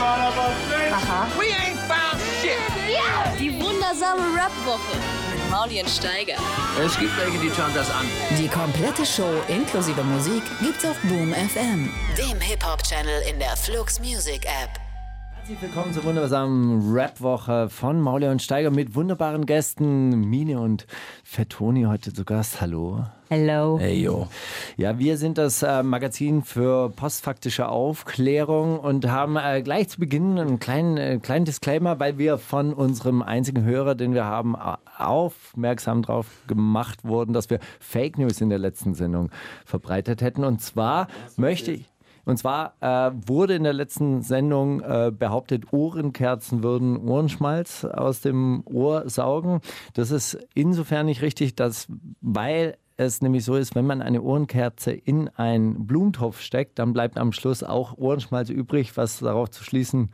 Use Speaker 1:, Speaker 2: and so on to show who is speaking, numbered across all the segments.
Speaker 1: Aha.
Speaker 2: Die wundersame Rap-Woche mit Maulien Steiger.
Speaker 3: Es gibt welche, die schauen das an.
Speaker 4: Die komplette Show inklusive Musik gibt's auf Boom FM, dem Hip-Hop-Channel in der Flux Music App.
Speaker 5: Herzlich willkommen zur wundersamen Rap-Woche von Mauli und Steiger mit wunderbaren Gästen Mine und Fettoni heute zu Gast. Hallo.
Speaker 1: Hello.
Speaker 5: Hey, yo. Ja, wir sind das äh, Magazin für postfaktische Aufklärung und haben äh, gleich zu Beginn einen kleinen, äh, kleinen Disclaimer, weil wir von unserem einzigen Hörer, den wir haben, a- aufmerksam darauf gemacht wurden, dass wir Fake News in der letzten Sendung verbreitet hätten. Und zwar möchte ich. Und zwar äh, wurde in der letzten Sendung äh, behauptet, Ohrenkerzen würden Ohrenschmalz aus dem Ohr saugen. Das ist insofern nicht richtig, dass, weil es nämlich so ist, wenn man eine Ohrenkerze in einen Blumentopf steckt, dann bleibt am Schluss auch Ohrenschmalz übrig, was darauf zu schließen,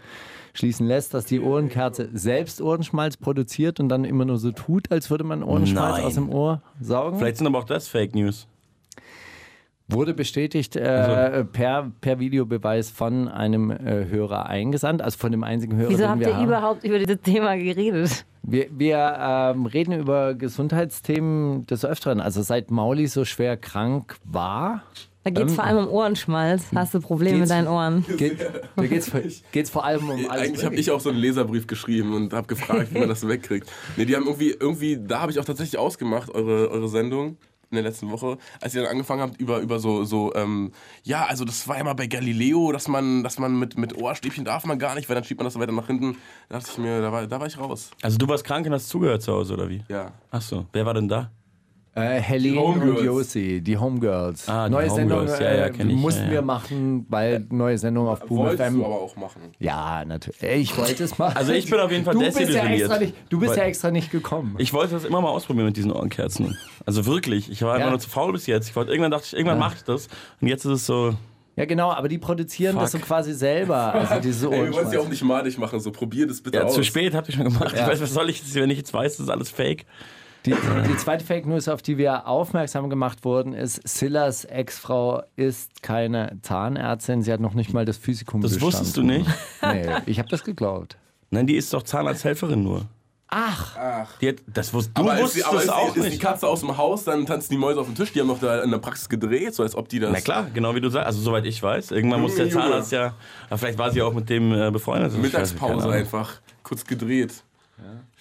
Speaker 5: schließen lässt, dass die Ohrenkerze selbst Ohrenschmalz produziert und dann immer nur so tut, als würde man Ohrenschmalz
Speaker 6: Nein.
Speaker 5: aus dem Ohr saugen.
Speaker 6: Vielleicht sind aber auch das Fake News.
Speaker 5: Wurde bestätigt äh,
Speaker 6: Also-
Speaker 5: per, per Videobeweis von einem äh, Hörer eingesandt, also von dem einzigen Hörer,
Speaker 1: Wieso
Speaker 5: den
Speaker 1: habt
Speaker 5: wir
Speaker 1: ihr
Speaker 5: haben.
Speaker 1: überhaupt über dieses Thema geredet?
Speaker 5: Wir, wir ähm, reden über Gesundheitsthemen des Öfteren. Also seit Mauli so schwer krank war,
Speaker 1: Da geht es
Speaker 5: Ähm,
Speaker 1: vor allem um Ohrenschmalz. Hast du Probleme mit
Speaker 5: geht's-
Speaker 1: deinen Ohren?
Speaker 5: geht es vor allem
Speaker 6: Äh,
Speaker 5: um alles.
Speaker 7: Eigentlich habe ich auch so einen Leserbrief geschrieben und habe gefragt, wie man das wegkriegt. Nee, die haben irgendwie, irgendwie da habe ich auch tatsächlich ausgemacht, eure, eure Sendung in der letzten Woche, als ihr dann angefangen habt über, über so, so ähm, ja, also das war ja mal bei Galileo, dass man, dass man mit, mit Ohrstäbchen darf man gar nicht, weil dann schiebt man das so weiter nach hinten. Da dachte ich mir, da war, da war ich raus.
Speaker 6: Also du warst krank und hast zugehört zu Hause, oder wie?
Speaker 7: Ja.
Speaker 6: Achso, wer war denn da?
Speaker 5: Äh, Helene
Speaker 7: Die
Speaker 5: und
Speaker 7: Homegirls.
Speaker 5: Josi, die Homegirls.
Speaker 6: Ah, die
Speaker 5: neue Sendung
Speaker 6: Homegirls. Ja, ja,
Speaker 5: äh,
Speaker 6: kenn ich.
Speaker 5: mussten
Speaker 6: Ja, ja. Äh,
Speaker 5: wir machen, weil neue Sendung auf Boom
Speaker 7: Wolltest
Speaker 5: FM.
Speaker 7: du aber auch machen.
Speaker 5: Ja, natürlich. Ich wollte es machen.
Speaker 6: Also ich bin auf jeden Fall
Speaker 5: du bist ja
Speaker 6: desillusioniert.
Speaker 5: extra nicht, Du bist
Speaker 6: Weil-
Speaker 5: ja extra nicht gekommen.
Speaker 6: Ich wollte das immer mal ausprobieren mit diesen Ohrenkerzen. Also wirklich, ich war
Speaker 5: Ja.
Speaker 6: immer nur zu faul bis jetzt. Ich wollte, irgendwann dachte ich, irgendwann mache ich das. Und jetzt ist es so,
Speaker 5: Ja, genau, aber die produzieren das so
Speaker 6: Fuck.
Speaker 5: quasi selber. Also dieses
Speaker 7: Ey, wir wollen es ja auch
Speaker 5: Ohrenschmalz.
Speaker 7: nicht malig machen, so probier das bitte
Speaker 6: ja,
Speaker 7: aus.
Speaker 6: zu spät, habt ihr schon gemacht. Ich weiß, was soll ich jetzt, wenn ich jetzt weiß, das ist alles fake.
Speaker 5: Die, die zweite Fake News, auf die wir aufmerksam gemacht wurden, ist, Sillas Ex-Frau ist keine Zahnärztin. Sie hat noch nicht mal das Physikum
Speaker 6: Das
Speaker 5: bestanden.
Speaker 6: wusstest du nicht?
Speaker 5: Nee, ich habe das geglaubt.
Speaker 6: Nein, die ist doch Zahnarzthelferin nur. Ach. Die hat, das wusst, du
Speaker 7: aber ist, die-
Speaker 6: wusstest
Speaker 7: aber
Speaker 6: das
Speaker 7: ist,
Speaker 6: auch
Speaker 7: die, ist die
Speaker 6: nicht.
Speaker 7: Katze aus dem Haus, dann tanzen die Mäuse auf dem Tisch, die haben noch da in der Praxis gedreht, so als ob die das.
Speaker 6: Na klar, genau wie du sagst. Also soweit ich weiß. Irgendwann muss der
Speaker 7: Junge, Junge.
Speaker 6: Zahnarzt ja, aber vielleicht war sie auch mit dem äh, befreundet. Ich weiß es, keine
Speaker 7: Mittagspause
Speaker 6: Ahnung.
Speaker 7: einfach. Kurz gedreht.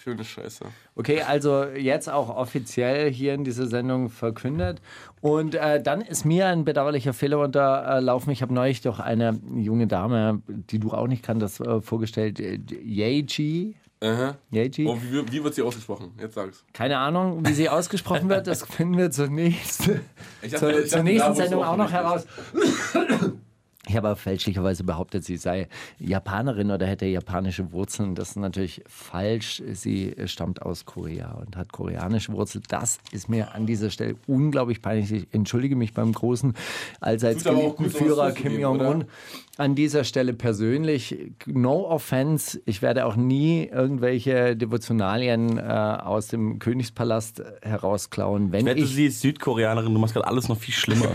Speaker 7: Schöne Scheiße.
Speaker 5: Okay, also jetzt auch offiziell hier in dieser Sendung verkündet. Und äh, dann ist mir ein bedauerlicher Fehler unterlaufen. Ich habe neulich doch eine junge Dame, die du auch nicht kanntest, äh, vorgestellt. Äh, Yeji.
Speaker 7: Aha.
Speaker 5: Yeji.
Speaker 7: Oh, wie, wie wird sie ausgesprochen? Jetzt sag's.
Speaker 5: Keine Ahnung, wie sie ausgesprochen wird. Das finden wir zunächst.
Speaker 7: Ich dachte-
Speaker 5: zur,
Speaker 7: ich dachte,
Speaker 5: zur
Speaker 7: da
Speaker 5: nächsten
Speaker 7: wusste
Speaker 5: Sendung
Speaker 7: auch
Speaker 5: auch noch
Speaker 7: nicht.
Speaker 5: heraus. Ich habe aber fälschlicherweise behauptet, sie sei Japanerin oder hätte japanische Wurzeln. Das ist natürlich falsch. Sie äh, stammt aus Korea und hat koreanische Wurzeln. Das ist mir an dieser Stelle unglaublich peinlich. Ich entschuldige mich beim großen allseits
Speaker 7: Tut aber auch
Speaker 5: geliebten
Speaker 7: gut, sowas
Speaker 5: Führer
Speaker 7: zuzugeben,
Speaker 5: Kim Jong-un. An dieser Stelle persönlich, no offense, ich werde auch nie irgendwelche Devotionalien äh, aus dem Königspalast herausklauen. Wenn
Speaker 6: Wette,
Speaker 5: ich
Speaker 6: sie ist Südkoreanerin, du machst gerade alles noch viel schlimmer.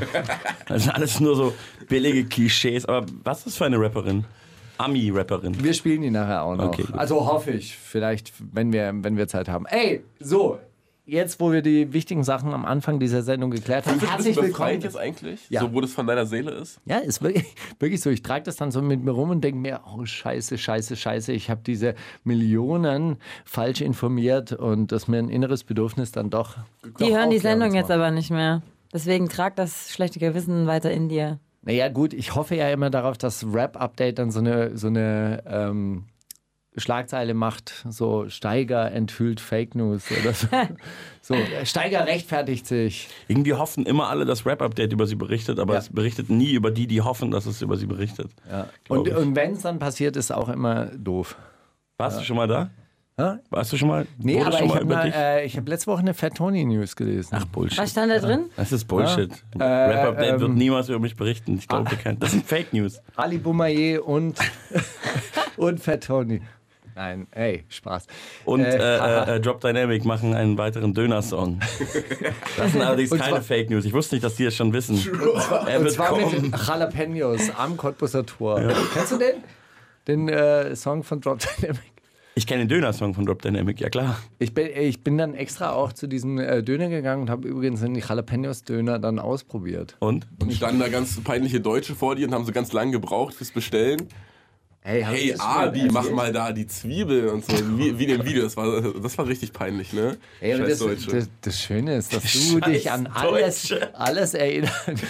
Speaker 6: Das sind alles nur so billige Klischees. Aber was ist das für eine Rapperin? Ami-Rapperin.
Speaker 5: Wir spielen die nachher auch noch.
Speaker 6: Okay, gut.
Speaker 5: also hoffe ich, vielleicht, wenn wir, wenn wir Zeit haben. Ey, so, jetzt, wo wir die wichtigen Sachen am Anfang dieser Sendung geklärt haben,
Speaker 7: Bist
Speaker 5: herzlich
Speaker 7: du befreit
Speaker 5: willkommen.
Speaker 7: jetzt eigentlich?
Speaker 5: Ja.
Speaker 7: So, wo das von deiner Seele ist?
Speaker 5: Ja, ist wirklich, wirklich so. Ich trage das dann so mit mir rum und denke mir, oh scheiße, scheiße, scheiße, ich habe diese Millionen falsch informiert und das ist mir ein inneres Bedürfnis dann doch. doch
Speaker 1: Die hören die
Speaker 5: Aufklärung
Speaker 1: Sendung
Speaker 5: zu
Speaker 1: jetzt
Speaker 5: machen.
Speaker 1: aber nicht mehr. Deswegen trag das schlechte Gewissen weiter in dir.
Speaker 5: Naja, gut, ich hoffe ja immer darauf, dass Rap-Update dann so eine, so eine ähm, Schlagzeile macht, so Steiger enthüllt Fake News oder so. so äh, Steiger rechtfertigt sich.
Speaker 6: Irgendwie hoffen immer alle, dass Rap-Update über sie berichtet, aber
Speaker 5: Ja.
Speaker 6: es berichtet nie über die, die hoffen, dass es über sie berichtet. Glaub
Speaker 5: Und,
Speaker 6: ich.
Speaker 5: und wenn es dann passiert, ist auch immer doof.
Speaker 6: Warst du schon mal da?
Speaker 5: Hä?
Speaker 6: Warst du schon mal?
Speaker 5: Nee,
Speaker 6: wurde
Speaker 5: aber
Speaker 6: schon
Speaker 5: ich
Speaker 6: mal
Speaker 5: habe
Speaker 6: über dich?
Speaker 5: äh, ich hab letzte Woche eine Fat Tony News gelesen.
Speaker 6: Ach, Bullshit.
Speaker 1: Was stand da drin?
Speaker 6: Das ist Bullshit.
Speaker 5: Äh,
Speaker 6: Rap-Update
Speaker 5: ähm,
Speaker 6: wird niemals über mich berichten. Ich
Speaker 5: ah.
Speaker 6: glaube kein. Das sind Fake News.
Speaker 5: Ali Boumaier und, und Fat Tony. Nein, ey, Spaß.
Speaker 6: Und äh,
Speaker 5: haha.
Speaker 6: äh, äh, Drop Dynamic machen einen weiteren Döner-Song. Das sind allerdings
Speaker 5: Und
Speaker 6: keine
Speaker 5: zwar-
Speaker 6: Fake News. Ich wusste nicht, dass die das schon wissen. Er
Speaker 5: und
Speaker 6: wird
Speaker 5: zwar
Speaker 6: kommen.
Speaker 5: mit Jalapenos am Cottbusser Tor. Kennst du den? den äh, Song von Drop Dynamic.
Speaker 6: Ich kenne den Döner-Song von Drop Dynamic, ja klar.
Speaker 5: Ich bin, ich bin dann extra auch zu diesem äh, Döner gegangen und habe übrigens den Jalapenos-Döner dann ausprobiert.
Speaker 6: Und?
Speaker 7: Und standen da ganz peinliche Deutsche vor dir und haben so ganz lange gebraucht fürs Bestellen.
Speaker 5: Hey, hab ich
Speaker 7: Hey
Speaker 5: das also. schon mal
Speaker 7: Adi, mach
Speaker 5: erzählt?
Speaker 7: mal da die Zwiebel und so, wie, wie in dem Video. Das war, das war richtig peinlich, ne?
Speaker 5: Hey, und
Speaker 7: Scheiß
Speaker 5: das,
Speaker 7: Deutsche.
Speaker 5: das, das Schöne ist, dass du
Speaker 6: Scheiß
Speaker 5: dich an alles,
Speaker 6: Deutsche.
Speaker 5: alles erinnern kannst.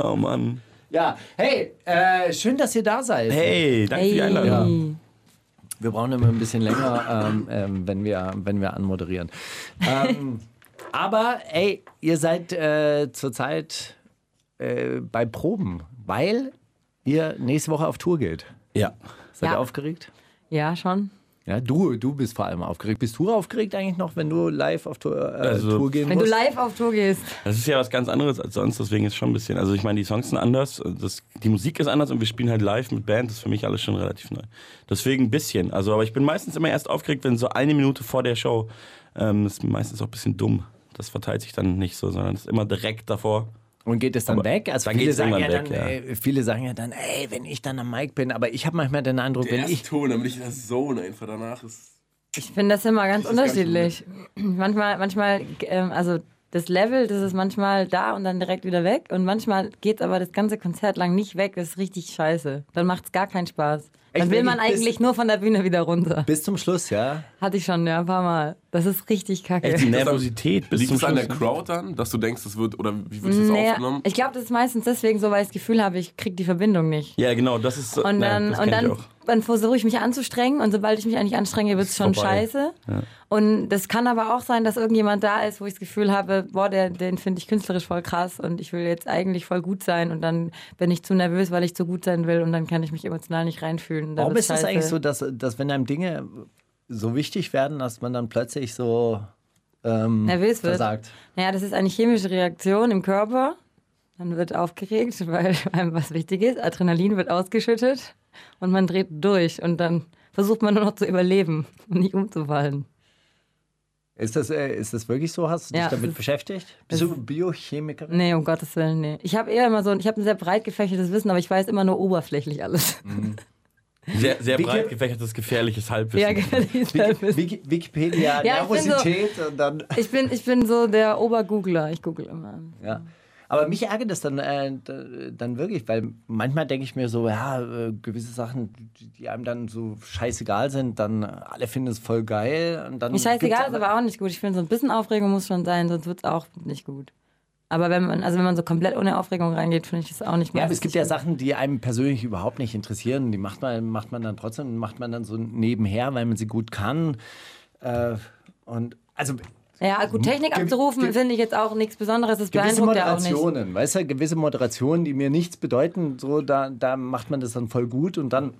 Speaker 6: Oh Mann.
Speaker 5: Ja, hey, äh, schön, dass ihr da seid.
Speaker 6: Hey, danke für die Einladung.
Speaker 5: Wir brauchen immer ein bisschen länger, ähm, ähm, wenn, wir, wenn wir anmoderieren. Ähm, aber ey, ihr seid äh, zurzeit äh, bei Proben, weil ihr nächste Woche auf Tour geht.
Speaker 6: Ja.
Speaker 5: Seid
Speaker 1: Ja.
Speaker 5: ihr aufgeregt?
Speaker 1: Ja, schon.
Speaker 5: Ja, du, du bist vor allem aufgeregt. Bist du aufgeregt eigentlich noch, wenn du live auf Tour, äh,
Speaker 6: Also-
Speaker 5: Tour gehen
Speaker 1: Wenn du
Speaker 5: musst?
Speaker 1: live auf Tour gehst.
Speaker 6: Das ist ja was ganz anderes als sonst, deswegen ist schon ein bisschen. Also ich meine, die Songs sind anders, das, die Musik ist anders und wir spielen halt live mit Band, das ist für mich alles schon relativ neu. Deswegen ein bisschen. Also, aber ich bin meistens immer erst aufgeregt, wenn so eine Minute vor der Show. Ähm, ist meistens auch ein bisschen dumm. Das verteilt sich dann nicht so, sondern ist immer direkt davor.
Speaker 5: Und geht es dann
Speaker 6: Aber
Speaker 5: weg? Also
Speaker 6: dann
Speaker 5: viele
Speaker 6: geht's
Speaker 5: sagen ja
Speaker 6: irgendwann
Speaker 5: dann,
Speaker 6: weg,
Speaker 5: äh, viele sagen ja dann, ey, wenn ich dann am Mic bin, aber ich habe manchmal den Eindruck,
Speaker 7: Der
Speaker 5: wenn
Speaker 7: erste
Speaker 5: ich
Speaker 7: Ton, damit ich in der Zone einfach danach ist.
Speaker 1: Ich finde das immer ganz
Speaker 7: Das ist ganz
Speaker 1: unterschiedlich. manchmal, manchmal, ähm, also das Level, das ist manchmal da und dann direkt wieder weg. Und manchmal geht aber das ganze Konzert lang nicht weg. Das ist richtig scheiße. Dann macht es gar keinen Spaß.
Speaker 5: Echt,
Speaker 1: Dann will
Speaker 5: wenn
Speaker 1: man
Speaker 5: ich bis-
Speaker 1: eigentlich nur von der Bühne wieder runter.
Speaker 5: bis zum Schluss, ja.
Speaker 1: Hatte ich schon, ja, ein paar Mal. Das ist richtig kacke.
Speaker 6: Die Nervosität bis
Speaker 7: Liegt
Speaker 6: zum
Speaker 7: es an
Speaker 6: Schluss.
Speaker 7: der
Speaker 5: ne?
Speaker 7: Crowd dann, dass du denkst, es wird, oder wie wird es
Speaker 1: Naja,
Speaker 7: aufgenommen?
Speaker 1: ich glaube, das ist meistens deswegen so, weil ich das Gefühl habe, ich kriege die Verbindung nicht.
Speaker 6: Ja, genau, das ist.
Speaker 1: Und dann,
Speaker 6: das
Speaker 1: und
Speaker 6: kenn ich
Speaker 1: dann,
Speaker 6: auch.
Speaker 1: dann versuche ich mich anzustrengen und sobald ich mich eigentlich anstrenge, wird es
Speaker 6: Ist
Speaker 1: schon
Speaker 6: vorbei.
Speaker 1: scheiße. Und das kann aber auch sein, dass irgendjemand da ist, wo ich das Gefühl habe, boah, der, den finde ich künstlerisch voll krass und ich will jetzt eigentlich voll gut sein und dann bin ich zu nervös, weil ich zu gut sein will und dann kann ich mich emotional nicht reinfühlen. und dann
Speaker 5: Warum
Speaker 1: wird's
Speaker 5: ist das
Speaker 1: scheiße.
Speaker 5: eigentlich so, dass, dass wenn einem Dinge so wichtig werden, dass man dann plötzlich so ähm,
Speaker 1: Nervös wird.
Speaker 5: versagt?
Speaker 1: Naja, das ist eine chemische Reaktion im Körper. Man wird aufgeregt, weil einem was wichtig ist. Adrenalin wird ausgeschüttet und man dreht durch und dann versucht man nur noch zu überleben und nicht umzufallen.
Speaker 5: Ist das, äh, ist das wirklich so? Hast du
Speaker 1: Ja,
Speaker 5: dich damit
Speaker 1: es-
Speaker 5: beschäftigt? Bist du Biochemikerin?
Speaker 1: Nee, um Gottes Willen, nee. Ich habe eher immer so, ich habe ein sehr breit gefächertes Wissen, aber ich weiß immer nur oberflächlich alles.
Speaker 6: Sehr, sehr
Speaker 5: Wie
Speaker 6: breit
Speaker 5: ge-
Speaker 6: gefächertes, gefährliches Halbwissen.
Speaker 1: Ja, gefährliches
Speaker 5: Wiki-
Speaker 1: Wissen.
Speaker 5: Wiki- Wikipedia,
Speaker 1: Ja, ich bin so-
Speaker 5: Nervosität und dann.
Speaker 1: Ich bin, ich bin so der Obergoogler. Ich google immer.
Speaker 5: Ja. Aber mich ärgert das dann, äh, d- dann wirklich, weil manchmal denke ich mir so, ja, äh, gewisse Sachen, die- die einem dann so scheißegal sind, dann äh, alle finden es voll geil und dann.
Speaker 1: Mir scheißegal, ist
Speaker 5: gibt's
Speaker 1: aber auch nicht gut. Ich finde, so ein bisschen Aufregung muss schon sein, sonst wird es auch nicht gut. Aber wenn man, also wenn man so komplett ohne Aufregung reingeht, finde ich das auch nicht
Speaker 5: Ja, aber
Speaker 1: meistens
Speaker 5: es gibt ja
Speaker 1: gut.
Speaker 5: Sachen, die einem persönlich überhaupt nicht interessieren. Die macht man, macht man dann trotzdem, macht man dann so nebenher, weil man sie gut kann. Äh, und also
Speaker 1: Ja, gut, Technik
Speaker 5: Ge-
Speaker 1: abzurufen
Speaker 5: ge-
Speaker 1: finde ich jetzt auch nichts Besonderes. Das
Speaker 5: gewisse
Speaker 1: beeindruckt ja auch nicht.
Speaker 5: Moderationen, weißt du, gewisse Moderationen, die mir nichts bedeuten, so da, da macht man das dann voll gut und dann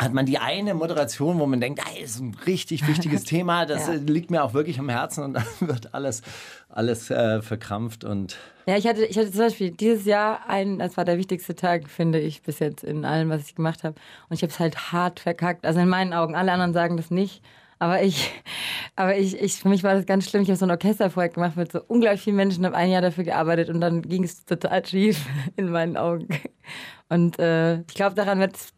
Speaker 5: hat man die eine Moderation, wo man denkt, ah, das ist ein richtig wichtiges Thema, das
Speaker 1: Ja.
Speaker 5: äh, liegt mir auch wirklich am Herzen und dann wird alles, alles äh, verkrampft und
Speaker 1: Ja, ich hatte, ich hatte zum Beispiel dieses Jahr einen, das war der wichtigste Tag, finde ich, bis jetzt in allem, was ich gemacht habe. Und ich habe es halt hart verkackt. Also in meinen Augen, alle anderen sagen das nicht. Aber ich, aber ich, ich, für mich war das ganz schlimm. Ich habe so ein Orchesterprojekt gemacht mit so unglaublich vielen Menschen, habe ein Jahr dafür gearbeitet und dann ging es total schief in meinen Augen. Und äh, ich glaube, daran wird es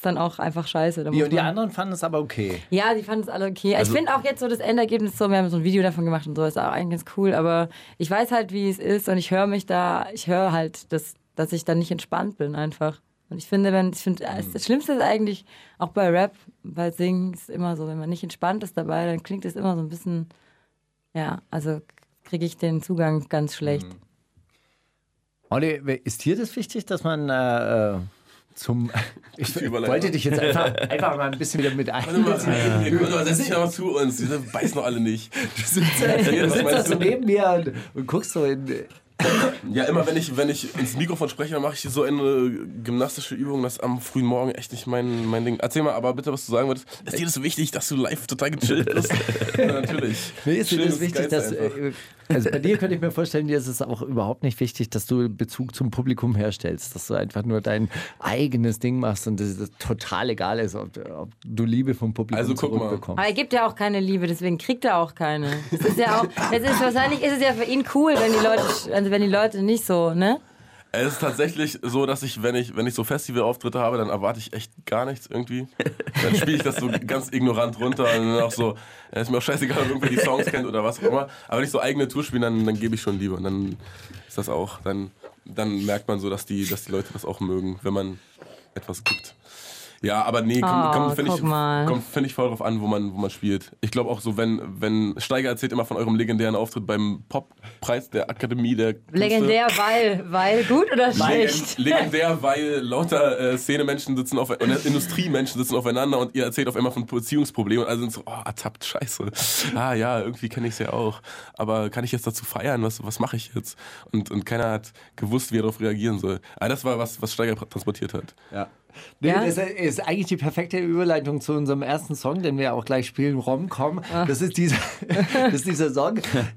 Speaker 1: dann auch einfach scheiße. Da
Speaker 5: die,
Speaker 1: muss
Speaker 5: und die
Speaker 1: man-
Speaker 5: anderen fanden es aber okay.
Speaker 1: ja, die fanden es alle okay. ich finde auch jetzt so das Endergebnis so, wir haben so ein Video davon gemacht und so, ist auch eigentlich ganz cool, aber ich weiß halt, wie es ist und ich höre mich da, ich höre halt, dass, dass ich dann nicht entspannt bin einfach. Und ich finde, wenn, ich finde, das Schlimmste ist eigentlich, auch bei Rap, bei Singen ist immer so, wenn man nicht entspannt ist dabei, dann klingt es immer so ein bisschen, ja, also kriege ich den Zugang ganz schlecht.
Speaker 5: Olli, ist dir das wichtig, dass man äh, äh, zum. Ich
Speaker 7: Überleitung.
Speaker 5: wollte dich jetzt einfach, einfach mal ein bisschen wieder mit
Speaker 7: ne? Warte mal,
Speaker 5: einbeziehen.
Speaker 7: ey, ey, warte mal, setz dich doch mal zu uns. Die beißen doch alle nicht.
Speaker 5: Du
Speaker 7: Was
Speaker 5: sitzt da
Speaker 7: meinst
Speaker 5: so
Speaker 7: du?
Speaker 5: neben mir und, und guckst so in.
Speaker 7: Ja, immer wenn ich, wenn ich ins Mikrofon spreche, dann mache ich so eine gymnastische Übung, das ist am frühen Morgen echt nicht mein, mein Ding. Erzähl mal aber bitte, was du sagen wolltest. Ist dir das wichtig, dass du live total gechillt bist? ja, natürlich.
Speaker 5: Nee, ist dir
Speaker 7: Chill
Speaker 5: das wichtig,
Speaker 7: Geilste
Speaker 5: dass.
Speaker 7: einfach.
Speaker 5: äh, Also bei dir könnte ich mir vorstellen, dir ist es auch überhaupt nicht wichtig, dass du Bezug zum Publikum herstellst, dass du einfach nur dein eigenes Ding machst und es total egal ist, ob, ob du Liebe vom Publikum
Speaker 7: Also guck mal.
Speaker 5: zurückbekommst.
Speaker 1: Aber er gibt ja auch keine Liebe, deswegen kriegt er auch keine. Es ist ja auch, es ist wahrscheinlich ist es ja für ihn cool, wenn die Leute, also wenn die Leute nicht so, ne?
Speaker 7: Es ist tatsächlich so, dass ich, wenn ich, wenn ich so Festivalauftritte habe, dann erwarte ich echt gar nichts irgendwie. Dann spiele ich das so ganz ignorant runter und dann auch so, ja, ist mir auch scheißegal, ob irgendwer die Songs kennt oder was auch immer. Aber wenn ich so eigene Tour spiele, dann, dann gebe ich schon Liebe und dann ist das auch, dann, dann merkt man so, dass die, dass die Leute das auch mögen, wenn man etwas gibt. Ja, aber nee, kommt,
Speaker 1: Oh,
Speaker 7: kommt, finde ich,
Speaker 1: guck mal.
Speaker 7: kommt, finde ich voll drauf an, wo man, wo man spielt. Ich glaube auch so, wenn, wenn Steiger erzählt immer von eurem legendären Auftritt beim Poppreis der Akademie der Künste.
Speaker 1: Legendär, weil, weil gut oder schlecht?
Speaker 7: Legend, legendär, weil lauter äh, Szenemenschen sitzen auf und Industriemenschen sitzen aufeinander und ihr erzählt auf einmal von Beziehungsproblemen und alle sind so, oh, ertappt, scheiße. Ah ja, irgendwie kenne ich es ja auch. Aber kann ich jetzt dazu feiern? Was, was mache ich jetzt? Und, und keiner hat gewusst, wie er darauf reagieren soll. Ah, das war was, was Steiger transportiert hat.
Speaker 5: Ja. Nee,
Speaker 1: Ja?
Speaker 5: Das ist eigentlich die perfekte Überleitung zu unserem ersten Song, den wir auch gleich spielen, Rom-Com. Das, ist dieser, das ist dieser Song,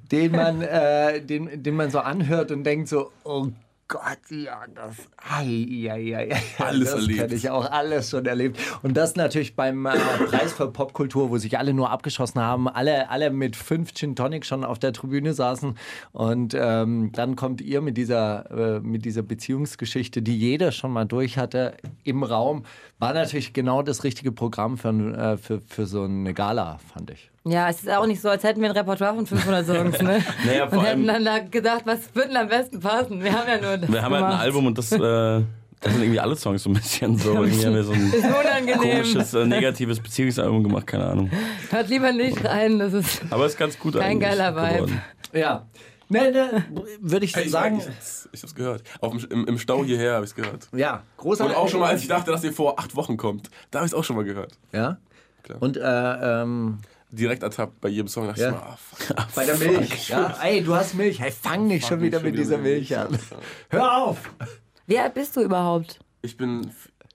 Speaker 5: den man, äh, den, den man so anhört und denkt so, oh Gott, ja, das, ai, ai, ai, ai,
Speaker 7: Alles
Speaker 5: das
Speaker 7: erlebt.
Speaker 5: kenn ich auch alles schon erlebt. Und das natürlich beim äh, Preis für Popkultur, wo sich alle nur abgeschossen haben, alle, alle mit fünf Gin Tonic schon auf der Tribüne saßen. Und ähm, dann kommt ihr mit dieser, äh, mit dieser Beziehungsgeschichte, die jeder schon mal durch hatte, im Raum. War natürlich genau das richtige Programm für, ein, äh, für, für so eine Gala, fand ich.
Speaker 1: Ja, es ist auch nicht so, als hätten wir ein Repertoire von 500 Songs, ne?
Speaker 6: Naja, vor
Speaker 1: Und hätten
Speaker 6: allem-
Speaker 1: dann da gedacht, was würde denn am besten passen? Wir haben ja nur das
Speaker 6: Wir haben halt ein
Speaker 1: gemacht.
Speaker 6: Album und das, äh, das sind irgendwie alle Songs so ein bisschen so. Irgendwie haben wir so ein
Speaker 1: Unangenehm.
Speaker 6: komisches, äh, negatives Beziehungsalbum gemacht, keine Ahnung.
Speaker 1: Hört lieber nicht rein, das ist...
Speaker 6: Aber ist ganz gut
Speaker 1: Kein
Speaker 6: eigentlich
Speaker 1: geiler Vibe.
Speaker 6: geworden.
Speaker 5: Ja. Ne, ne, würde ich
Speaker 7: Ich,
Speaker 5: sagen.
Speaker 7: ich, ich hab's gehört. Auf dem, im, Im Stau hierher habe ich's gehört.
Speaker 5: Ja, großartig.
Speaker 7: Und auch schon mal, als ich dachte, dass ihr vor acht Wochen kommt, da habe ich es auch schon mal gehört.
Speaker 5: Ja.
Speaker 7: Klar.
Speaker 5: Und äh, ähm,
Speaker 7: Direkt ertappt bei jedem Song. Dachte
Speaker 5: Ja.
Speaker 7: ich mir, ah, fuck.
Speaker 5: Bei der Milch. Ja, ey, du hast Milch. Hey, fang nicht schon
Speaker 7: mich
Speaker 5: wieder
Speaker 7: schon
Speaker 5: mit
Speaker 7: wieder
Speaker 5: dieser
Speaker 7: mit der
Speaker 5: Milch
Speaker 7: Milch
Speaker 5: an.
Speaker 7: an.
Speaker 5: Hör auf!
Speaker 1: Wie alt bist du überhaupt?
Speaker 7: Ich bin,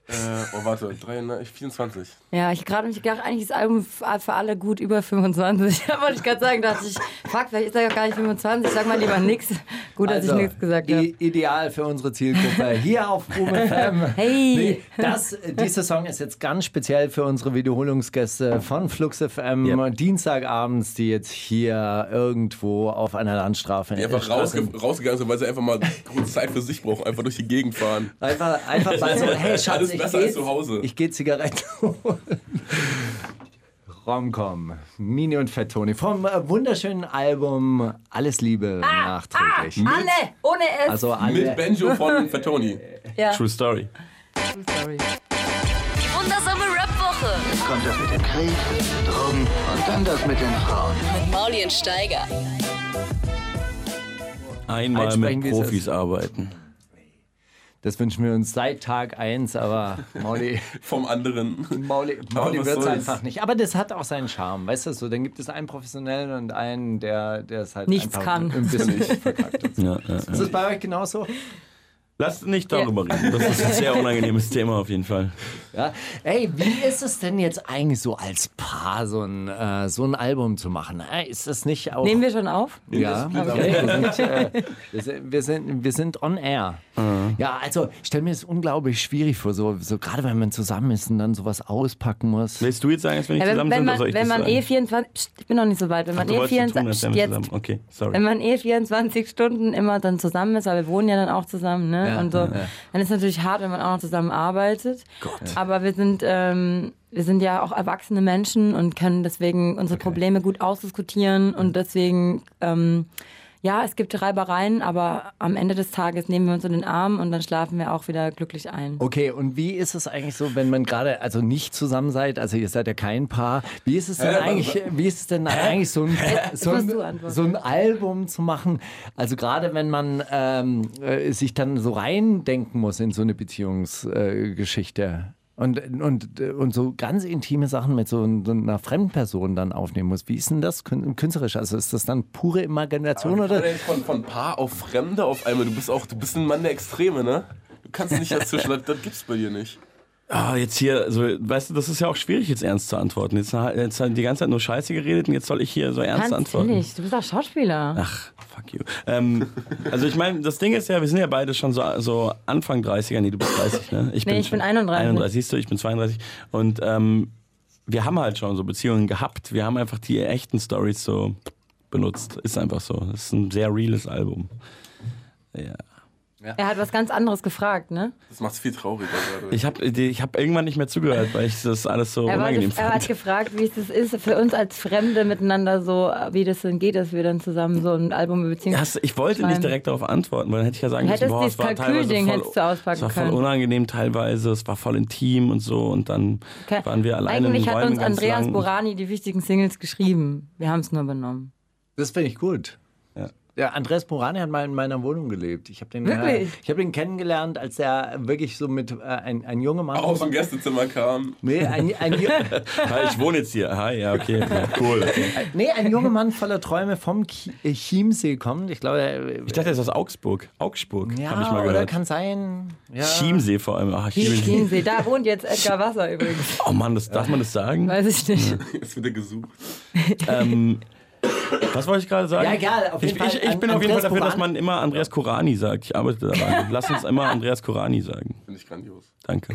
Speaker 7: äh, oh warte, 23, 24.
Speaker 1: Ja, ich gerade mich gedacht, eigentlich ist das Album f- für alle gut über 25. Da wollte ich gerade sagen, dachte ich, fuck, vielleicht ist er ja gar nicht 25, sag mal lieber nix. Gut, dass ich nichts gesagt habe.
Speaker 5: i- Ideal für unsere Zielgruppe hier auf UMFM.
Speaker 1: Hey.
Speaker 5: das, dieser Song ist jetzt ganz speziell für unsere Wiederholungsgäste von Flux FM
Speaker 6: Yep.
Speaker 5: Dienstagabends, die jetzt hier irgendwo auf einer Landstraße
Speaker 7: Die einfach rausge rausgegangen sind, weil sie einfach mal kurz Zeit für sich brauchen, einfach durch die Gegend fahren.
Speaker 5: Einfach, einfach mal so, hey Schatz,
Speaker 7: Alles
Speaker 5: also ich
Speaker 7: besser
Speaker 5: geh-
Speaker 7: als zu Hause.
Speaker 5: Ich gehe Zigaretten holen. Romcom, Mini und Fettoni vom äh, wunderschönen Album Alles Liebe nachträglich.
Speaker 1: Alle, ohne es.
Speaker 5: also
Speaker 7: Mit
Speaker 5: alle,
Speaker 7: Benjo von Fatoni.
Speaker 1: ja.
Speaker 6: True Story.
Speaker 1: Sorry.
Speaker 2: Die wundersame Rap-Woche
Speaker 8: Kommt das mit dem Krieg, Drogen und dann das mit den Frauen.
Speaker 2: mit Mauli und Steiger.
Speaker 6: Einmal
Speaker 5: Einsprechen,
Speaker 6: mit
Speaker 5: wie es
Speaker 6: Profis
Speaker 5: ist.
Speaker 6: arbeiten.
Speaker 5: das wünschen wir uns seit Tag 1, aber Mauli,
Speaker 7: Vom anderen.
Speaker 5: Mauli,
Speaker 7: Aber
Speaker 5: Mauli
Speaker 7: was
Speaker 5: wird es
Speaker 7: soll's?
Speaker 5: einfach nicht. Aber das hat auch seinen Charme, weißt du so, dann gibt es einen Professionellen und einen, der der es halt
Speaker 1: Nichts
Speaker 5: einfach
Speaker 1: kann.
Speaker 5: ein bisschen verkackt. hat.
Speaker 6: Ja, ja, ja.
Speaker 5: Ist das bei euch genauso?
Speaker 6: Lasst nicht darüber reden. Das ist ein sehr unangenehmes Thema auf jeden Fall.
Speaker 5: Ja. Ey, wie ist es denn jetzt eigentlich so als Paar so ein, äh, so ein Album zu machen? Ey, ist das nicht auch...
Speaker 1: Nehmen wir schon auf?
Speaker 5: ja, okay. wir, sind, äh, wir, sind, wir, sind, wir sind on air.
Speaker 1: Mhm.
Speaker 5: Ja, also ich stelle mir das unglaublich schwierig vor, so, so gerade wenn man zusammen ist und dann sowas auspacken muss.
Speaker 6: Willst du jetzt sagen, dass wir nicht
Speaker 1: Ja,
Speaker 6: zusammen
Speaker 1: wenn, wenn
Speaker 6: sind?
Speaker 1: man,
Speaker 6: oder soll ich
Speaker 1: wenn
Speaker 6: das
Speaker 1: man
Speaker 6: sagen?
Speaker 1: eh 24, Psst, ich bin noch nicht so weit, wenn man,
Speaker 6: Du
Speaker 1: eh
Speaker 6: wolltest so tun,
Speaker 1: 24,
Speaker 6: als wären wir
Speaker 1: jetzt,
Speaker 6: zusammen. Okay, sorry.
Speaker 1: wenn man eh 24 Stunden immer dann zusammen ist, weil wir wohnen ja dann auch zusammen, ne?
Speaker 5: Ja,
Speaker 1: und so,
Speaker 5: ja,
Speaker 1: dann ist es natürlich hart, wenn man auch noch zusammen arbeitet. Aber wir sind, ähm, wir sind ja auch erwachsene Menschen und können deswegen unsere Probleme gut ausdiskutieren
Speaker 6: Mhm.
Speaker 1: und deswegen, ähm, ja, es gibt Reibereien, aber am Ende des Tages nehmen wir uns in den Arm und dann schlafen wir auch wieder glücklich ein.
Speaker 6: Oh,
Speaker 5: Okay, und wie ist es eigentlich so, wenn man gerade also nicht zusammen seid, also ihr seid ja kein Paar, wie ist es denn
Speaker 7: Hä?
Speaker 5: eigentlich, wie ist es denn eigentlich so ein, so,
Speaker 1: musst du
Speaker 5: ein,
Speaker 1: antworten.
Speaker 5: so ein Album zu machen? Also gerade wenn man ähm, äh, sich dann so reindenken muss in so eine Beziehungsgeschichte. Äh, Geschichte und, und, äh, und so ganz intime Sachen mit so einer fremden Person dann aufnehmen muss. Wie ist denn das kün- künstlerisch? Also ist das dann pure Imagination oder?
Speaker 7: Von, von Paar auf Fremde auf einmal. Du bist auch, du bist ein Mann der Extreme, ne? Du kannst nicht dazwischen, das, das gibt's bei dir nicht.
Speaker 6: Ah, jetzt hier, also, weißt du, das ist ja auch schwierig, jetzt ernst zu antworten. Jetzt, jetzt haben die ganze Zeit nur Scheiße geredet und jetzt soll ich hier so ernst
Speaker 1: Hans
Speaker 6: antworten.
Speaker 1: Tillich, du bist auch Schauspieler.
Speaker 6: Ach, fuck you. Ähm, also ich meine, das Ding ist ja, wir sind ja beide schon so, so Anfang 30er. Nee, du bist 30, ne?
Speaker 1: Nee, ich
Speaker 6: schon
Speaker 1: bin 31.
Speaker 6: 31, siehst du, ich bin 32. Und ähm, wir haben halt schon so Beziehungen gehabt. Wir haben einfach die echten Stories so benutzt. Ist einfach so. Es ist ein sehr reales Album. Ja.
Speaker 1: Er hat was ganz anderes gefragt, ne?
Speaker 7: Das macht es viel trauriger gerade.
Speaker 6: Ich habe ich hab irgendwann nicht mehr zugehört, weil ich das alles so
Speaker 1: Er, war
Speaker 6: unangenehm
Speaker 1: gef- er hat
Speaker 6: fand.
Speaker 1: gefragt, wie es das ist für uns als Fremde miteinander so, wie das denn geht, dass wir dann zusammen so ein Album über Beziehung.
Speaker 6: Hast, ich wollte
Speaker 1: Nein.
Speaker 6: nicht direkt darauf antworten, weil dann hätte ich ja sagen
Speaker 1: Du
Speaker 6: müssen,
Speaker 1: hättest
Speaker 6: boah,
Speaker 1: dieses
Speaker 6: es war teilweise
Speaker 1: Kalkül-Ding
Speaker 6: voll,
Speaker 1: hättest du auspacken
Speaker 6: es war voll
Speaker 1: können.
Speaker 6: unangenehm teilweise, es war voll intim und so und dann
Speaker 1: Ke-
Speaker 6: waren wir alleine
Speaker 1: Eigentlich
Speaker 6: in den
Speaker 1: hat
Speaker 6: Räumen
Speaker 1: uns
Speaker 6: ganz
Speaker 1: Andreas
Speaker 6: lang.
Speaker 1: Borani die wichtigen Singles geschrieben. Wir haben es nur benommen.
Speaker 5: Das finde ich gut.
Speaker 6: Ja.
Speaker 5: Ja, Andres Morani hat mal in meiner Wohnung gelebt. Ich habe den, äh,
Speaker 1: Wirklich?
Speaker 5: ich hab den kennengelernt, als er wirklich so mit äh, ein, ein junger Mann.
Speaker 7: Aus dem Gästezimmer kam.
Speaker 5: nee, ein, ein, ju-
Speaker 6: Hi, ich wohne jetzt hier. Hi, ja, okay, ja, cool. Okay.
Speaker 5: nee, ein junger Mann voller Träume vom Chi- äh, Chiemsee kommt. Ich glaube, er-
Speaker 6: Ich dachte, er ist aus Augsburg. Augsburg,
Speaker 5: ja,
Speaker 6: habe ich mal
Speaker 5: oder
Speaker 6: gehört.
Speaker 5: kann sein. Ja.
Speaker 6: Chiemsee vor allem. Ach, Chiemsee.
Speaker 1: Chiemsee, da wohnt jetzt Edgar Wasser übrigens.
Speaker 6: Oh Mann, das, darf man das sagen?
Speaker 1: Weiß ich nicht.
Speaker 7: Jetzt wird er gesucht.
Speaker 6: Ähm, was wollte ich gerade sagen?
Speaker 5: Ja, egal, auf jeden
Speaker 6: ich,
Speaker 5: Fall
Speaker 6: Ich, ich bin
Speaker 5: an-
Speaker 6: auf jeden Fall
Speaker 5: Andreas
Speaker 6: dafür, dass
Speaker 5: Korani.
Speaker 6: man immer Andreas Korani sagt. Ich arbeite daran. Lass uns immer Andreas Korani sagen.
Speaker 7: Finde ich grandios.
Speaker 6: Danke.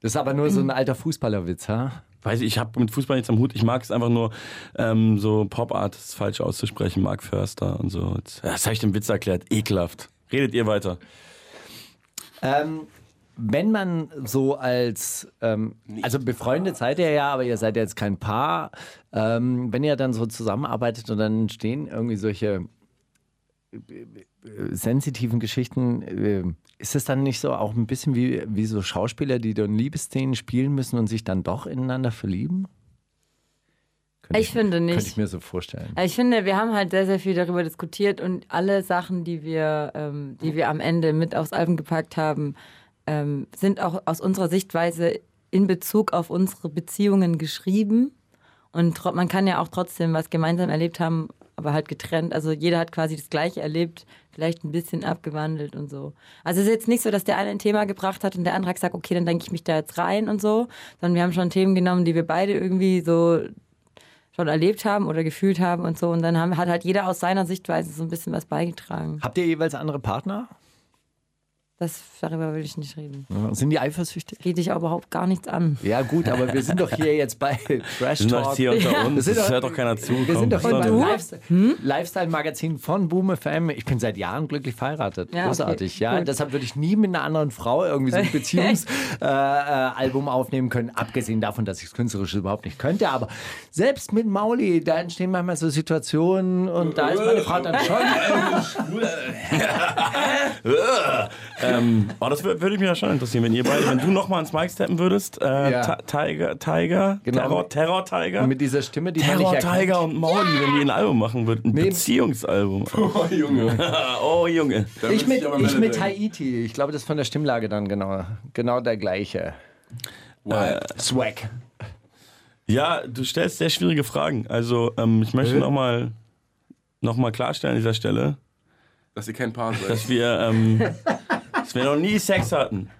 Speaker 5: Das ist aber nur so ein alter Fußballerwitz, ha?
Speaker 6: Weiß ich, ich habe mit Fußball nichts am Hut. Ich mag es einfach nur, ähm, so Pop-Artists falsch auszusprechen. Mark Förster und so. Jetzt- Das habe ich dem Witz erklärt. Ekelhaft. Redet ihr weiter.
Speaker 5: Ähm, wenn man so als, ähm, also befreundet seid ihr ja, aber ihr seid ja jetzt kein Paar. Ähm, wenn ihr dann so zusammenarbeitet und dann entstehen irgendwie solche äh, sensitiven Geschichten, äh, ist es dann nicht so auch ein bisschen wie, wie so Schauspieler, die dann Liebesszenen spielen müssen und sich dann doch ineinander verlieben? Könnte
Speaker 1: Ich finde nicht.
Speaker 5: Könnte ich mir so vorstellen.
Speaker 1: Also ich finde, wir haben halt sehr, sehr viel darüber diskutiert und alle Sachen, die wir, ähm, die wir am Ende mit aufs Album gepackt haben, ähm, sind auch aus unserer Sichtweise in Bezug auf unsere Beziehungen geschrieben. Und tro- man kann ja auch trotzdem was gemeinsam erlebt haben, aber halt getrennt. Also jeder hat quasi das Gleiche erlebt, vielleicht ein bisschen abgewandelt und so. Also es ist jetzt nicht so, dass der eine ein Thema gebracht hat und der andere hat gesagt, okay, dann denke ich mich da jetzt rein und so, sondern wir haben schon Themen genommen, die wir beide irgendwie so schon erlebt haben oder gefühlt haben und so. Und dann haben, hat halt jeder aus seiner Sichtweise so ein bisschen was beigetragen.
Speaker 5: Habt ihr jeweils andere Partner?
Speaker 1: Das, darüber will ich nicht reden.
Speaker 5: Sind die eifersüchtig?
Speaker 1: Geht dich auch überhaupt gar nichts an.
Speaker 5: Ja gut, aber wir sind doch hier jetzt bei Trash
Speaker 6: Wir sind
Speaker 5: Talk.
Speaker 6: doch hier unter uns.
Speaker 5: sind
Speaker 6: Das,
Speaker 5: doch-
Speaker 6: hört doch keiner zu.
Speaker 5: Wir sind doch hier
Speaker 6: komm,
Speaker 5: beim
Speaker 6: komm.
Speaker 5: Lifestyle- Lifestyle-Magazin von Boom FM. Ich bin seit Jahren glücklich verheiratet.
Speaker 1: Ja,
Speaker 5: Großartig,
Speaker 1: okay,
Speaker 5: ja.
Speaker 1: gut.
Speaker 5: Deshalb würde ich nie mit einer anderen Frau irgendwie so ein Beziehungsalbum äh, Album aufnehmen können. Abgesehen davon, dass ich es künstlerisch überhaupt nicht könnte. Aber selbst mit Mauli, da entstehen manchmal so Situationen und da ist meine Frau dann schon.
Speaker 6: Ähm, oh, das wür- würde mich ja schon interessieren, wenn ihr beide, wenn du nochmal ans Mic steppen würdest. Äh,
Speaker 5: Ja.
Speaker 6: Ta- Tiger, Tiger,
Speaker 5: Genau.
Speaker 6: Terror, Terror Tiger.
Speaker 5: Mit dieser Stimme, die man nicht
Speaker 6: Terror
Speaker 5: erkennt.
Speaker 6: Tiger und Mauli, wenn die ein Album machen würden. Ein Beziehungsalbum.
Speaker 7: Oh, Junge.
Speaker 6: oh, Junge.
Speaker 7: Da
Speaker 5: Ich
Speaker 7: müsste
Speaker 5: mit,
Speaker 7: aber
Speaker 5: ich mit
Speaker 7: melden.
Speaker 5: Haiti. Ich glaube, das ist von der Stimmlage dann genau, genau der gleiche.
Speaker 7: Wow.
Speaker 5: Swag.
Speaker 6: Ja, du stellst sehr schwierige Fragen. Also, ähm, ich
Speaker 5: Äh?
Speaker 6: möchte nochmal noch mal klarstellen an dieser Stelle,
Speaker 7: Dass ihr kein Paar seid.
Speaker 6: dass wir, ähm, dass wir noch nie Sex hatten.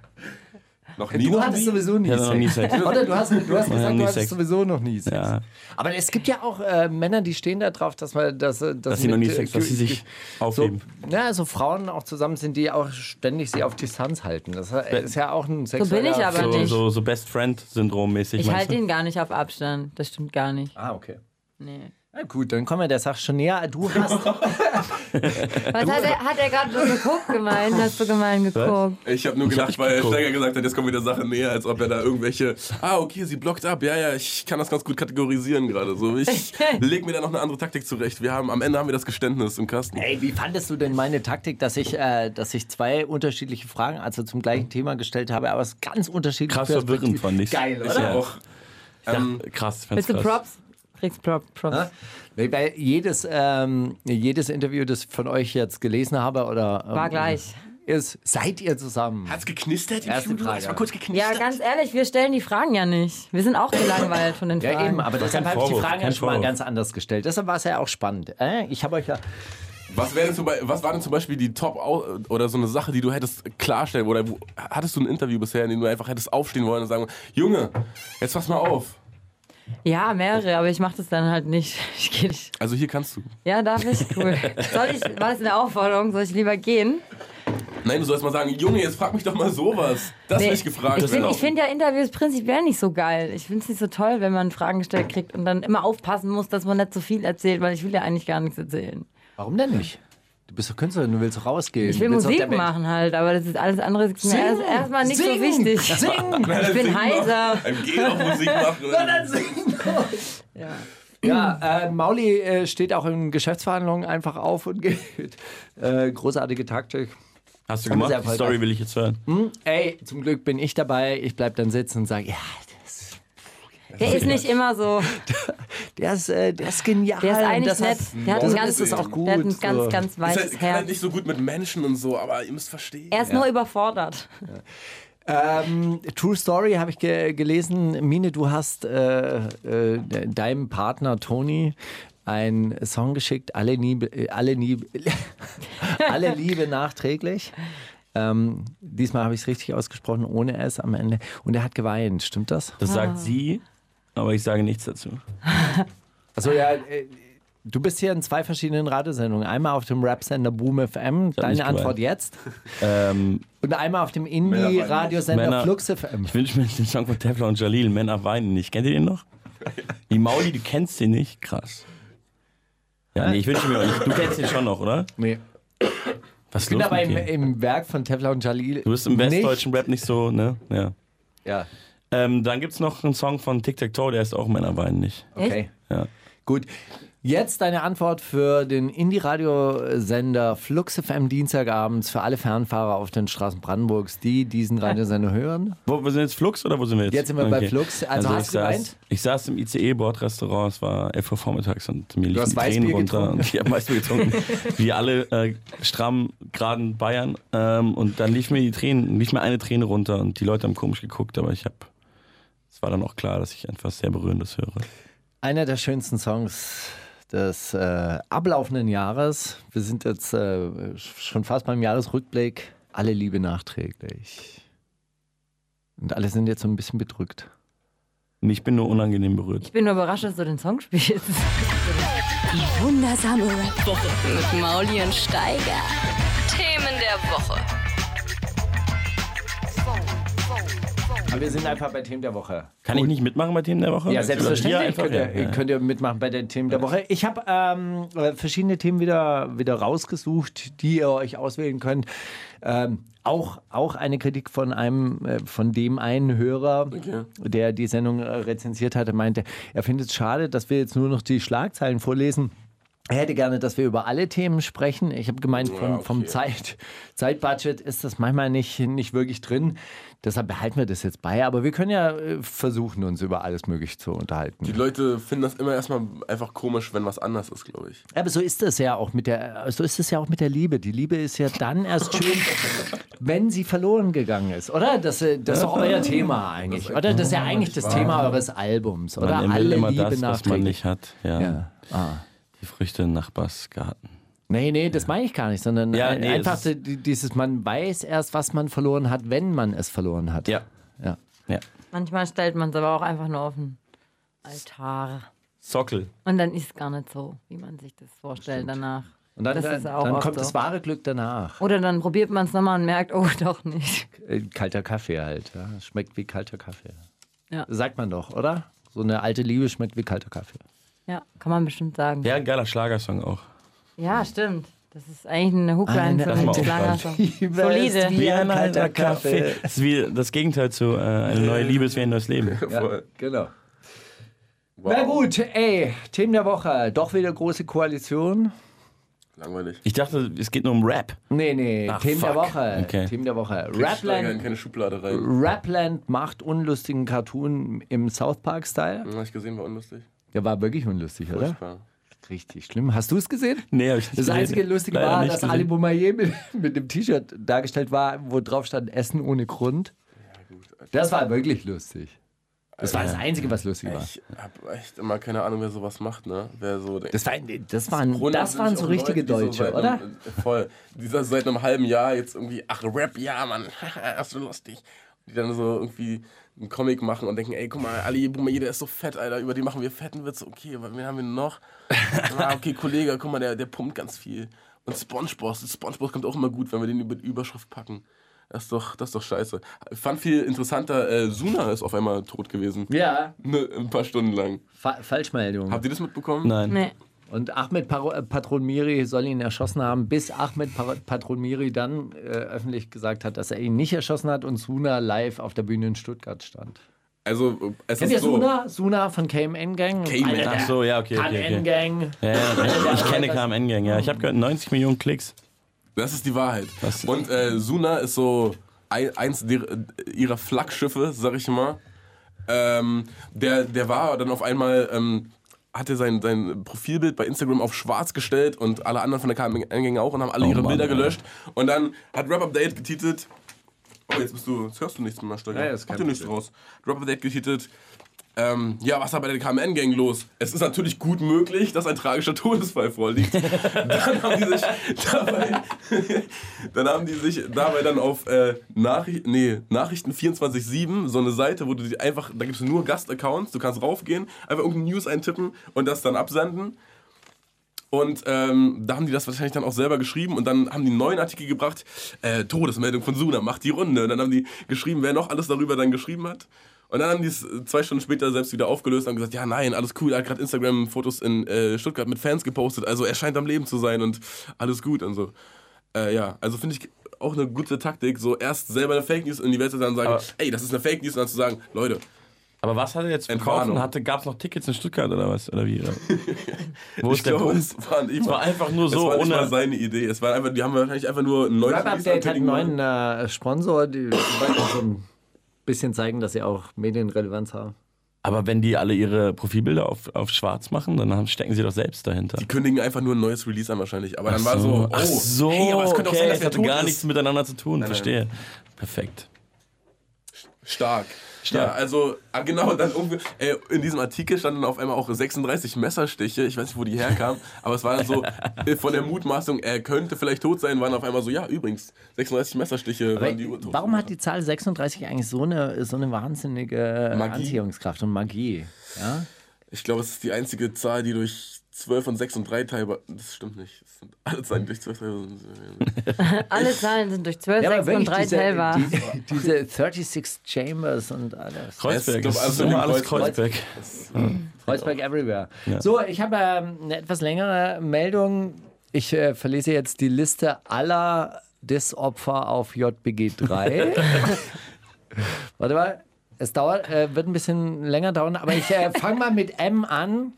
Speaker 7: Noch nie.
Speaker 5: Du hattest sowieso nie
Speaker 6: Ich hatte noch nie
Speaker 5: Sex.
Speaker 6: Sex.
Speaker 5: Oder du hast, du hast
Speaker 6: Ja,
Speaker 5: gesagt,
Speaker 6: nie
Speaker 5: du hattest
Speaker 6: Sex.
Speaker 5: sowieso noch nie Sex.
Speaker 6: Ja.
Speaker 5: Aber es gibt ja auch äh, Männer, die stehen da drauf, dass man, dass, dass,
Speaker 6: Dass sie noch
Speaker 5: mit,
Speaker 6: nie Sex,
Speaker 5: äh,
Speaker 6: dass sie sich
Speaker 5: so,
Speaker 6: aufheben.
Speaker 5: ja, so Frauen auch zusammen sind, die auch ständig sie auf Distanz halten. Das ist ja auch ein Sex.
Speaker 1: bin ich aber
Speaker 6: So,
Speaker 1: nicht.
Speaker 6: so, so Best Friend-Syndrom mäßig.
Speaker 1: Ich
Speaker 6: meinst
Speaker 1: halte
Speaker 6: du?
Speaker 1: ihn gar nicht auf Abstand. Das stimmt gar nicht.
Speaker 5: Ah, okay.
Speaker 1: Nee.
Speaker 5: Na gut, dann kommen wir der Sache schon näher. Du hast.
Speaker 1: Was hat er, hat er gerade so geguckt gemeint? Hast du gemein geguckt?
Speaker 7: Ich habe nur gedacht,
Speaker 6: nicht
Speaker 7: weil
Speaker 6: geguckt.
Speaker 7: Steiger gesagt hat, jetzt kommen wieder Sachen näher, als ob er da irgendwelche. Ah, okay, sie blockt ab. Ja, ja, ich kann das ganz gut kategorisieren gerade. So, ich leg mir da noch eine andere Taktik zurecht. Wir haben, am Ende haben wir das Geständnis im Kasten.
Speaker 5: Ey, wie fandest du denn meine Taktik, dass ich, äh, dass ich zwei unterschiedliche Fragen, also zum gleichen Thema gestellt habe, aber es ganz unterschiedlich
Speaker 6: Krass verwirrend fand ich.
Speaker 5: Geil, oder?
Speaker 6: Ja.
Speaker 7: Auch, ähm,
Speaker 6: Ja, krass, ich fand's
Speaker 1: Willst du
Speaker 6: krass.
Speaker 1: Props? Kriegst Prop, Props.
Speaker 5: Ne? Nee, Weil jedes, ähm, jedes Interview, das ich von euch jetzt gelesen habe oder ähm,
Speaker 1: War gleich.
Speaker 5: ist, seid ihr zusammen?
Speaker 7: Hat's geknistert im
Speaker 5: Erste
Speaker 7: Studio?
Speaker 5: Frage.
Speaker 7: Hat's mal kurz geknistert?
Speaker 1: Ja, ganz ehrlich, wir stellen die Fragen ja nicht. Wir sind auch gelangweilt von den Fragen.
Speaker 5: Ja, eben, aber deshalb
Speaker 6: kein
Speaker 5: habe ich die
Speaker 6: Vorwurf,
Speaker 5: Fragen ja
Speaker 6: kein
Speaker 5: schon mal
Speaker 6: Vorwurf.
Speaker 5: ganz anders gestellt. Deshalb war es ja auch spannend. Äh, ich habe euch ja.
Speaker 7: Was, wär denn zum, Be- was war denn zum Beispiel die Top au- oder so eine Sache, die du hättest klarstellen oder wo, hattest du ein Interview bisher, in dem du einfach hättest aufstehen wollen und sagen, Junge, jetzt pass mal auf.
Speaker 1: Ja, mehrere, aber ich mache das dann halt nicht. Ich gehe nicht.
Speaker 7: Also hier kannst du.
Speaker 1: Ja, darf ich? Cool. Soll ich, war das eine Aufforderung? Soll ich lieber gehen?
Speaker 7: Nein, du sollst mal sagen, Junge, jetzt frag mich doch mal sowas. Das will ich gefragt
Speaker 1: Ich, find-
Speaker 7: werden.
Speaker 1: ich finde ja Interviews prinzipiell nicht so geil. Ich finde es nicht so toll, wenn man Fragen gestellt kriegt und dann immer aufpassen muss, dass man nicht so viel erzählt, weil ich will ja eigentlich gar nichts erzählen.
Speaker 5: Warum denn nicht? Du bist doch Künstlerin, du willst rausgehen.
Speaker 1: Ich will
Speaker 5: du willst
Speaker 1: Musik
Speaker 5: auf der Welt-
Speaker 1: machen halt, aber das ist alles andere ist mir erst- erstmal nicht so
Speaker 5: sing,
Speaker 1: wichtig.
Speaker 5: Sing!
Speaker 1: Ich bin heiser.
Speaker 7: Im Gehen auf Musik machen.
Speaker 5: Dann sing doch.
Speaker 1: Ja.
Speaker 5: Ja, äh, Mauli äh, steht auch in Geschäftsverhandlungen einfach auf und geht. Äh, großartige Taktik.
Speaker 6: Hast du
Speaker 5: Haben
Speaker 6: gemacht?
Speaker 5: sie
Speaker 6: Die
Speaker 5: erfolgreich.
Speaker 6: Story will ich jetzt hören.
Speaker 5: Ey, zum Glück bin ich dabei. Ich bleib dann sitzen und sage, ja, das,
Speaker 1: Der ist nicht immer so.
Speaker 5: der, ist, äh, der ist genial.
Speaker 1: Der ist eigentlich
Speaker 5: das
Speaker 1: nett.
Speaker 5: Hat,
Speaker 1: Der hat ein
Speaker 5: das
Speaker 1: ganz,
Speaker 5: ist auch gut.
Speaker 1: Der hat ein ganz,
Speaker 5: so.
Speaker 1: ganz
Speaker 7: Ist
Speaker 1: weiches
Speaker 7: halt, kann halt
Speaker 1: Herz.
Speaker 7: nicht so gut mit Menschen und so, aber ihr müsst verstehen.
Speaker 1: Er ist nur überfordert.
Speaker 5: Ähm, True Story habe ich ge gelesen. Mine, du hast äh, äh, de- deinem Partner Toni einen Song geschickt, alle Liebe, äh, alle, Liebe, alle Liebe nachträglich. Ähm, diesmal habe ich es richtig ausgesprochen, ohne S am Ende. Und er hat geweint, stimmt das?
Speaker 6: Das sagt sie, aber ich sage nichts dazu.
Speaker 5: Also ja, äh, du bist hier in zwei verschiedenen Radiosendungen. Einmal auf dem Rap-Sender Boom FM,
Speaker 6: hab
Speaker 5: deine
Speaker 6: nicht
Speaker 5: Antwort
Speaker 6: geweint.
Speaker 5: jetzt.
Speaker 6: Ähm,
Speaker 5: Und einmal auf dem
Speaker 7: Männer
Speaker 5: Indie-Radiosender
Speaker 6: Männer-
Speaker 5: Flux FM.
Speaker 6: ich wünsche mir den Song von Tefla und Jalil, Männer weinen nicht. Kennt ihr den noch? Die Mauli, du kennst den nicht? Krass. Ja, nee, ich wünsche mir auch nicht. Du kennst den schon noch, oder?
Speaker 5: Nee.
Speaker 6: Was ist
Speaker 5: Ich bin
Speaker 6: los
Speaker 5: aber
Speaker 6: mit
Speaker 5: im,
Speaker 6: dir?
Speaker 5: im Werk von Tefla und Jalil.
Speaker 6: Du bist im
Speaker 5: nicht-
Speaker 6: westdeutschen Rap nicht so, ne? Ja.
Speaker 5: Ja,
Speaker 6: Ähm, dann gibt es noch einen Song von Tic Tac Toe, der ist auch Männer weinen nicht.
Speaker 5: okay.
Speaker 6: Ja.
Speaker 5: Gut. Jetzt deine Antwort für den Indie-Radiosender Flux FM Dienstagabends für alle Fernfahrer auf den Straßen Brandenburgs, die diesen Radiosender hören.
Speaker 6: Wo, wir sind jetzt Flux oder wo sind wir jetzt?
Speaker 5: Jetzt sind wir bei Flux. Also, hast
Speaker 6: ich
Speaker 5: du geweint?
Speaker 6: saß, ich saß im ICE-Bordrestaurant, es war 11 Uhr vormittags und mir
Speaker 5: hast
Speaker 6: liefen die Tränen
Speaker 5: Weißbier
Speaker 6: runter.
Speaker 5: getrunken?
Speaker 6: Und ich habe Weißbier getrunken, wie alle äh, stramm, geraden Bayern. Ähm, und dann lief mir die Tränen, lief mir eine Träne runter und die Leute haben komisch geguckt, aber ich habe, es war dann auch klar, dass ich etwas sehr Berührendes höre.
Speaker 5: Einer der schönsten Songs des äh, ablaufenden Jahres. Wir sind jetzt äh, schon fast beim Jahresrückblick. Alle Liebe nachträglich. Und alle sind jetzt so ein bisschen bedrückt.
Speaker 6: Und ich bin nur unangenehm berührt.
Speaker 1: Ich bin nur überrascht, dass du den Song spielst.
Speaker 2: Wundersame Rap-Woche mit Mauli und Steiger. Themen der Woche.
Speaker 5: Aber wir sind einfach bei Themen der Woche.
Speaker 6: Kann ich nicht mitmachen bei Themen der Woche?
Speaker 5: Ja,
Speaker 6: Ja,
Speaker 5: selbstverständlich
Speaker 6: einfach,
Speaker 5: könnt ihr,
Speaker 6: ja, ja.
Speaker 5: könnt ihr mitmachen bei den Themen der Woche. Ich habe ähm, äh, verschiedene Themen wieder, wieder rausgesucht, die ihr euch auswählen könnt. Ähm, auch, auch eine Kritik von einem, äh, von dem einen Hörer, der die Sendung äh, rezensiert hatte, meinte, er findet es schade, dass wir jetzt nur noch die Schlagzeilen vorlesen. Er hätte gerne, dass wir über alle Themen sprechen. Ich habe gemeint, vom, vom Zeit, Zeitbudget ist das manchmal nicht, nicht wirklich drin. Deshalb behalten wir das jetzt bei. Aber wir können ja äh, versuchen, uns über alles Mögliche zu
Speaker 7: Die
Speaker 5: unterhalten.
Speaker 7: Leute finden das immer erstmal einfach komisch, wenn was anders ist, glaube ich.
Speaker 5: Aber so ist es ja auch mit der, so ist es ja auch mit der Liebe. Die Liebe ist ja dann erst schön, wenn sie verloren gegangen ist, oder? Das, äh, das ist doch euer Thema eigentlich, oder? Das ist ja eigentlich das Thema eures Albums, oder?
Speaker 6: Man will
Speaker 5: alle
Speaker 6: immer
Speaker 5: Liebe
Speaker 6: das, was man
Speaker 5: nachträglich.
Speaker 6: nicht hat. Ja.
Speaker 5: Ja. Ah.
Speaker 6: Die Früchte im Nachbarsgarten.
Speaker 5: Nee, nee, das meine ich gar nicht, sondern
Speaker 6: Ja,
Speaker 5: ein-
Speaker 6: nee,
Speaker 5: einfach
Speaker 6: es ist-
Speaker 5: die- dieses, man weiß erst, was man verloren hat, wenn man es verloren hat.
Speaker 6: Ja.
Speaker 5: ja.
Speaker 6: ja.
Speaker 1: Manchmal stellt man es aber auch einfach nur auf den Altar.
Speaker 6: Sockel.
Speaker 1: Und dann ist es gar nicht so, wie man sich das vorstellt danach.
Speaker 5: Und dann,
Speaker 1: das
Speaker 5: dann,
Speaker 1: ist auch
Speaker 5: dann
Speaker 1: oft
Speaker 5: kommt
Speaker 1: so.
Speaker 5: das wahre Glück danach.
Speaker 1: Oder dann probiert man es nochmal und merkt, oh, doch nicht.
Speaker 5: Äh, Kalter Kaffee halt. Ja. Es Schmeckt wie kalter Kaffee.
Speaker 1: Ja.
Speaker 5: Sagt man doch, oder? So eine alte Liebe schmeckt wie kalter Kaffee.
Speaker 1: Ja, kann man bestimmt sagen. Ja,
Speaker 6: Ja, ein geiler Schlagersong auch.
Speaker 1: stimmt. Das ist eigentlich eine Hookline
Speaker 5: Eine
Speaker 1: für
Speaker 5: alte
Speaker 1: einen
Speaker 6: Liebe
Speaker 1: Schlagersong.
Speaker 5: ist
Speaker 1: Solide.
Speaker 6: Wie ein alter Kaffee. Das ist wie das Gegenteil zu äh, eine neue Liebe ist wie ein neues Leben.
Speaker 5: Ja,
Speaker 7: Voll.
Speaker 5: genau.
Speaker 7: Wow.
Speaker 5: Na gut, ey, Themen der Woche. Doch wieder große Koalition.
Speaker 7: Langweilig.
Speaker 6: Ich dachte, es geht nur um Rap.
Speaker 5: Nee, nee,
Speaker 6: Ach,
Speaker 5: Themen der
Speaker 6: fuck.
Speaker 5: Woche.
Speaker 6: Okay.
Speaker 5: Themen der Woche.
Speaker 7: Ich steige in
Speaker 5: Rapland,
Speaker 7: keine Schublade rein.
Speaker 5: Rapland macht unlustigen Cartoon im South Park-Style.
Speaker 7: Hm, Hab ich gesehen, war unlustig.
Speaker 5: Der war wirklich unlustig, oder?
Speaker 7: Furchtbar.
Speaker 5: Richtig schlimm. Hast du es gesehen?
Speaker 6: Nee, hab ich nicht
Speaker 5: Das
Speaker 6: gesehen.
Speaker 5: einzige Lustige
Speaker 6: Leider
Speaker 5: war,
Speaker 6: nicht
Speaker 5: dass
Speaker 6: gesehen.
Speaker 5: Ali Boumaier mit, mit dem T-Shirt dargestellt war, wo drauf stand Essen ohne Grund. Das war wirklich lustig. Das war das Einzige, was lustig war.
Speaker 7: Ich hab echt immer keine Ahnung, wer sowas macht, ne? Wer so denkt.
Speaker 5: Das, war, das waren,
Speaker 7: Corona
Speaker 5: das
Speaker 7: sind
Speaker 5: waren
Speaker 7: nicht
Speaker 5: so
Speaker 7: auch
Speaker 5: richtige
Speaker 7: Leute, die
Speaker 5: Deutsche,
Speaker 7: so seit
Speaker 5: oder?
Speaker 7: Einem, äh, voll. Dieser seit einem halben Jahr jetzt irgendwie, ach, Rap, ja, Mann, ist so lustig. Die dann so irgendwie einen Comic machen und denken, ey, guck mal, Ali Boumaier, der ist so fett, Alter, über den machen wir fetten Witze, okay, aber wen haben wir noch? Ah, okay, Kollege, guck mal, der, der pumpt ganz viel. Und Spongebob, Spongebob kommt auch immer gut, wenn wir den über die Überschrift packen. Das ist doch, das ist doch scheiße. Ich fand viel interessanter, äh, Suna ist auf einmal tot gewesen.
Speaker 5: Ja,
Speaker 7: Ne, ein paar Stunden lang.
Speaker 5: Fa Falschmeldung.
Speaker 7: Habt ihr das mitbekommen?
Speaker 6: Nein.
Speaker 1: Nee.
Speaker 5: Und Ahmed Paro- äh, Patronmiri soll ihn erschossen haben, bis Ahmed Par- Patronmiri dann äh, öffentlich gesagt hat, dass er ihn nicht erschossen hat und Suna live auf der Bühne in Stuttgart stand.
Speaker 7: Also, es
Speaker 5: Kennt ihr
Speaker 7: ist so.
Speaker 5: Suna? Suna von KMN Gang?
Speaker 7: KMN.
Speaker 5: Einer der
Speaker 6: Ach so, ja, okay, okay,
Speaker 5: KMN
Speaker 6: okay.
Speaker 5: Gang.
Speaker 6: Ja, ja, ich kenne KMN Gang, ja. Ich habe gehört, 90 Millionen Klicks.
Speaker 7: Das ist die Wahrheit. Und äh, Suna ist so ein, eins der, äh, ihrer Flaggschiffe, sag ich mal. Ähm, der, der war dann auf einmal, ähm, hatte sein, sein Profilbild bei Instagram auf schwarz gestellt und alle anderen von der KMN-Gang auch und haben alle ihre
Speaker 6: Mann,
Speaker 7: Bilder
Speaker 6: Alter.
Speaker 7: gelöscht. Und dann hat Rap Update getitelt. Oh, jetzt, bist du, jetzt hörst du nichts mehr, Steiger.
Speaker 5: Ja, ist kein
Speaker 7: Mach dir nichts
Speaker 5: Problem.
Speaker 7: draus. Rap Update getitelt. Ähm, ja, was war bei der KMN-Gang los? Es ist natürlich gut möglich, dass ein tragischer Todesfall vorliegt. dann haben die sich dabei, dann haben die sich dabei dann auf äh, Nachricht, nee, Nachrichten 24-7, so eine Seite, wo du die einfach, da gibt es nur Gastaccounts, du kannst raufgehen, einfach irgendeine News eintippen und das dann absenden. Und ähm, da haben die das wahrscheinlich dann auch selber geschrieben und dann haben die einen neuen Artikel gebracht, äh, Todesmeldung von Suna, macht die Runde. Und dann haben die geschrieben, wer noch alles darüber dann geschrieben hat. Und dann haben die es äh, zwei Stunden später selbst wieder aufgelöst und haben gesagt, ja nein, alles cool, er hat gerade Instagram-Fotos in äh, Stuttgart mit Fans gepostet, also er scheint am Leben zu sein und alles gut und so. Äh, ja, also finde ich auch eine gute Taktik, so erst selber eine Fake News in die Welt zu dann sagen,
Speaker 6: Aber-
Speaker 7: ey, das ist eine Fake News und dann zu sagen, Leute,
Speaker 6: Aber was hat er jetzt verkauft?
Speaker 7: Entwarnung.
Speaker 6: Hatte, gab es noch Tickets in Stuttgart oder was? Oder wie? Oder? Wo
Speaker 7: ich
Speaker 6: ist der
Speaker 7: glaube,
Speaker 6: Punkt?
Speaker 7: es war, nicht
Speaker 6: war
Speaker 7: mal-
Speaker 6: einfach nur so,
Speaker 7: es war nicht
Speaker 6: ohne-
Speaker 7: mal seine Idee, es war einfach, die haben wahrscheinlich einfach nur einen neuen
Speaker 5: Rap Update hat einen neuen äh, Sponsor, die wollten so ein bisschen zeigen, dass sie auch Medienrelevanz haben.
Speaker 6: Aber wenn die alle ihre Profilbilder auf, auf schwarz machen, dann haben, stecken sie doch selbst dahinter.
Speaker 7: Die kündigen einfach nur ein neues Release an wahrscheinlich. Aber dann war
Speaker 6: So.
Speaker 7: so, oh,
Speaker 6: Ach so,
Speaker 7: hey, aber es könnte
Speaker 6: okay,
Speaker 7: auch sein, dass
Speaker 6: es
Speaker 7: der
Speaker 6: hatte
Speaker 7: tot
Speaker 6: gar
Speaker 7: ist.
Speaker 6: nichts miteinander zu tun,
Speaker 7: nein.
Speaker 6: verstehe. Perfekt.
Speaker 7: Stark.
Speaker 6: Stark.
Speaker 7: Ja, also, ah, genau, dann irgendwie, äh, in diesem Artikel standen auf einmal auch 36 Messerstiche, ich weiß nicht, wo die herkamen, aber es war dann so, äh, von der Mutmaßung, er könnte vielleicht tot sein, waren auf einmal so, ja, übrigens, 36 Messerstiche waren die tot.
Speaker 5: Warum hat die Zahl 36 eigentlich so eine, so eine wahnsinnige äh,
Speaker 7: Magie.
Speaker 5: Anziehungskraft und Magie? Ja?
Speaker 7: Ich glaube, es ist die einzige Zahl, die durch 12 und 6 und 3 teilbar, das stimmt nicht, es sind alle Zahlen durch 12 und 3
Speaker 1: Alle Zahlen sind durch 12, 6 und 3 teilbar.
Speaker 5: diese, diese 36 Chambers und alles.
Speaker 6: Kreuzberg,
Speaker 7: glaub,
Speaker 6: das
Speaker 7: alles
Speaker 6: ist
Speaker 7: in
Speaker 6: immer
Speaker 7: den
Speaker 6: alles
Speaker 7: Kreuz-
Speaker 6: Kreuzberg. Genau.
Speaker 5: Kreuzberg everywhere. So, ich habe ähm, eine etwas längere Meldung. Ich äh, verlese jetzt die Liste aller Dis-Opfer auf JBG 3. Warte mal, es dauert, äh, wird ein bisschen länger dauern, aber ich äh, fange mal mit M an.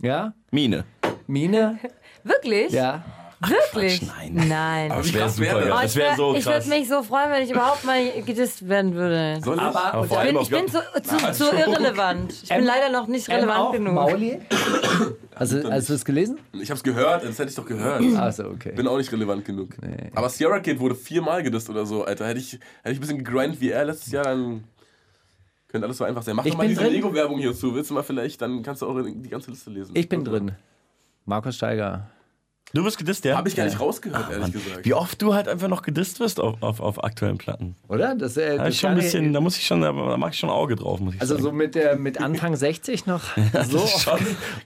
Speaker 5: Ja,
Speaker 6: Mine.
Speaker 5: Mine.
Speaker 1: Wirklich?
Speaker 5: Ja.
Speaker 1: Wirklich?
Speaker 6: Quatsch, nein.
Speaker 1: nein.
Speaker 7: Aber
Speaker 6: Das
Speaker 7: wie
Speaker 6: wäre
Speaker 7: krass
Speaker 6: super,
Speaker 7: wär
Speaker 6: ja. Das wäre
Speaker 1: Oh, ich
Speaker 7: das?
Speaker 6: so
Speaker 1: ich
Speaker 6: krass.
Speaker 1: würde mich so freuen, wenn ich überhaupt mal gedisst werden würde.
Speaker 7: Soll ich?
Speaker 6: vor
Speaker 5: Aber unter
Speaker 1: Ich
Speaker 6: allem
Speaker 1: bin,
Speaker 6: auf
Speaker 1: ich bin zu, zu, zu
Speaker 7: Entschuldigung.
Speaker 1: irrelevant. Ich bin
Speaker 5: Ähm,
Speaker 1: leider noch nicht
Speaker 5: M
Speaker 1: relevant
Speaker 5: auch
Speaker 1: genug.
Speaker 5: Mauli. Also, hast du es gelesen?
Speaker 7: Ich hab's gehört, das hätte ich doch gehört.
Speaker 5: Also okay.
Speaker 7: Bin auch nicht relevant genug. Aber Sierra Kid wurde viermal gedisst oder so, Alter. Hätte ich, hätte ich ein bisschen gegrindet wie er letztes Jahr, dann könnte alles so einfach sein. Mach
Speaker 5: Ich
Speaker 7: doch mal
Speaker 5: bin
Speaker 7: diese
Speaker 5: drin.
Speaker 7: Lego-Werbung hierzu. Willst du mal vielleicht, dann kannst du auch die ganze Liste lesen.
Speaker 5: Ich bin drin. Markus Steiger.
Speaker 6: Du bist gedisst, ja?
Speaker 7: Hab ich gar nicht rausgehört,
Speaker 5: Ah,
Speaker 7: ehrlich gesagt.
Speaker 6: Wie oft du halt einfach noch gedisst wirst auf, auf, auf aktuellen Platten.
Speaker 5: Oder? Das, äh,
Speaker 6: Da,
Speaker 5: das
Speaker 6: ist schon ein
Speaker 5: kann ich-
Speaker 6: bisschen, da muss ich schon, da mache ich schon ein Auge drauf, muss ich
Speaker 5: Also so
Speaker 6: sagen.
Speaker 5: mit, äh, mit Anfang 60 noch. So
Speaker 6: ist schon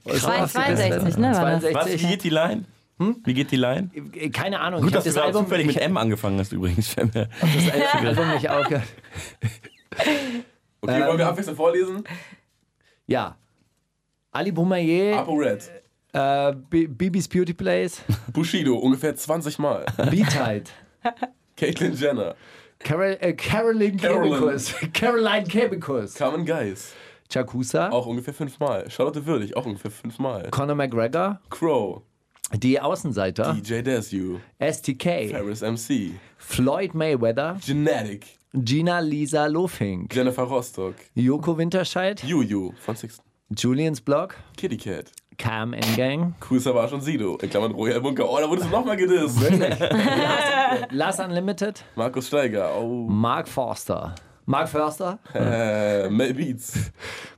Speaker 5: so
Speaker 1: Zwei-
Speaker 5: oft
Speaker 1: 62, ne, war das?
Speaker 6: Was, wie
Speaker 5: 62.
Speaker 6: geht die Line? Wie geht die Line?
Speaker 5: Äh, Keine Ahnung.
Speaker 6: Gut,
Speaker 5: ich
Speaker 6: dass
Speaker 5: hab
Speaker 6: du
Speaker 5: Hm? das
Speaker 6: gerade
Speaker 5: Album
Speaker 6: zufällig
Speaker 5: ich
Speaker 6: mit M angefangen hast übrigens. wenn wir-
Speaker 5: hab das Album nicht aufgehört.
Speaker 7: Okay, wollen wir abwechselnd vorlesen?
Speaker 5: Ja. Ali Boumaier,
Speaker 7: Apo Red,
Speaker 5: äh, B- Bibis Beauty Place,
Speaker 7: Bushido, ungefähr 20 Mal.
Speaker 5: B-Tide,
Speaker 7: Caitlyn Jenner,
Speaker 5: Carol, äh, Caroline
Speaker 7: Carolyn.
Speaker 5: Kebekus, Caroline Kebekus,
Speaker 7: Carmen Geis,
Speaker 5: Jacusa,
Speaker 7: auch ungefähr 5 Mal. Charlotte Würdig, auch ungefähr 5 Mal.
Speaker 5: Conor McGregor,
Speaker 7: Crow,
Speaker 5: Die Außenseiter,
Speaker 7: DJ Desu,
Speaker 5: STK,
Speaker 7: Paris MC,
Speaker 5: Floyd Mayweather,
Speaker 7: Genetic,
Speaker 5: Gina Lisa Lofink,
Speaker 7: Jennifer Rostock,
Speaker 5: Joko Winterscheid,
Speaker 7: Juju von Sixten,
Speaker 5: Julians Blog,
Speaker 7: Kitty Cat.
Speaker 5: Cam and Gang,
Speaker 7: Cool Savage und Sido. In Klammern Royal Bunker. Oh, da wurdest du nochmal gedisst.
Speaker 5: Lars Unlimited,
Speaker 7: Markus Steiger. Oh.
Speaker 5: Mark Forster, Mark Förster,
Speaker 7: Äh, Mel Beats.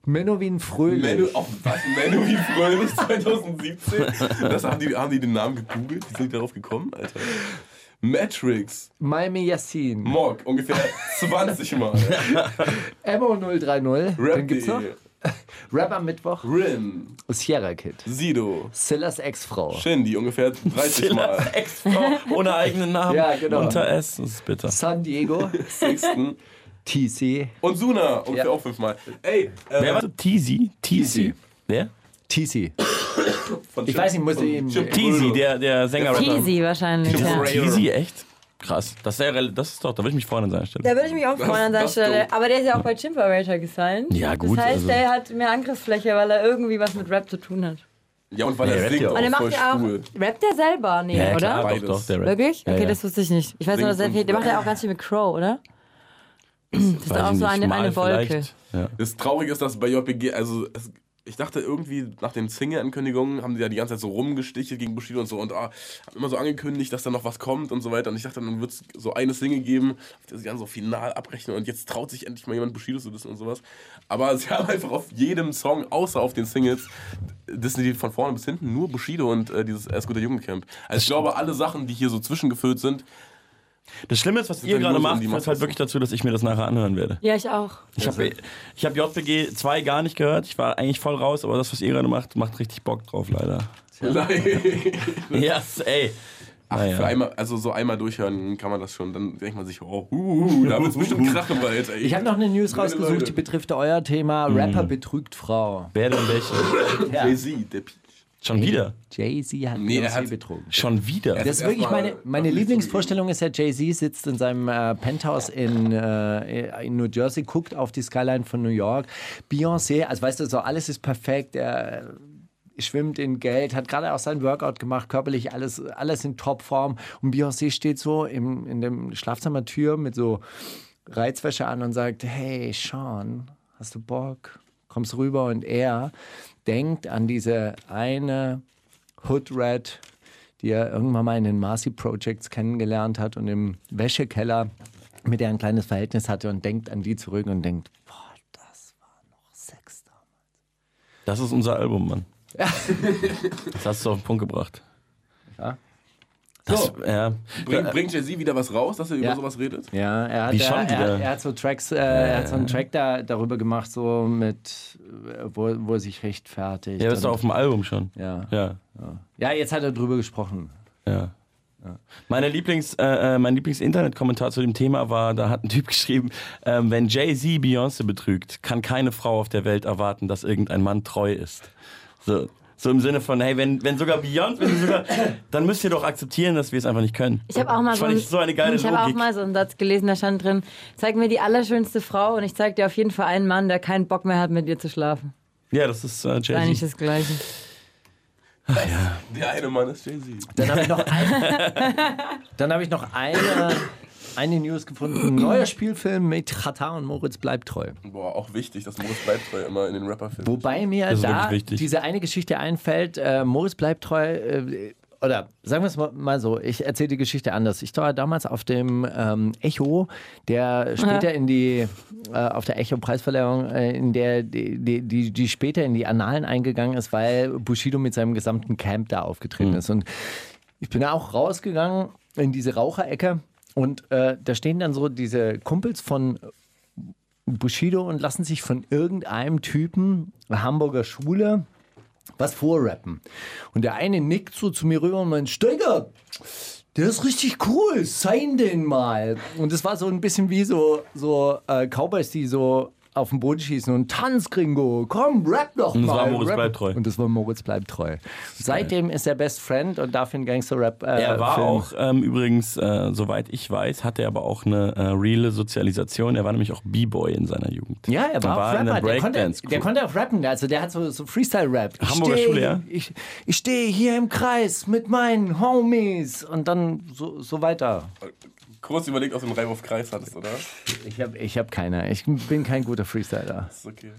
Speaker 5: Menowin
Speaker 7: Manu,
Speaker 5: Fröhlich,
Speaker 7: oh, was? Manu wie Fröhlich 2017? Das haben die, haben die den Namen gegoogelt? Wie sind die darauf gekommen, Alter? Matrix.
Speaker 5: Miami Yassin,
Speaker 7: Mock. Ungefähr 20 Mal.
Speaker 5: Emo030, dann gibt's noch
Speaker 7: Rap.de.
Speaker 5: Rap am Mittwoch,
Speaker 7: E. Rin.
Speaker 5: Sierra Kid,
Speaker 7: Sido.
Speaker 5: Sillas Ex-Frau,
Speaker 7: Shindy. Ungefähr 30 Mal.
Speaker 6: Ex-Frau ohne eigenen Namen.
Speaker 5: Ja, genau.
Speaker 6: Unter S, das ist bitter.
Speaker 5: San Diego,
Speaker 7: Sixten.
Speaker 5: TC,
Speaker 7: Und Suna. Ungefähr
Speaker 5: Ja.
Speaker 7: auch 5 Mal. Ey.
Speaker 6: Wer
Speaker 7: Äh,
Speaker 6: war Teasy? Teasy. Wer?
Speaker 5: TC,
Speaker 7: Von
Speaker 5: Ich
Speaker 7: Chip-
Speaker 5: weiß nicht, muss
Speaker 7: von
Speaker 5: ich eben-
Speaker 7: Chip
Speaker 6: Teasy,
Speaker 7: Bruno.
Speaker 6: der, der Sänger.
Speaker 1: Easy wahrscheinlich. Ja.
Speaker 7: Rave.
Speaker 6: Teasy, echt? Krass. Das, wäre, das ist doch, da würde ich mich freuen an seiner Stelle.
Speaker 1: Da würde ich mich auch freuen an seiner
Speaker 7: das
Speaker 1: Stelle.
Speaker 7: dumm.
Speaker 1: Aber der ist ja auch bei Chimpa Rager gefallen.
Speaker 6: Ja, gut,
Speaker 1: Das heißt,
Speaker 6: also-
Speaker 1: der hat mehr Angriffsfläche, weil er irgendwie was mit Rap zu tun hat.
Speaker 7: Ja, und weil
Speaker 6: Nee,
Speaker 7: er
Speaker 6: rappt
Speaker 7: singt
Speaker 6: ja auch.
Speaker 7: auch
Speaker 1: Und er macht
Speaker 7: voll
Speaker 1: ja auch.
Speaker 7: schwul.
Speaker 1: Rappt der selber? Nee,
Speaker 6: Oh, ja,
Speaker 1: oder?
Speaker 6: Klar, doch,
Speaker 7: Beides.
Speaker 6: doch, der Rap.
Speaker 1: Wirklich?
Speaker 6: Ja,
Speaker 1: Okay,
Speaker 6: ja.
Speaker 1: das wusste ich nicht. Ich weiß nur,
Speaker 7: Singt
Speaker 1: dass er
Speaker 7: und
Speaker 1: viel. Der macht ja auch ganz viel mit Crow, oder? Das ist
Speaker 6: Weiß ich
Speaker 1: auch so
Speaker 6: nicht,
Speaker 1: eine,
Speaker 6: mal
Speaker 1: eine Wolke.
Speaker 6: vielleicht. Ja.
Speaker 7: Das Traurige ist, dass bei JPG, also es, ich dachte irgendwie nach den Single-Ankündigungen haben die ja die ganze Zeit so rumgestichelt gegen Bushido und so und ah, haben immer so angekündigt, dass da noch was kommt und so weiter. Und ich dachte, dann wird es so eine Single geben, auf der sie dann so final abrechnen und jetzt traut sich endlich mal jemand Bushido zu wissen und sowas. Aber sie haben einfach auf jedem Song, außer auf den Singles, das sind die von vorne bis hinten nur Bushido und äh, dieses Erst guter Jugendcamp. Also ich glaube, alle Sachen, die hier so zwischengefüllt sind,
Speaker 6: Das Schlimme ist, was
Speaker 7: Sind
Speaker 6: ihr
Speaker 7: die
Speaker 6: gerade
Speaker 7: Lose
Speaker 6: macht,
Speaker 7: und die
Speaker 6: führt
Speaker 7: Masse
Speaker 6: halt
Speaker 7: so.
Speaker 6: wirklich dazu, dass ich mir das nachher anhören werde.
Speaker 1: Ja, ich auch.
Speaker 6: Ich habe ich hab JPG 2 gar nicht gehört. Ich war eigentlich voll raus, aber das, was ihr gerade macht, macht richtig Bock drauf, leider. Yes, ey.
Speaker 7: Ach,
Speaker 6: Naja.
Speaker 7: für einmal, also so einmal durchhören kann man das schon. Dann denkt man sich, oh, uh, da wird es bestimmt Krach im Wald. Ey.
Speaker 5: Ich habe noch eine News
Speaker 7: Blöde
Speaker 5: rausgesucht,
Speaker 7: Leute. Mhm.
Speaker 5: die betrifft euer Thema. Rapper betrügt Frau.
Speaker 6: Wer denn welche?
Speaker 7: Jay-Z, der Peach.
Speaker 6: Schon wieder.
Speaker 5: Jay-Z hat
Speaker 7: Nee, er
Speaker 5: Beyoncé
Speaker 7: hat-
Speaker 5: betrogen.
Speaker 6: Schon wieder.
Speaker 5: Das ist
Speaker 7: erst
Speaker 5: wirklich
Speaker 7: mal
Speaker 5: meine,
Speaker 7: am
Speaker 5: meine
Speaker 7: liebsten
Speaker 5: Lieblingsvorstellung ist ja, Jay-Z sitzt in seinem äh, Penthouse in, äh, in New Jersey, guckt auf die Skyline von New York. Beyoncé, also weißt du, so alles ist perfekt, er äh, schwimmt in Geld, hat gerade auch sein Workout gemacht, körperlich alles, alles in Topform. Und Beyoncé steht so im, in dem Schlafzimmertür mit so Reizwäsche an und sagt, hey Sean, hast du Bock? Kommst rüber und er denkt an diese eine Hood Rat, die er irgendwann mal in den Marcy Projects kennengelernt hat und im Wäschekeller mit der ein kleines Verhältnis hatte und denkt an die zurück und denkt, boah, das war noch Sex damals.
Speaker 6: Das ist unser Album, Mann. Das hast du auf den Punkt gebracht.
Speaker 5: Ja.
Speaker 6: Das, ja.
Speaker 7: Bring, bringt Jay-Z wieder was raus, dass er über
Speaker 5: Ja.
Speaker 7: sowas redet?
Speaker 5: Ja, er hat,
Speaker 6: Wie schon
Speaker 5: er, er,
Speaker 6: wieder.
Speaker 5: er hat so Tracks, äh, er hat so einen Track da, darüber gemacht, so mit, äh, wo, wo er sich rechtfertigt.
Speaker 6: ja, das ist doch
Speaker 5: und-
Speaker 6: auf dem Album schon.
Speaker 5: ja.
Speaker 6: Ja.
Speaker 5: ja, jetzt hat er drüber gesprochen.
Speaker 6: Ja. Meine Lieblings, äh, äh, mein Lieblings-Internet-Kommentar zu dem Thema war, da hat ein Typ geschrieben, ähm, wenn Jay-Z Beyoncé betrügt, kann keine Frau auf der Welt erwarten, dass irgendein Mann treu ist. So, so im Sinne von, hey, wenn, wenn sogar Beyoncé, wenn sogar, dann müsst ihr doch akzeptieren, dass wir es einfach nicht können.
Speaker 1: Ich habe auch mal
Speaker 6: das
Speaker 1: so,
Speaker 6: fand ich so eine geile
Speaker 1: ich habe auch
Speaker 6: Logik.
Speaker 1: mal so einen Satz gelesen, da stand drin: Zeig mir die allerschönste Frau und ich zeig dir auf jeden Fall einen Mann, der keinen Bock mehr hat, mit dir zu schlafen.
Speaker 6: ja, das ist äh,
Speaker 1: Ist Eigentlich
Speaker 6: Jay-Z.
Speaker 1: das Gleiche.
Speaker 7: Der eine Mann ist Jay-Z.
Speaker 5: Dann habe ich noch, ein, dann hab ich noch eine, eine News gefunden. Neuer Spielfilm mit Chata und Moritz bleibt treu.
Speaker 7: Boah, auch wichtig, dass Moritz bleibt treu immer in den Rapper-Filmen.
Speaker 5: Wobei mir
Speaker 6: Das ist
Speaker 5: da
Speaker 6: wirklich wichtig.
Speaker 5: diese eine Geschichte einfällt, äh, Moritz bleibt treu, äh, oder sagen wir es mal- mal so, ich erzähle die Geschichte anders. Ich war damals auf dem ähm, Echo, der später in die, äh, auf der Echo-Preisverleihung, äh, in der, die, die, die, die später in die Annalen eingegangen ist, weil Bushido mit seinem gesamten Camp da aufgetreten
Speaker 6: Hm.
Speaker 5: ist. Und ich bin da auch rausgegangen in diese Raucherecke und äh, da stehen dann so diese Kumpels von Bushido und lassen sich von irgendeinem Typen, Hamburger Schwule, was vorrappen. Und der eine nickt so zu mir rüber und meint, Steiger, der ist richtig cool, sein den mal. Und es war so ein bisschen wie so, so äh, Cowboys, die so auf den Boden schießen und Tanz, Gringo, komm, rap doch mal.
Speaker 6: das war Moritz
Speaker 5: rap.
Speaker 6: bleibt treu.
Speaker 5: Und das war Moritz bleibt treu. Seitdem ist er Best Friend und dafür ein Gangster-Rap. Äh,
Speaker 6: Er war
Speaker 5: Film.
Speaker 6: auch, ähm, übrigens, äh, soweit ich weiß, hatte er aber auch eine äh, reale Sozialisation. Er war nämlich auch B-Boy in seiner Jugend.
Speaker 5: Ja, er war, auch
Speaker 6: in
Speaker 5: Rapper.
Speaker 6: der
Speaker 5: Der konnte,
Speaker 6: Breakdance.
Speaker 5: der konnte auch rappen. Also der hat so, so Freestyle-Rap. Ich
Speaker 6: Hamburger
Speaker 5: stehe-
Speaker 6: Schule, ja?
Speaker 5: Ich, ich stehe hier im Kreis mit meinen Homies und dann so, so weiter.
Speaker 7: Kurz überlegt, aus dem Reim auf Kreis hattest, oder? Das
Speaker 5: Ich habe ich hab keine. Ich bin kein guter Freestyler.
Speaker 7: ist okay.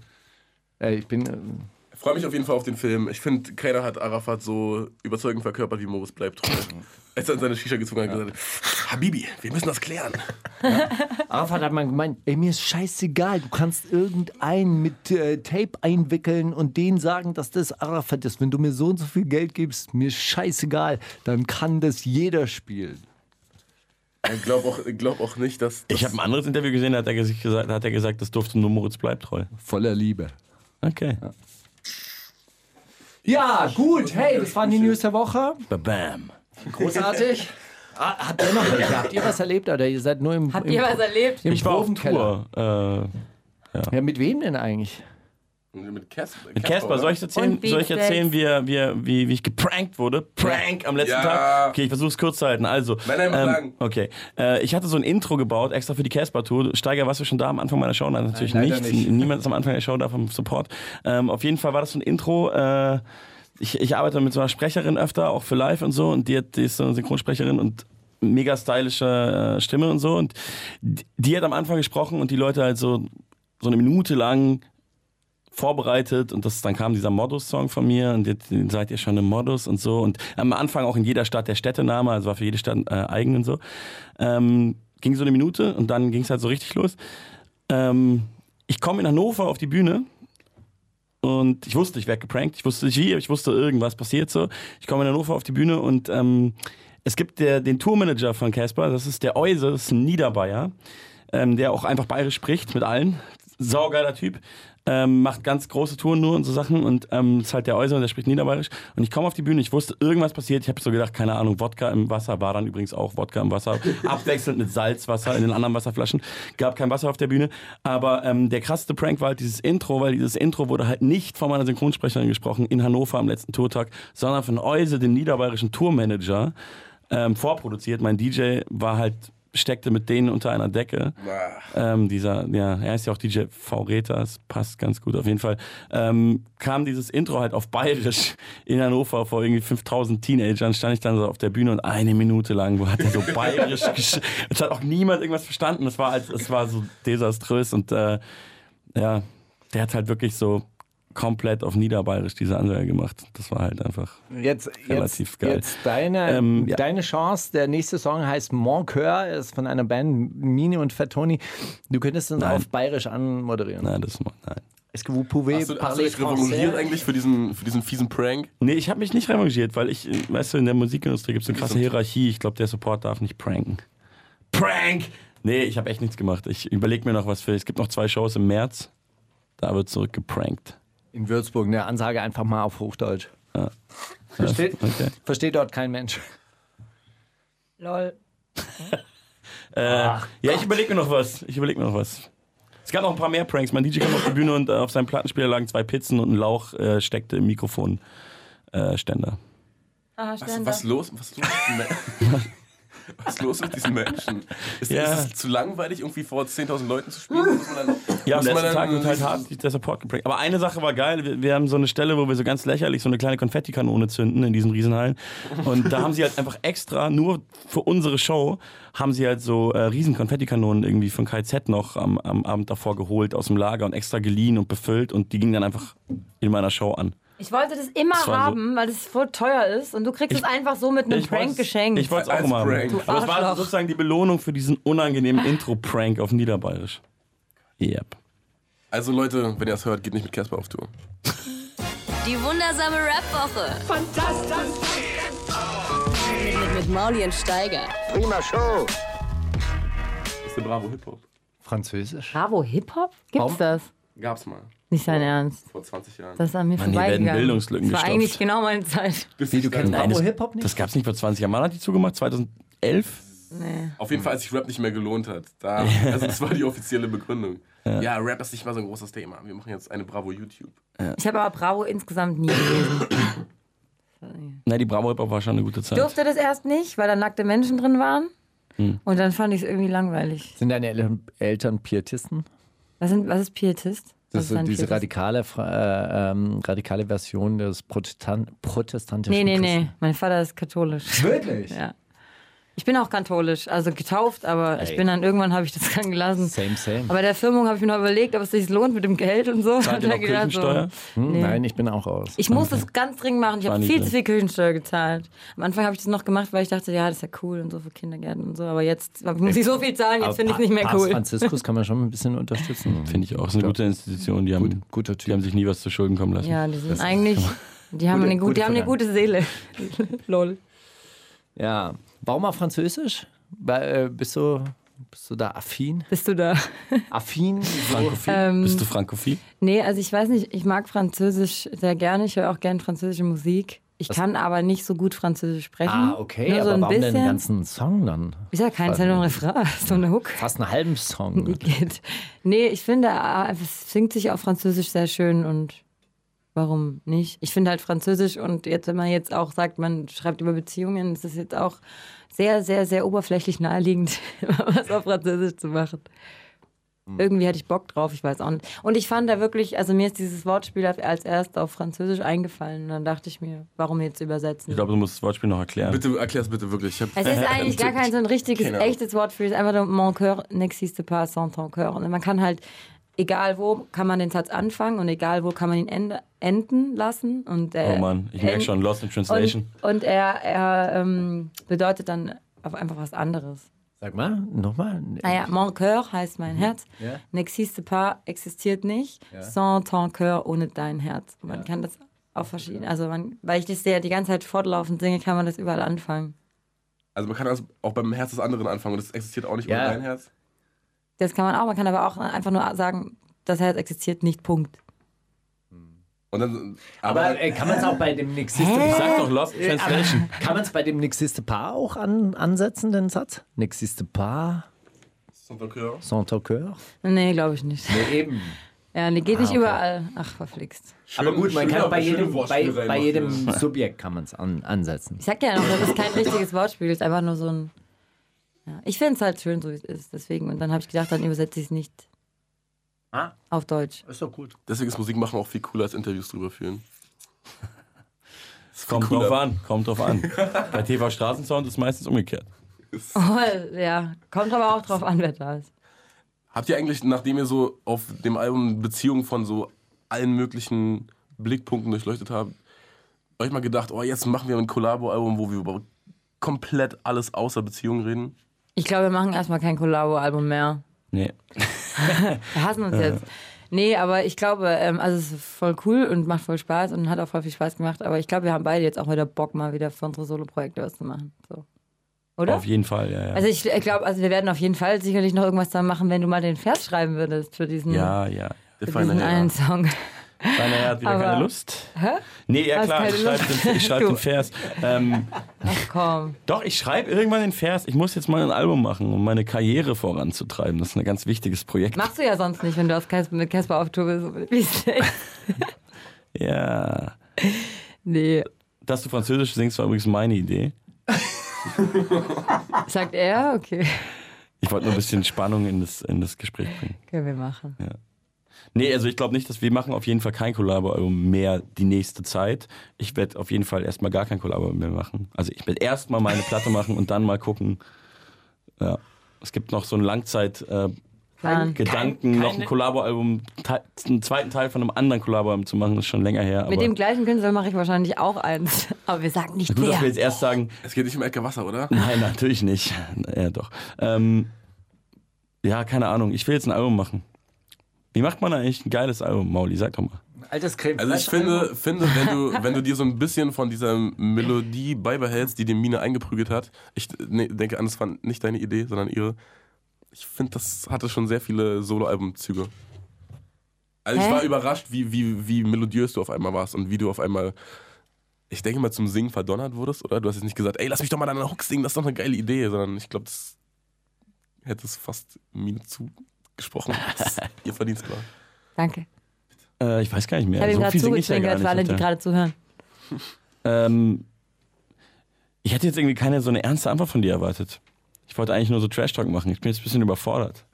Speaker 5: Äh, Ich bin. ähm,
Speaker 7: Ich freue mich auf jeden Fall auf den Film. Ich finde, keiner hat Arafat so überzeugend verkörpert wie Moritz bleibt treu. Als er an seine Shisha gezogen hat, und gesagt hat, Habibi, wir müssen das klären.
Speaker 5: Arafat hat mal gemeint, ey, mir ist scheißegal, du kannst irgendeinen mit äh, Tape einwickeln und denen sagen, dass das Arafat ist. Wenn du mir so und so viel Geld gibst, mir ist scheißegal, dann kann das jeder spielen.
Speaker 7: Ich glaube auch, ich glaub auch nicht, dass.
Speaker 6: Ich habe ein anderes Interview gesehen, da hat er ges- gesagt, da hat er gesagt das durfte nur Moritz bleibt treu.
Speaker 5: Voller Liebe.
Speaker 6: Okay.
Speaker 5: Ja, gut, hey, das waren die News der Woche.
Speaker 6: Bam.
Speaker 5: Großartig. Ah, Habt ihr noch habt ihr was erlebt oder ihr seid nur im
Speaker 1: Habt
Speaker 5: im,
Speaker 1: ihr was erlebt?
Speaker 5: im
Speaker 6: Ich war auf
Speaker 5: Probenkeller?
Speaker 6: Tour. Äh,
Speaker 5: Ja, mit wem denn eigentlich?
Speaker 7: Und mit Casper.
Speaker 6: Mit Casper, soll ich erzählen,
Speaker 1: Und Beat
Speaker 6: soll ich erzählen
Speaker 1: Sex.
Speaker 6: wie, er- wie, er- wie, wie ich geprankt wurde? Prank am letzten
Speaker 7: Ja.
Speaker 6: Tag? Okay, ich versuche es kurz zu halten. Also,
Speaker 7: Männer im Rang.
Speaker 6: okay. Äh, ich hatte so ein Intro gebaut, extra für die Casper-Tour. Steiger, warst du schon da am Anfang meiner Show? Nein, natürlich
Speaker 9: Nein, leider
Speaker 6: nicht.
Speaker 9: nicht.
Speaker 6: Niemand ist am Anfang der Show da vom Support. Ähm, auf jeden Fall war das so ein Intro. Äh, ich, ich arbeite mit so einer Sprecherin öfter, auch für live und so. Und die, hat, die ist so eine Synchronsprecherin und mega stylische äh, Stimme und so. Und die, die hat am Anfang gesprochen und die Leute halt so, so eine Minute lang vorbereitet und das, dann kam dieser Modus-Song von mir und jetzt seid ihr schon im Modus und so und am Anfang auch in jeder Stadt der Städtename, also war für jede Stadt äh, eigen und so. Ähm, ging so eine Minute und dann ging es halt so richtig los. Ähm, ich komme in Hannover auf die Bühne und ich wusste, ich werde geprankt, ich wusste nicht wie, aber ich wusste, irgendwas passiert so. Ich komme in Hannover auf die Bühne und ähm, es gibt der, den Tourmanager von Casper, das ist der Euse, das ist ein Niederbayer, ähm, der auch einfach bayerisch spricht mit allen. Saugeiler Typ. Ähm, macht ganz große Touren nur und so Sachen und ähm, ist halt der Äußere, der spricht Niederbayerisch. Und ich komme auf die Bühne, ich wusste, irgendwas passiert. Ich habe so gedacht, keine Ahnung, Wodka im Wasser, war dann übrigens auch Wodka im Wasser, abwechselnd mit Salzwasser in den anderen Wasserflaschen. Gab kein Wasser auf der Bühne. Aber ähm, der krasseste Prank war halt dieses Intro, weil dieses Intro wurde halt nicht von meiner Synchronsprecherin gesprochen in Hannover am letzten Tourtag, sondern von Euse, dem niederbayerischen Tourmanager, ähm, vorproduziert. Mein DJ war halt, steckte mit denen unter einer Decke. Ähm, dieser, ja, er ist ja auch DJ V. Reta, das passt ganz gut auf jeden Fall. Ähm, kam dieses Intro halt auf Bayerisch in Hannover vor irgendwie 5000 Teenagern, stand ich dann so auf der Bühne und eine Minute lang hat er so Bayerisch gesch- Es hat auch niemand irgendwas verstanden. Das war, als, es war so desaströs und äh, ja, der hat halt wirklich so komplett auf Niederbayerisch diese Ansage gemacht. Das war halt einfach.
Speaker 5: Jetzt,
Speaker 6: Relativ
Speaker 5: jetzt,
Speaker 6: geil.
Speaker 5: jetzt deine,
Speaker 6: Ähm, ja.
Speaker 5: deine Chance. Der nächste Song heißt Monkeur, ist von einer Band Mini und Fatoni. Du könntest uns
Speaker 6: Nein.
Speaker 5: auf Bayerisch anmoderieren.
Speaker 6: Nein, das nein.
Speaker 5: Est-ce que vous pouvez
Speaker 7: Hast du, hast du
Speaker 5: parler
Speaker 7: dich revanchiert
Speaker 5: français?
Speaker 7: eigentlich für diesen, für diesen fiesen Prank?
Speaker 6: Nee, ich habe mich nicht revanchiert, weil ich, äh, weißt du, in der Musikindustrie gibt es eine krasse Hierarchie. Ich glaube, der Support darf nicht pranken. Prank! Nee, ich habe echt nichts gemacht. Ich überlege mir noch was für. Es gibt noch zwei Shows im März. Da wird zurückgeprankt.
Speaker 5: In Würzburg, eine Ansage einfach mal auf Hochdeutsch.
Speaker 6: Ja.
Speaker 5: Versteht,
Speaker 6: Okay.
Speaker 5: versteht dort kein Mensch.
Speaker 1: Lol.
Speaker 6: Äh, ja, ich überlege mir noch was. Ich überlege mir noch was. Es gab noch ein paar mehr Pranks. Mein DJ kam auf die Bühne und äh, auf seinem Plattenspieler lagen zwei Pizzen und ein Lauch äh, steckte im Mikrofonständer. Äh, Ständer. Also
Speaker 1: Ah,
Speaker 7: Was,
Speaker 1: Ständer.
Speaker 7: was, los, was, los mit diesen Men- was los mit diesen Menschen? Ist,
Speaker 6: Ja.
Speaker 7: ist es zu langweilig, irgendwie vor 10.000 Leuten zu spielen? Muss man dann,
Speaker 6: Ja, am
Speaker 7: muss man
Speaker 6: letzten Tag
Speaker 7: dann-
Speaker 6: wird halt hart der Support geprägt. Aber eine Sache war geil. Wir, wir haben so eine Stelle, wo wir so ganz lächerlich so eine kleine Konfettikanone zünden in diesen Riesenhallen. Und da haben sie halt einfach extra, nur für unsere Show, haben sie halt so äh, riesen Konfettikanonen irgendwie von KZ noch am, am Abend davor geholt aus dem Lager und extra geliehen und befüllt. Und die gingen dann einfach in meiner Show an.
Speaker 1: Ich wollte das immer
Speaker 6: Das war so-
Speaker 1: haben, weil es voll teuer ist und du kriegst
Speaker 6: Ich-
Speaker 1: es einfach so mit einem
Speaker 6: Ich
Speaker 1: Prank
Speaker 6: wollt's-
Speaker 1: geschenkt.
Speaker 6: Ich wollte es auch
Speaker 7: Als
Speaker 6: immer haben.
Speaker 7: Prank. Du
Speaker 6: Aber es war
Speaker 1: Arschloch. Ah.
Speaker 6: sozusagen die Belohnung für diesen unangenehmen Intro-Prank auf Niederbayerisch. Yep.
Speaker 7: Also Leute, wenn ihr das hört, geht nicht mit Casper auf Tour.
Speaker 2: Die wundersame Rap-Woche. Fantastisch. Mit, mit, mit Mauli und Steiger.
Speaker 8: Prima Show.
Speaker 7: Das ist der Bravo Hip-Hop.
Speaker 5: Französisch.
Speaker 1: Bravo Hip-Hop? Gibt's
Speaker 5: Warum?
Speaker 1: das?
Speaker 7: Gab's mal.
Speaker 1: Nicht sein Ernst.
Speaker 7: Vor 20 Jahren.
Speaker 1: Das ist an mir
Speaker 6: die werden
Speaker 1: vorbeigegangen.
Speaker 6: Bildungslücken
Speaker 1: Das war
Speaker 6: gestopft.
Speaker 1: eigentlich genau meine Zeit.
Speaker 7: Wie, du kennst
Speaker 6: Nein, das,
Speaker 5: Oh, Hip-Hop nicht?
Speaker 6: das gab es nicht vor 20 Jahren. Wann hat die zugemacht? 2011?
Speaker 7: Auf jeden Fall, als sich Rap nicht mehr gelohnt hat. Da, also das war die offizielle Begründung. Ja. Rap ist nicht mal so ein großes Thema. Wir machen jetzt eine Bravo YouTube.
Speaker 1: Ich habe aber Bravo insgesamt nie gelesen.
Speaker 6: Na, die Bravo Hip Hop war schon eine gute Zeit.
Speaker 1: Durfte das erst nicht, weil da nackte Menschen drin waren.
Speaker 6: Hm.
Speaker 1: Und dann fand ich es irgendwie langweilig.
Speaker 5: Sind deine El- Eltern Pietisten?
Speaker 1: Was, sind, was ist Pietist? Was
Speaker 5: Das ist so
Speaker 1: ein
Speaker 5: diese
Speaker 1: Pietist?
Speaker 5: radikale, Fra- äh, ähm, radikale Version des Protestan protestantischen
Speaker 1: Nee, nee, nee.
Speaker 5: Christen.
Speaker 1: Mein Vater ist katholisch.
Speaker 5: Wirklich?
Speaker 1: Ja. Ich bin auch katholisch, also getauft, aber ich bin dann irgendwann habe ich das dann gelassen.
Speaker 5: Same, same.
Speaker 1: Aber der Firmung habe ich mir noch überlegt, ob es sich lohnt mit dem Geld und so.
Speaker 6: Zahlt ihr
Speaker 1: Hat
Speaker 6: noch
Speaker 1: er gedacht,
Speaker 6: Kirchensteuer?
Speaker 5: Hm, Nein, ich bin auch aus.
Speaker 1: also- Ich muss das ganz dringend machen. Ich
Speaker 6: War
Speaker 1: habe
Speaker 6: nie
Speaker 1: viel
Speaker 6: drin.
Speaker 1: zu viel Kirchensteuer gezahlt. Am Anfang habe ich das noch gemacht, weil ich dachte, ja, das ist ja cool und so für Kindergärten und so. Aber jetzt muss ich so viel zahlen,
Speaker 5: Aber
Speaker 1: jetzt finde ich
Speaker 5: Pa-
Speaker 1: es nicht mehr
Speaker 5: Papst
Speaker 1: cool.
Speaker 5: Franziskus kann man schon ein bisschen unterstützen.
Speaker 6: Finde ich auch. Ist eine gute Institution. Die haben,
Speaker 5: guter
Speaker 6: die haben sich nie was zu Schulden kommen lassen.
Speaker 1: Ja, die sind eigentlich, die haben,
Speaker 5: Gute-
Speaker 1: eine, gut,
Speaker 5: gute
Speaker 1: die haben eine gute Seele. Lol.
Speaker 5: Ja. Warum auch Französisch? Weil, äh, bist, du, bist du da affin?
Speaker 1: Bist du da?
Speaker 5: Affin?
Speaker 6: Frankophil?
Speaker 1: Ähm,
Speaker 6: Bist du Frankophil?
Speaker 1: Nee, also ich weiß nicht, ich mag Französisch sehr gerne. Ich höre auch gerne französische Musik. Ich kann aber nicht so gut Französisch sprechen.
Speaker 5: Ah, okay,
Speaker 1: Nur so
Speaker 5: aber
Speaker 1: ein
Speaker 5: warum
Speaker 1: bisschen.
Speaker 5: denn den ganzen Song dann?
Speaker 1: ich sag kein Zentrum Refrain, so eine Hook.
Speaker 5: Fast einen halben Song.
Speaker 1: Geht. Nee, ich finde, äh, es singt sich auf Französisch sehr schön und warum nicht? Ich finde halt Französisch und jetzt, wenn man jetzt auch sagt, man schreibt über Beziehungen, ist es jetzt auch sehr, sehr, sehr oberflächlich naheliegend, was auf Französisch zu machen. Irgendwie hatte ich Bock drauf, ich weiß auch nicht. Und ich fand da wirklich, also mir ist dieses Wortspiel als erst auf Französisch eingefallen. Und dann dachte ich mir, warum jetzt übersetzen?
Speaker 6: Ich glaube, du musst das Wortspiel noch erklären.
Speaker 7: Bitte erklär's bitte wirklich. Ich hab
Speaker 1: Es ist eigentlich gar kein so ein richtiges,
Speaker 6: Genau.
Speaker 7: Keine Ahnung.
Speaker 1: echtes Wort für es. Einfach nur mon cœur n'existe pas sans ton cœur. Und man kann halt, egal wo, kann man den Satz anfangen und egal wo kann man ihn ende, enden lassen. Und, äh,
Speaker 6: Oh Mann, ich merke
Speaker 1: end-
Speaker 6: schon, Lost in Translation.
Speaker 1: Und, und er, er ähm, bedeutet dann auf einfach was anderes.
Speaker 5: Sag mal, nochmal.
Speaker 1: Naja, mon cœur heißt
Speaker 6: Mhm.
Speaker 1: mein Herz.
Speaker 5: Ja.
Speaker 1: N'existe pas existiert nicht. Sans ton cœur ohne dein Herz. Und man kann das auf verschiedene, also man, weil ich das ja die ganze Zeit fortlaufend singe, kann man das überall anfangen.
Speaker 7: Also man kann das auch beim Herz des anderen anfangen und das existiert auch nicht
Speaker 5: Ja.
Speaker 7: ohne dein Herz.
Speaker 1: Das kann man auch. Man kann aber auch einfach nur sagen, das Herz existiert nicht. Punkt.
Speaker 7: Und dann,
Speaker 5: Aber äh, kann man es auch bei dem Nixiste
Speaker 6: Ich
Speaker 5: Paar?
Speaker 6: sag doch Lost in
Speaker 7: Äh,
Speaker 6: Translation.
Speaker 5: Kann man es bei dem Nixiste Paar auch an, ansetzen, den Satz? Nixiste Paar, sans ton cœur?
Speaker 1: Nee, glaube ich nicht.
Speaker 5: Nee, eben.
Speaker 1: Ja, nee, geht nicht
Speaker 5: Ah, okay.
Speaker 1: überall. Ach, verflixt.
Speaker 5: Aber gut, man kann bei jedem, bei,
Speaker 7: Wortspielereien
Speaker 5: bei
Speaker 7: noch
Speaker 5: jedem Subjekt kann man es an, ansetzen.
Speaker 1: Ich sag ja noch, das ist kein richtiges Wortspiel, das ist einfach nur so ein. Ja, ich finde es halt schön, so wie es ist. Deswegen. Und dann habe ich gedacht, dann übersetze ich es nicht
Speaker 5: Ah.
Speaker 1: auf Deutsch.
Speaker 5: Ist doch gut.
Speaker 7: Deswegen ist Musik machen auch viel cooler als Interviews drüber führen.
Speaker 6: Kommt
Speaker 7: cooler.
Speaker 6: drauf an, kommt drauf an. Bei TV Straßensound ist meistens umgekehrt.
Speaker 1: Voll, ja. Kommt aber auch drauf an, wer da ist.
Speaker 7: Habt ihr eigentlich, nachdem ihr so auf dem Album Beziehungen von so allen möglichen Blickpunkten durchleuchtet habt, euch mal gedacht, oh, jetzt machen wir ein Kollabo-Album, wo wir über komplett alles außer Beziehungen reden?
Speaker 1: Ich glaube, wir machen erstmal kein Collabo-Album mehr.
Speaker 6: Nee.
Speaker 1: Wir hassen uns jetzt. Nee, aber ich glaube, ähm, also es ist voll cool und macht voll Spaß und hat auch voll viel Spaß gemacht. Aber ich glaube, wir haben beide jetzt auch wieder Bock, mal wieder für unsere Solo-Projekte was zu machen. So. Oder?
Speaker 6: Auf jeden Fall, ja, ja.
Speaker 1: Also ich glaube, also wir werden auf jeden Fall sicherlich noch irgendwas da machen, wenn du mal den Vers schreiben würdest für diesen,
Speaker 6: ja, ja.
Speaker 1: für
Speaker 7: Der
Speaker 1: diesen
Speaker 7: feine Herr.
Speaker 1: einen Song.
Speaker 6: Deiner Herr hat wieder
Speaker 1: Aber-
Speaker 6: keine Lust. Hä? Nee, ja
Speaker 1: Hast
Speaker 6: klar,
Speaker 1: keine
Speaker 6: ich schreibe
Speaker 1: Lust?
Speaker 6: den, ich schreib
Speaker 1: Du.
Speaker 6: den Vers. Ähm,
Speaker 1: Ach komm.
Speaker 6: doch, ich schreibe irgendwann den Vers. Ich muss jetzt mal ein Album machen, um meine Karriere voranzutreiben. Das ist ein ganz wichtiges Projekt.
Speaker 1: Machst du ja sonst nicht, wenn du aus Kasper, mit Casper auf Tour bist. Wie ist das?
Speaker 6: Ja.
Speaker 1: nee,
Speaker 6: Dass du Französisch singst, war übrigens meine Idee.
Speaker 1: sagt er, okay,
Speaker 6: Ich wollte nur ein bisschen Spannung in das, in das Gespräch bringen.
Speaker 1: können wir machen.
Speaker 6: Nee, also ich glaube nicht, dass wir machen auf jeden Fall kein Kollabo-Album mehr die nächste Zeit. Ich werde auf jeden Fall erstmal gar kein Kollabo mehr machen. Also ich werde erstmal meine Platte machen und dann mal gucken. Ja. Es gibt noch so einen Langzeit äh,
Speaker 1: Plan.
Speaker 6: Gedanken, noch ein Kollabo-Album, te- einen zweiten Teil von einem anderen Kollabo-Album zu machen, ist schon länger her.
Speaker 1: Mit
Speaker 6: aber
Speaker 1: dem gleichen Künstler mache ich wahrscheinlich auch eins, aber wir sagen nicht
Speaker 6: Gut, dass wir
Speaker 1: wer.
Speaker 6: jetzt erst sagen,
Speaker 7: Es geht nicht um Ecke Wasser, oder?
Speaker 6: nein, natürlich nicht. Ja, doch. Ähm, ja, keine Ahnung. Ich will jetzt ein Album machen. Wie macht man eigentlich ein geiles Album, Mauli? Sag doch mal.
Speaker 5: Altes Creme.
Speaker 7: Also ich finde, finde wenn, du, wenn du dir so ein bisschen von dieser Melodie beibehältst, die dir Mine eingeprügelt hat, ich ne, denke an, es war nicht deine Idee, sondern ihre. Ich finde, das hatte schon sehr viele Soloalbumzüge. Also ich
Speaker 1: Hä?
Speaker 7: war überrascht, wie, wie, wie melodiös du auf einmal warst und wie du auf einmal, ich denke mal, zum Singen verdonnert wurdest, oder? Du hast jetzt nicht gesagt, ey, lass mich doch mal deine Hook singen, das ist doch eine geile Idee, sondern ich glaube, das hätte es fast Mine zugesprochen. Das ist ihr Verdienst war.
Speaker 1: Danke.
Speaker 6: Äh, ich weiß gar nicht
Speaker 1: Ich
Speaker 6: mehr.
Speaker 1: habe ihm
Speaker 6: so
Speaker 1: gerade
Speaker 6: viel singe ich ja gar
Speaker 1: zugezwinkert
Speaker 6: nicht.
Speaker 1: für alle, die
Speaker 6: Alter.
Speaker 1: gerade zuhören.
Speaker 6: ähm, ich hätte jetzt irgendwie keine so eine ernste Antwort von dir erwartet. Ich wollte eigentlich nur so Trash-Talk machen. Ich bin jetzt ein bisschen überfordert.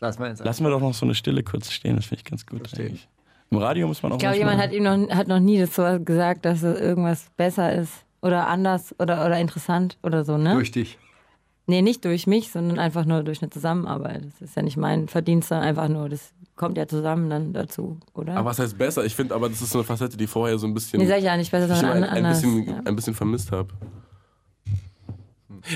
Speaker 5: Lass mal jetzt
Speaker 6: Lassen wir doch noch so eine Stille kurz stehen. Das finde ich ganz gut. Eigentlich. Im Radio muss man auch
Speaker 1: Ich glaube, jemand hat ihm noch, hat noch nie das so gesagt, dass es irgendwas besser ist oder anders oder, oder interessant oder so, ne?
Speaker 5: durch dich.
Speaker 1: Nee, nicht durch mich, sondern einfach nur durch eine Zusammenarbeit. Das ist ja nicht mein Verdienst, sondern einfach nur, das kommt ja zusammen dann dazu, oder?
Speaker 7: Aber was heißt besser? Ich finde aber, das ist so eine Facette, die vorher so ein bisschen.
Speaker 1: nee, sag ich ja nicht besser,
Speaker 7: ich immer
Speaker 1: sondern
Speaker 7: ein,
Speaker 1: an-
Speaker 7: ein,
Speaker 1: anders.
Speaker 7: bisschen,
Speaker 1: ja.
Speaker 6: äh,
Speaker 7: ein bisschen vermisst habe.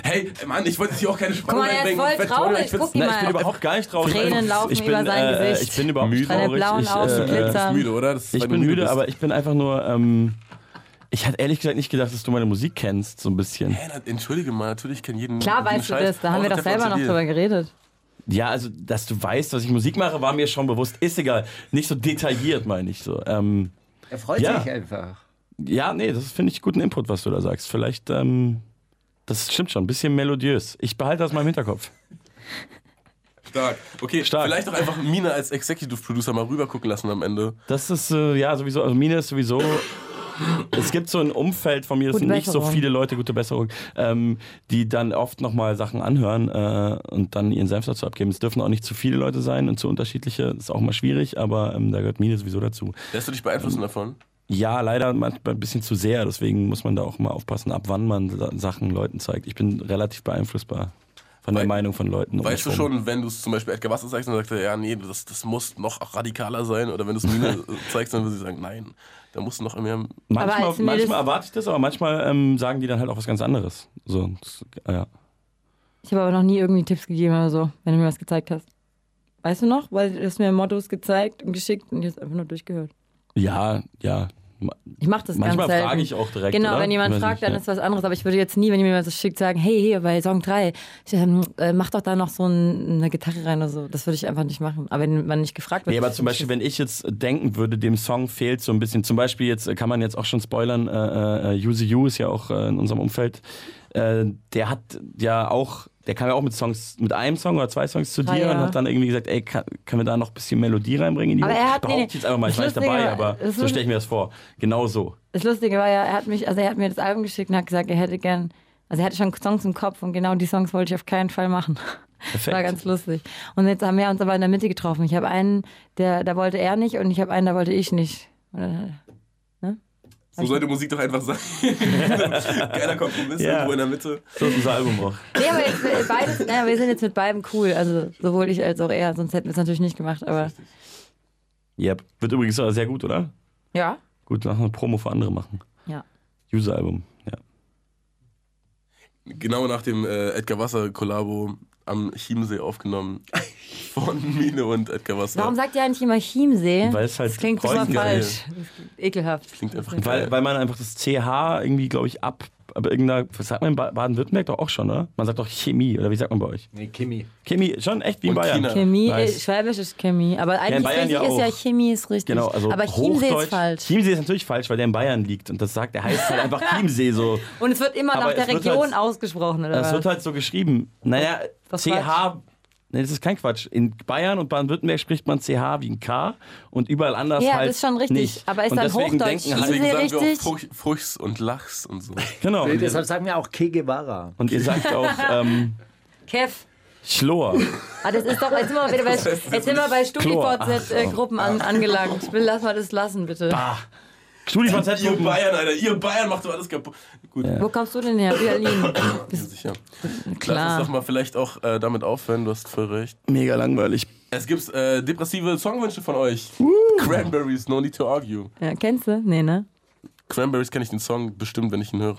Speaker 7: Hey, Mann, ich wollte jetzt hier auch keine Spannung
Speaker 1: Guck mal, er ist
Speaker 7: reinbringen.
Speaker 1: voll
Speaker 7: Ich werd-
Speaker 1: traurig.
Speaker 7: ich werd-
Speaker 1: Guck ihn
Speaker 6: Na,
Speaker 1: mal.
Speaker 6: ich bin überhaupt gar nicht traurig.
Speaker 1: Tränen laufen
Speaker 6: ich bin,
Speaker 1: über sein
Speaker 6: äh,
Speaker 1: Gesicht.
Speaker 6: Ich bin überhaupt nicht
Speaker 1: Seine
Speaker 6: traurig.
Speaker 1: blauen
Speaker 6: ich,
Speaker 1: Augen
Speaker 6: äh,
Speaker 1: glitzern.
Speaker 7: Du bist müde, oder? Das ist,
Speaker 6: Ich
Speaker 7: weil du
Speaker 6: bin müde,
Speaker 7: bist.
Speaker 6: aber ich bin einfach nur. Ähm, ich hatte ehrlich gesagt nicht gedacht, dass du meine Musik kennst, so ein bisschen.
Speaker 7: Hey, na, entschuldige mal, natürlich kennt jeden.
Speaker 1: Klar
Speaker 7: jeden
Speaker 1: weißt du
Speaker 7: Scheiß.
Speaker 1: das, da haben wir
Speaker 7: Auch
Speaker 1: doch
Speaker 7: der
Speaker 1: selber noch
Speaker 7: Franzodil.
Speaker 1: drüber geredet.
Speaker 6: Ja, also, dass du weißt, dass ich Musik mache, war mir schon bewusst. Ist egal. Nicht so detailliert, meine ich so. Ähm,
Speaker 9: Er freut
Speaker 6: Ja.
Speaker 9: sich einfach.
Speaker 6: Ja, nee, das finde ich guten Input, was du da sagst. Vielleicht, ähm, das stimmt schon, ein bisschen melodiös. Ich behalte das mal im Hinterkopf.
Speaker 7: Stark. Okay,
Speaker 6: Stark.
Speaker 7: vielleicht auch einfach Mina als Executive Producer mal rübergucken lassen am Ende.
Speaker 6: Das ist, äh, ja, sowieso, also Mine ist sowieso. Es gibt so ein Umfeld von mir, das
Speaker 1: Gute
Speaker 6: sind nicht so
Speaker 1: Besserung.
Speaker 6: viele Leute, gute Besserung, ähm, die dann oft nochmal Sachen anhören äh, und dann ihren Senf dazu abgeben. Es dürfen auch nicht zu viele Leute sein und zu unterschiedliche, ist auch mal schwierig, aber ähm, da gehört Mine sowieso dazu.
Speaker 7: Lässt du dich beeinflussen davon?
Speaker 6: Ähm, Ja, leider manchmal ein bisschen zu sehr, deswegen muss man da auch mal aufpassen, ab wann man Sa- Sachen Leuten zeigt. Ich bin relativ beeinflussbar von der
Speaker 7: Wei-
Speaker 6: Meinung von Leuten. um
Speaker 7: Weißt du
Speaker 6: mich rum.
Speaker 7: schon, wenn du es zum Beispiel Edgar Wasser zeigst, dann sagt er, ja, nee, das, das muss noch radikaler sein. Oder wenn du es Mina zeigst, dann würde sie sagen, nein, da muss noch mehr.
Speaker 1: Aber
Speaker 6: Manchmal,
Speaker 1: als Mädels-
Speaker 6: manchmal erwarte ich das, aber manchmal ähm, sagen die dann halt auch was ganz anderes. So, das, ja.
Speaker 1: Ich habe aber noch nie irgendwie Tipps gegeben oder so, wenn du mir was gezeigt hast. Weißt du noch? Weil du hast mir Mottos gezeigt und geschickt und jetzt einfach nur durchgehört.
Speaker 6: ja, ja. Ma-
Speaker 1: Ich mache das
Speaker 6: Manchmal
Speaker 1: ganz selten.
Speaker 6: frage ich auch direkt.
Speaker 1: Genau,
Speaker 6: oder?
Speaker 1: wenn jemand
Speaker 6: Weiß
Speaker 1: fragt,
Speaker 6: nicht,
Speaker 1: dann
Speaker 6: ja.
Speaker 1: ist was anderes. Aber ich würde jetzt nie, wenn jemand so schickt, sagen, hey, hier bei Song 3, ähm, äh, mach doch da noch so ein, eine Gitarre rein oder so. Das würde ich einfach nicht machen. Aber wenn man nicht gefragt wird.
Speaker 6: Nee, aber zum Beispiel, wenn ich jetzt denken würde, dem Song fehlt so ein bisschen, zum Beispiel jetzt äh, kann man jetzt auch schon spoilern, äh, äh, Use You ist ja auch äh, in unserem Umfeld, äh, der hat ja auch, der kam ja auch mit Songs, mit einem Song oder zwei Songs zu
Speaker 1: Ah,
Speaker 6: dir
Speaker 1: ja.
Speaker 6: und hat dann irgendwie gesagt, ey, kann, können wir da noch ein bisschen Melodie reinbringen in die
Speaker 1: Aber
Speaker 6: Hook?
Speaker 1: er hat-
Speaker 6: Behaupte
Speaker 1: nee, nee.
Speaker 6: ich jetzt einfach mal, ich war
Speaker 1: Das
Speaker 6: nicht dabei,
Speaker 1: Lustige war-
Speaker 6: aber
Speaker 1: das
Speaker 6: so stelle ich mir das vor. Genau so.
Speaker 1: Das Lustige war ja, er hat mich, also er hat mir das Album geschickt und hat gesagt, er hätte gern, also er hatte schon Songs im Kopf und genau die Songs wollte ich auf keinen Fall machen.
Speaker 6: Perfekt.
Speaker 1: War ganz lustig. Und jetzt haben wir uns aber in der Mitte getroffen. Ich habe einen, der, da wollte er nicht und ich habe einen, da wollte ich nicht. Und dann-
Speaker 7: So sollte Musik doch einfach sein. Geiler Kompromiss
Speaker 6: Ja.
Speaker 7: irgendwo in der Mitte.
Speaker 6: So ist unser Album auch.
Speaker 1: Nee, aber jetzt, äh, beides, naja, wir sind jetzt mit beidem cool. Also sowohl ich als auch er, sonst hätten wir es natürlich nicht gemacht. Aber
Speaker 6: Yep. Wird übrigens äh, sehr gut, oder?
Speaker 1: ja,
Speaker 6: Gut, lass mal Promo für andere machen.
Speaker 1: Ja.
Speaker 6: User-Album, ja.
Speaker 7: Genau nach dem äh, Edgar Wasser Kollabo am Chiemsee aufgenommen. Von Mine und Edgar Wasser.
Speaker 1: Warum sagt ihr eigentlich immer Chiemsee?
Speaker 6: Weil es halt
Speaker 1: das klingt
Speaker 6: Preußen
Speaker 1: immer
Speaker 7: geil.
Speaker 1: falsch. Das klingt ekelhaft.
Speaker 7: Klingt einfach
Speaker 6: Weil, weil man einfach das CH irgendwie, glaube ich, ab. Aber irgendeiner, was sagt man in Ba- Baden-Württemberg doch auch schon, oder? Man sagt doch Chemie, oder wie sagt man bei euch?
Speaker 9: Nee, Kimi.
Speaker 6: Chemie, schon echt wie in
Speaker 7: Und
Speaker 6: Bayern.
Speaker 7: China.
Speaker 1: Chemie,
Speaker 6: Nice.
Speaker 1: äh, Schwäbisch ist Chemie. Aber
Speaker 6: in
Speaker 1: eigentlich
Speaker 6: Bayern
Speaker 1: richtig
Speaker 6: ja
Speaker 1: ist ja
Speaker 6: auch.
Speaker 1: Chemie ist richtig.
Speaker 6: Genau, also
Speaker 1: aber Chiemsee
Speaker 6: Hochdeutsch.
Speaker 1: ist falsch.
Speaker 6: Chiemsee ist natürlich falsch, weil der in Bayern liegt und das sagt, er heißt halt einfach Chiemsee so.
Speaker 1: Und es wird immer
Speaker 6: Aber
Speaker 1: nach der
Speaker 6: es wird
Speaker 1: Region
Speaker 6: halt-
Speaker 1: ausgesprochen, oder
Speaker 6: Das
Speaker 1: was?
Speaker 6: wird halt so geschrieben. Naja,
Speaker 1: Das ist
Speaker 6: CH. Nee, das ist kein Quatsch. In Bayern und Baden-Württemberg spricht man CH wie ein K und überall anders
Speaker 1: Ja,
Speaker 6: halt
Speaker 1: das ist schon richtig.
Speaker 6: Nicht.
Speaker 1: Aber ist
Speaker 6: und
Speaker 1: dann
Speaker 6: deswegen
Speaker 1: Hochdeutsch
Speaker 6: denken halt,
Speaker 7: Deswegen
Speaker 1: Chiemsee
Speaker 7: sagen wir auch
Speaker 1: richtig?
Speaker 7: Fruch, Fruchs und Lachs und so.
Speaker 6: Genau.
Speaker 9: Nee,
Speaker 6: Und ihr,
Speaker 9: deshalb sagen wir auch Che Guevara.
Speaker 6: und ihr sagt auch ähm,
Speaker 1: Kev.
Speaker 6: Schlor.
Speaker 1: Ah, das ist doch, jetzt sind wir wieder bei, jetzt sind wir bei
Speaker 6: Chlor. Ach so.
Speaker 1: StudiVZ-Gruppen an, angelangt. Ich will, lass mal das lassen, bitte.
Speaker 6: StudiVZ.
Speaker 7: Ihr Bayern, Alter, ihr Bayern macht doch alles kaputt. Gut,
Speaker 1: Wo kommst du denn her? Berlin.
Speaker 7: bin sicher. Lass uns
Speaker 1: Klar.
Speaker 7: doch mal vielleicht auch äh, damit aufhören, du hast voll recht.
Speaker 6: Mega langweilig.
Speaker 7: Es gibt äh, depressive Songwünsche von euch. Cranberries, no need to argue.
Speaker 1: Ja, kennst du? Nee, ne?
Speaker 7: Cranberries kenne ich den Song bestimmt, wenn ich ihn höre.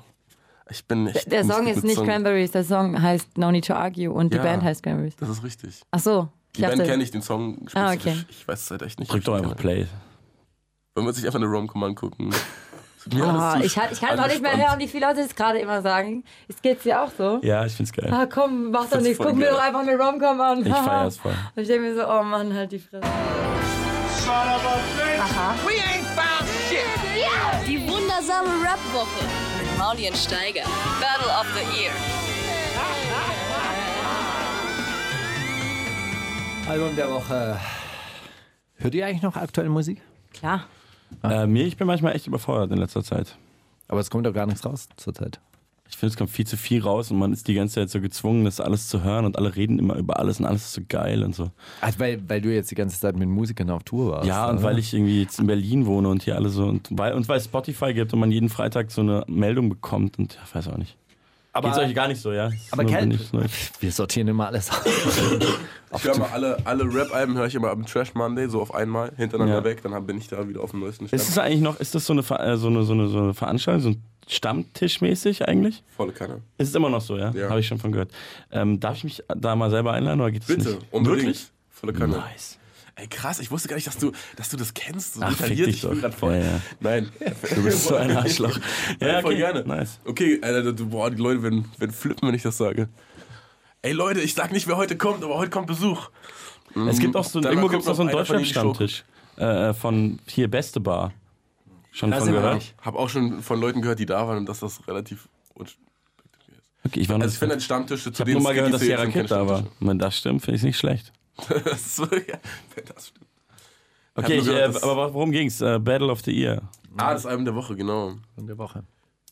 Speaker 7: Ich bin nicht.
Speaker 1: Der Song ist nicht
Speaker 7: Song.
Speaker 1: Cranberries, der Song heißt No Need to Argue und
Speaker 7: Ja.
Speaker 1: die Band heißt Cranberries.
Speaker 7: Das ist richtig.
Speaker 1: Ach so.
Speaker 7: Die Band kenne ich, den Song
Speaker 1: Ah,
Speaker 7: spezifisch.
Speaker 1: okay.
Speaker 7: Ich weiß es halt echt nicht.
Speaker 6: Drück doch einfach Play.
Speaker 7: Wollen wir sich einfach eine Rom-Com angucken?
Speaker 1: Oh, ich, kann- ich kann auch nicht mehr hören, wie viele Leute das gerade immer sagen. Es geht's dir auch so.
Speaker 6: Ja, ich find's geil.
Speaker 1: Ah, komm, mach doch
Speaker 7: Find's
Speaker 1: nichts.
Speaker 7: voll
Speaker 1: Guck mir
Speaker 7: geil.
Speaker 1: doch einfach eine Romcom an.
Speaker 6: Ich feier's voll.
Speaker 1: Und ich denke mir so, oh Mann, halt die Fresse.
Speaker 2: Die wundersame Rap-Woche mit Maulien Steiger. Battle of the Year.
Speaker 5: Album der Woche. Hört ihr eigentlich noch aktuelle Musik?
Speaker 1: Klar.
Speaker 6: Äh, mir, ich bin manchmal echt überfordert in letzter Zeit.
Speaker 5: Aber es kommt doch gar nichts raus zurzeit.
Speaker 6: Ich finde, es kommt viel zu viel raus und man ist die ganze Zeit so gezwungen, das alles zu hören und alle reden immer über alles und alles ist so geil und so.
Speaker 5: Ach, weil, weil du jetzt die ganze Zeit mit Musikern auf Tour warst.
Speaker 6: ja, und
Speaker 5: oder?
Speaker 6: weil ich irgendwie jetzt in Berlin wohne und hier alle so und weil und weil es Spotify gibt und man jeden Freitag so eine Meldung bekommt und ja, weiß auch nicht. Aber Geht's euch gar nicht so, ja? Ist
Speaker 5: aber
Speaker 6: nur,
Speaker 5: Kel-
Speaker 6: wenn ich- nur ich-
Speaker 5: Wir sortieren immer alles aus.
Speaker 7: Ich höre mal alle, alle Rap-Alben, höre ich immer am Trash Monday, so auf einmal, hintereinander
Speaker 6: Ja.
Speaker 7: weg, dann hab- bin ich da wieder auf dem neuesten Stand.
Speaker 6: Ist es eigentlich noch, ist das so eine, Ver- äh, so eine, so eine, so eine Veranstaltung, so ein Stammtischmäßig eigentlich?
Speaker 7: Volle Kanne.
Speaker 6: Ist es immer noch so, ja?
Speaker 7: Ja.
Speaker 6: Habe ich schon von gehört. Ähm, darf ich mich da mal selber einladen oder geht es
Speaker 7: Bitte,
Speaker 6: nicht?
Speaker 7: unbedingt.
Speaker 6: Wirklich?
Speaker 7: Volle Kanne.
Speaker 6: Nice.
Speaker 7: Ey, krass, ich wusste gar nicht, dass du, dass du das kennst. So
Speaker 6: Ach, fick
Speaker 7: detailliert.
Speaker 6: dich
Speaker 7: ich bin
Speaker 6: doch.
Speaker 7: grad voll.
Speaker 6: Ja, ja.
Speaker 7: Nein.
Speaker 6: Du bist so ein Arschloch.
Speaker 7: Ja, voll
Speaker 6: okay.
Speaker 7: gerne.
Speaker 6: Nice.
Speaker 7: Okay, Alter, du, boah, die Leute werden, werden flippen, wenn ich das sage. Ey, Leute, ich sag nicht, wer heute kommt, aber heute kommt Besuch. Mhm.
Speaker 6: Es gibt auch so,
Speaker 7: Dann
Speaker 6: irgendwo
Speaker 7: mal
Speaker 6: gibt es
Speaker 7: gucken,
Speaker 6: auch so einen äh,
Speaker 7: ob einer von denen die Schoko-
Speaker 6: Deutschland-Stammtisch äh, von hier Beste Bar. Schon
Speaker 5: Da
Speaker 6: von
Speaker 5: sind wir
Speaker 6: gehört?
Speaker 5: nicht.
Speaker 7: Hab auch schon von Leuten gehört, die da waren und dass das relativ. Und
Speaker 6: Okay, ich war noch
Speaker 7: also ich finde
Speaker 6: nicht-
Speaker 7: an Stammtische
Speaker 6: ich
Speaker 7: zu
Speaker 6: habe nur mal
Speaker 7: Skinny
Speaker 6: gehört, dass
Speaker 7: Fits
Speaker 6: Sierra
Speaker 7: sind
Speaker 6: Kid
Speaker 7: keine
Speaker 6: da war. Wenn das stimmt, finde ich nicht schlecht.
Speaker 7: Stammtische. Das ist so, ja, wenn das stimmt. hab
Speaker 6: Okay,
Speaker 7: nur
Speaker 6: ich,
Speaker 7: gehört,
Speaker 6: äh,
Speaker 7: dass-
Speaker 6: aber worum ging's? Äh, Battle of the Year.
Speaker 7: Ah, das Album der Woche, genau.
Speaker 5: Von der Woche.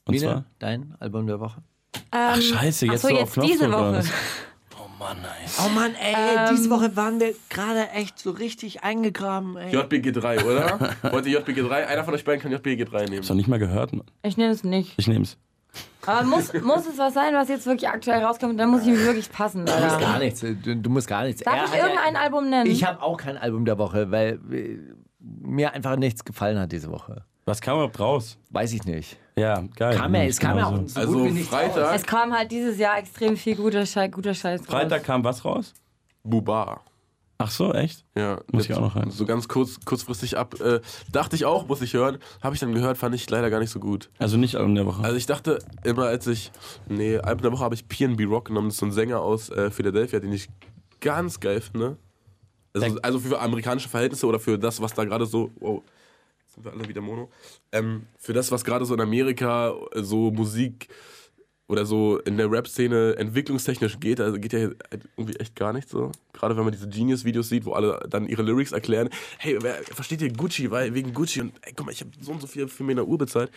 Speaker 6: Und
Speaker 5: Mina,
Speaker 6: zwar?
Speaker 5: dein Album der Woche?
Speaker 6: Ach, scheiße, jetzt
Speaker 1: ach so,
Speaker 6: so auf
Speaker 1: jetzt diese
Speaker 6: Knopfdruck
Speaker 1: Woche.
Speaker 6: alles. Oh Mann, nice.
Speaker 5: Oh Mann, ey,
Speaker 1: Ähm.
Speaker 5: diese Woche waren wir gerade echt so richtig eingegraben, ey.
Speaker 7: JBG3, oder? Wollt ihr JBG3? Einer von euch beiden kann JBG3
Speaker 6: Ich hab's
Speaker 7: nehmen.
Speaker 6: noch nicht mal gehört, Mann.
Speaker 1: Ich nehme es nicht.
Speaker 6: Ich nehm's.
Speaker 1: Aber muss, muss es was sein, was jetzt wirklich aktuell rauskommt, dann muss ich mich wirklich passen,
Speaker 5: Du musst
Speaker 1: Alter.
Speaker 5: gar nichts, äh, du, du musst gar nichts. Er
Speaker 1: Darf ich
Speaker 5: hat ja-
Speaker 1: irgendein Album nennen?
Speaker 5: Ich habe auch kein Album der Woche, weil äh, mir einfach nichts gefallen hat diese Woche.
Speaker 6: Was kam überhaupt raus?
Speaker 5: Weiß ich nicht.
Speaker 6: Ja, geil.
Speaker 5: Kam ja, es kam ja
Speaker 6: Genau so.
Speaker 5: auch so gut
Speaker 7: Also
Speaker 5: wie nichts raus.
Speaker 1: es
Speaker 7: Freitag,
Speaker 1: kam halt dieses Jahr extrem viel guter Scheiß, guter Scheiß raus.
Speaker 6: Freitag kam was raus?
Speaker 7: Bubar.
Speaker 6: Ach so, echt?
Speaker 7: Ja,
Speaker 6: Muss ich auch noch rein.
Speaker 7: So ganz kurz, kurzfristig ab. Äh, dachte ich auch, muss ich hören. Habe ich dann gehört, fand ich leider gar nicht so gut.
Speaker 6: Also nicht Album der Woche.
Speaker 7: Also ich dachte immer, als ich, nee, Album der Woche habe ich PNB Rock genommen. Das ist so ein Sänger aus äh, Philadelphia, den ich ganz geil finde. Also, also für amerikanische Verhältnisse oder für das, was da gerade so, wow, jetzt sind wir alle wieder mono. Ähm, für das, was gerade so in Amerika äh, so Musik oder so in der Rap-Szene entwicklungstechnisch geht, also geht ja hier halt irgendwie echt gar nichts so. Gerade wenn man diese Genius-Videos sieht, wo alle dann ihre Lyrics erklären, hey, wer, versteht ihr Gucci, weil wegen Gucci und ey, guck mal, ich habe so und so viel für meine Uhr bezahlt.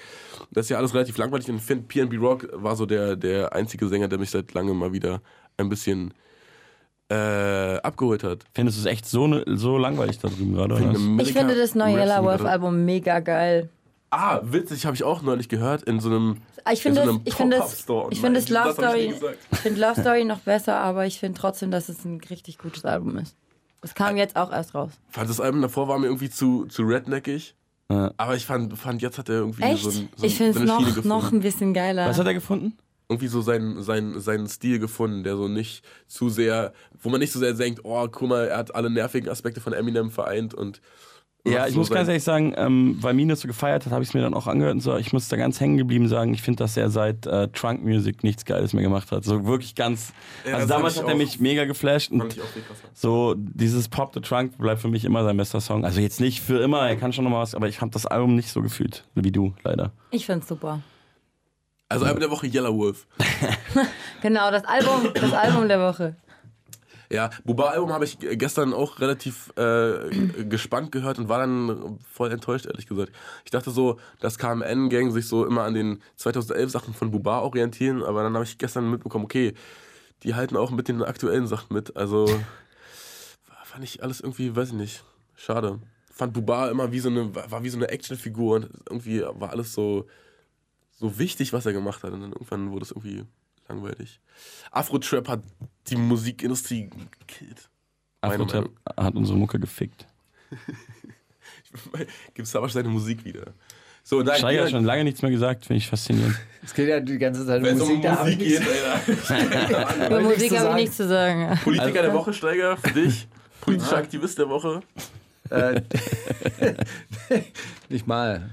Speaker 7: Das ist ja alles relativ langweilig und ich finde, PNB Rock war so der, der einzige Sänger, der mich seit langem mal wieder ein bisschen äh, abgeholt hat.
Speaker 6: Findest du es echt so, ne, so langweilig da drüben gerade? oder was?
Speaker 1: ich finde das neue
Speaker 7: Rap-Szene
Speaker 1: Yellow Wolf
Speaker 7: gerade-
Speaker 1: Album mega geil.
Speaker 7: Ah, witzig, habe ich auch neulich gehört in so einem
Speaker 1: Ah, Ich finde
Speaker 7: in so
Speaker 1: das,
Speaker 7: einem
Speaker 1: ich finde das,
Speaker 7: Pop-Up-Store.
Speaker 1: ich finde das
Speaker 7: Nein,
Speaker 1: Love
Speaker 7: das hab ich nie
Speaker 1: Story,
Speaker 7: gesagt.
Speaker 1: ich finde Love Story noch besser, aber ich finde trotzdem, dass es ein richtig gutes Album ist. Es kam jetzt auch erst raus.
Speaker 7: Fand das Album davor war mir irgendwie zu, zu redneckig.
Speaker 6: Ja.
Speaker 7: Aber ich fand, fand, jetzt hat er irgendwie
Speaker 1: Echt?
Speaker 7: so, ein, so
Speaker 1: ich finde
Speaker 7: ein-
Speaker 1: es
Speaker 7: so eine Schiene
Speaker 1: noch,
Speaker 7: gefunden.
Speaker 1: noch ein bisschen geiler.
Speaker 6: Was hat er gefunden?
Speaker 7: irgendwie so seinen, seinen, seinen Stil gefunden, der so nicht zu sehr, wo man nicht so sehr denkt, oh, guck mal, er hat alle nervigen Aspekte von Eminem vereint und
Speaker 6: Ja,
Speaker 7: macht
Speaker 6: ich
Speaker 7: so
Speaker 6: muss ganz
Speaker 7: sein-
Speaker 6: ehrlich sagen, ähm, weil Mina das so gefeiert hat, habe ich es mir dann auch angehört und so. Ich muss da ganz hängen geblieben sagen, ich finde, dass er seit äh, Trunk Music nichts Geiles mehr gemacht hat. So wirklich ganz.
Speaker 7: Ja,
Speaker 6: also
Speaker 7: das
Speaker 6: damals
Speaker 7: fand ich
Speaker 6: hat er
Speaker 7: auch.
Speaker 6: mich mega geflasht
Speaker 7: Fand
Speaker 6: und
Speaker 7: ich auch viel krasser.
Speaker 6: so dieses Pop the Trunk bleibt für mich immer sein bester Song. Also jetzt nicht für immer, er kann schon nochmal was, aber ich habe das Album nicht so gefühlt wie du, leider.
Speaker 1: Ich finde es super.
Speaker 7: Also Album der Woche Yellow Wolf.
Speaker 1: Genau, das Album, das Album der Woche.
Speaker 7: Ja, Buba-Album habe ich gestern auch relativ äh, gespannt gehört und war dann voll enttäuscht, ehrlich gesagt. Ich dachte so, dass KMN-Gang sich so immer an den 2011-Sachen von Buba orientieren, aber dann habe ich gestern mitbekommen, okay, die halten auch mit den aktuellen Sachen mit. Also war- fand ich alles irgendwie, weiß ich nicht, schade. Fand Buba immer wie so eine, war war wie so eine Actionfigur und irgendwie war alles so, so wichtig, was er gemacht hat. Und dann irgendwann wurde es irgendwie langweilig. Afro-Trap hat die Musikindustrie gekillt. Meine
Speaker 6: Afrotap hat unsere Mucke gefickt.
Speaker 7: Gibt Savas seine Musik wieder? So, nein,
Speaker 6: Steiger hat
Speaker 7: hier-
Speaker 6: schon lange nichts mehr gesagt, finde ich faszinierend.
Speaker 5: Es geht ja die ganze Zeit um
Speaker 7: wenn es um
Speaker 5: Musik. da hab ich
Speaker 7: Musik geht,
Speaker 5: nichts-
Speaker 7: Alter.
Speaker 1: Über Musik
Speaker 5: nichts zu
Speaker 1: habe ich
Speaker 5: sagen.
Speaker 1: nichts zu sagen.
Speaker 7: Politiker der
Speaker 6: Also,
Speaker 7: Woche, Steiger, für dich.
Speaker 5: Ah.
Speaker 7: Politischer Aktivist der Woche.
Speaker 5: Äh, Nicht mal.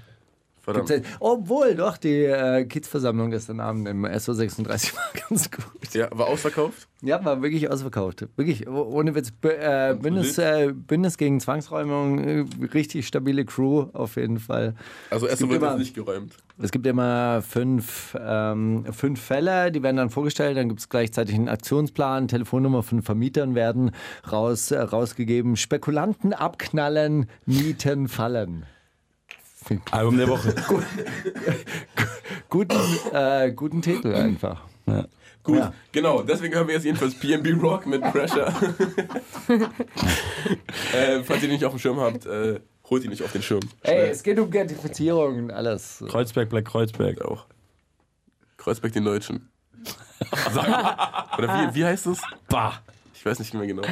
Speaker 7: Verdammt.
Speaker 5: Obwohl, doch, die äh, Kids-Versammlung gestern Abend im SO36 war ganz gut.
Speaker 7: Ja, war ausverkauft.
Speaker 5: Ja, war wirklich ausverkauft. Wirklich, oh- ohne Witz. B äh, Bündnis, äh, Bündnis gegen Zwangsräumung, äh, richtig stabile Crew auf jeden Fall.
Speaker 7: Also erstmal
Speaker 5: gibt
Speaker 7: wird
Speaker 5: immer-
Speaker 7: das nicht geräumt.
Speaker 5: Es gibt immer fünf, ähm, fünf Fälle, die werden dann vorgestellt. Dann gibt es gleichzeitig einen Aktionsplan, Telefonnummer von Vermietern werden raus, äh, rausgegeben. Spekulanten abknallen, Mieten fallen.
Speaker 6: Album der Woche.
Speaker 5: Guten, äh, guten Titel einfach.
Speaker 6: ja.
Speaker 7: Gut,
Speaker 5: Ja.
Speaker 7: genau. Deswegen hören wir jetzt jedenfalls PNB Rock mit Pressure. äh, falls ihr den nicht auf dem Schirm habt, äh, holt ihn nicht auf den Schirm.
Speaker 5: Ey, es geht um Gentrifizierung und alles.
Speaker 6: Kreuzberg bleibt Kreuzberg.
Speaker 7: Auch. Kreuzberg den Deutschen. Sag- Oder wie, wie heißt es?
Speaker 6: Bah!
Speaker 7: Ich weiß nicht mehr genau.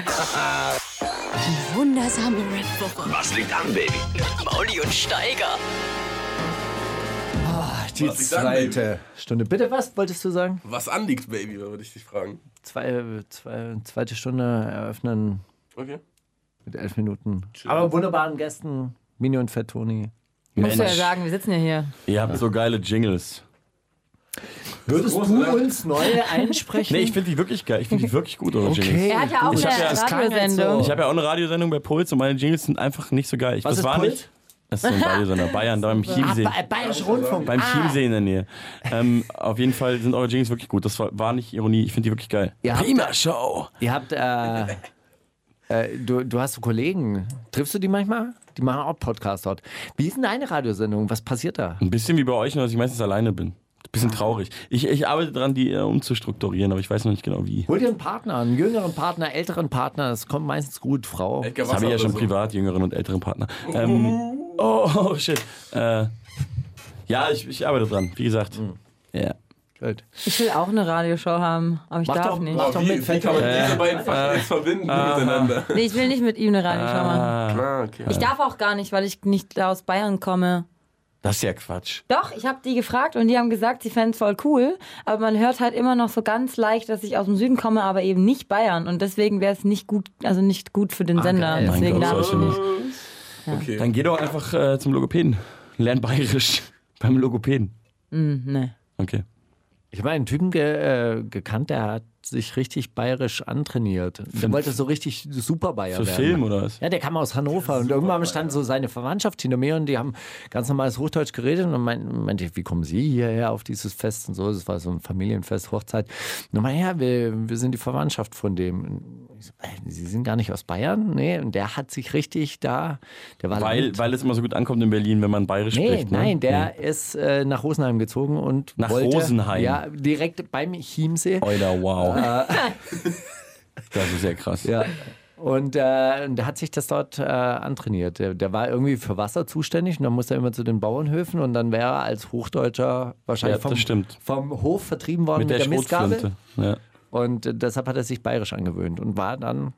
Speaker 4: Wundersame Red Booker.
Speaker 3: Was liegt an, Baby?
Speaker 2: Mauli und Steiger.
Speaker 5: Die
Speaker 7: Was ich sagen will.
Speaker 5: zweite Stunde. Bitte, was wolltest du sagen?
Speaker 7: Was anliegt, Baby, würde ich dich fragen.
Speaker 5: Zwei, zwei, zweite Stunde eröffnen
Speaker 7: Okay.
Speaker 5: mit elf Minuten. Aber wunderbaren Gästen. Mini und Fett Toni.
Speaker 1: Musst du ja sagen, wir sitzen ja hier.
Speaker 6: Ihr habt so geile Jingles.
Speaker 5: Würdest du uns neue einsprechen?
Speaker 6: Nee, ich finde die wirklich geil. Ich finde die wirklich gut, eure Jingles.
Speaker 5: okay.
Speaker 1: Er hat ja auch
Speaker 5: Ich
Speaker 1: eine
Speaker 5: hab ja- das klang jetzt
Speaker 1: Radiosendung.
Speaker 5: so.
Speaker 6: Ich habe ja auch eine Radiosendung bei Puls und meine Jingles sind einfach nicht so geil. Ich,
Speaker 5: Was
Speaker 6: das
Speaker 5: ist
Speaker 6: war
Speaker 5: Puls?
Speaker 6: nicht Das ist so ein Radio, sondern Bayern, da im Chiemsee.
Speaker 5: Ba- Bayerischer Ah, Rundfunk. Ah.
Speaker 6: Beim Chiemsee in der Nähe. Ähm, auf jeden Fall sind eure Jingles wirklich gut. Das war, war nicht Ironie. Ich finde die wirklich geil.
Speaker 5: Ihr habt-
Speaker 6: Prima Show.
Speaker 5: Ihr habt, äh, äh, du, du hast so Kollegen. Triffst du die manchmal? Die machen auch Podcast dort. Wie ist denn deine Radiosendung? Was passiert da?
Speaker 6: Ein bisschen wie bei euch, nur dass ich meistens alleine bin. Bisschen traurig. Ich, ich arbeite dran, die äh, umzustrukturieren, aber ich weiß noch nicht genau wie.
Speaker 5: Hol dir einen Partner, einen jüngeren Partner, älteren Partner. Das kommt meistens gut, Frau.
Speaker 7: Edgar,
Speaker 6: Das
Speaker 7: was
Speaker 6: habe ich ja
Speaker 7: hat
Speaker 6: schon
Speaker 7: das-
Speaker 6: privat, jüngeren und älteren Partner. Ähm, oh, oh, shit. Äh, ja, ich, ich arbeite dran, wie gesagt. Ja.
Speaker 5: Gut.
Speaker 1: Ich will auch eine Radioshow haben, aber ich
Speaker 5: Mach
Speaker 1: darf
Speaker 5: doch-
Speaker 1: nicht.
Speaker 5: mach
Speaker 7: Boah,
Speaker 5: doch
Speaker 7: wie,
Speaker 5: mit,
Speaker 7: wie kann man
Speaker 5: Fett.
Speaker 7: diese beiden Fakten jetzt verbinden
Speaker 5: Äh.
Speaker 7: miteinander?
Speaker 1: Nee, ich will nicht mit ihm eine Radioshow machen.
Speaker 6: Ah,
Speaker 7: Ah, okay.
Speaker 1: Ich darf auch gar nicht, weil ich nicht aus Bayern komme.
Speaker 6: das ist ja Quatsch.
Speaker 1: Doch, ich habe die gefragt und die haben gesagt, sie fänden es voll cool, aber man hört halt immer noch so ganz leicht, dass ich aus dem Süden komme, aber eben nicht Bayern und deswegen wäre es nicht gut, also nicht gut für den Sender.
Speaker 5: geil.
Speaker 1: Deswegen
Speaker 6: Ah, Mein Gott,
Speaker 1: darf ich
Speaker 6: solche
Speaker 1: nicht.
Speaker 6: nicht.
Speaker 7: Okay.
Speaker 6: Dann geh doch einfach äh, zum Logopäden. Lern bayerisch beim Logopäden.
Speaker 1: Nee.
Speaker 6: Okay.
Speaker 5: Ich habe einen Typen ge äh, gekannt, der hat sich richtig bayerisch antrainiert. Der wollte so richtig super Bayer
Speaker 6: Für
Speaker 5: werden.
Speaker 6: Film oder was?
Speaker 5: Ja, der kam aus Hannover und irgendwann stand so seine Verwandtschaft hinter mir und die haben ganz normales Hochdeutsch geredet und mein- meinte, ich, wie kommen Sie hierher auf dieses Fest und so? Es war so ein Familienfest, Hochzeit. Und meinte, ja, wir, wir sind die Verwandtschaft von dem. Und ich so, "Äh, Sie sind gar nicht aus Bayern? Nee, und der hat sich richtig da, der war
Speaker 6: Weil,
Speaker 5: Land-
Speaker 6: weil es immer so gut ankommt in Berlin, wenn man bayerisch
Speaker 5: Nee,
Speaker 6: spricht. Ne?
Speaker 5: nein,
Speaker 6: Nee.
Speaker 5: der ist äh, nach Rosenheim gezogen und
Speaker 6: Nach
Speaker 5: wollte,
Speaker 6: Rosenheim? Oh.
Speaker 5: Ja, direkt beim Chiemsee.
Speaker 6: Alter, wow. das ist ja krass.
Speaker 5: Äh. Ja. Und, äh, und der hat sich das dort äh, antrainiert. Der, der war irgendwie für Wasser zuständig und dann musste er immer zu den Bauernhöfen und dann wäre er als Hochdeutscher wahrscheinlich
Speaker 6: Ja, das
Speaker 5: vom,
Speaker 6: stimmt.
Speaker 5: vom Hof vertrieben worden
Speaker 6: Mit
Speaker 5: mit,
Speaker 6: der,
Speaker 5: der, Mistgabel.
Speaker 6: Schrotflinte. Ja.
Speaker 5: Und äh, deshalb hat er sich bayerisch angewöhnt und war dann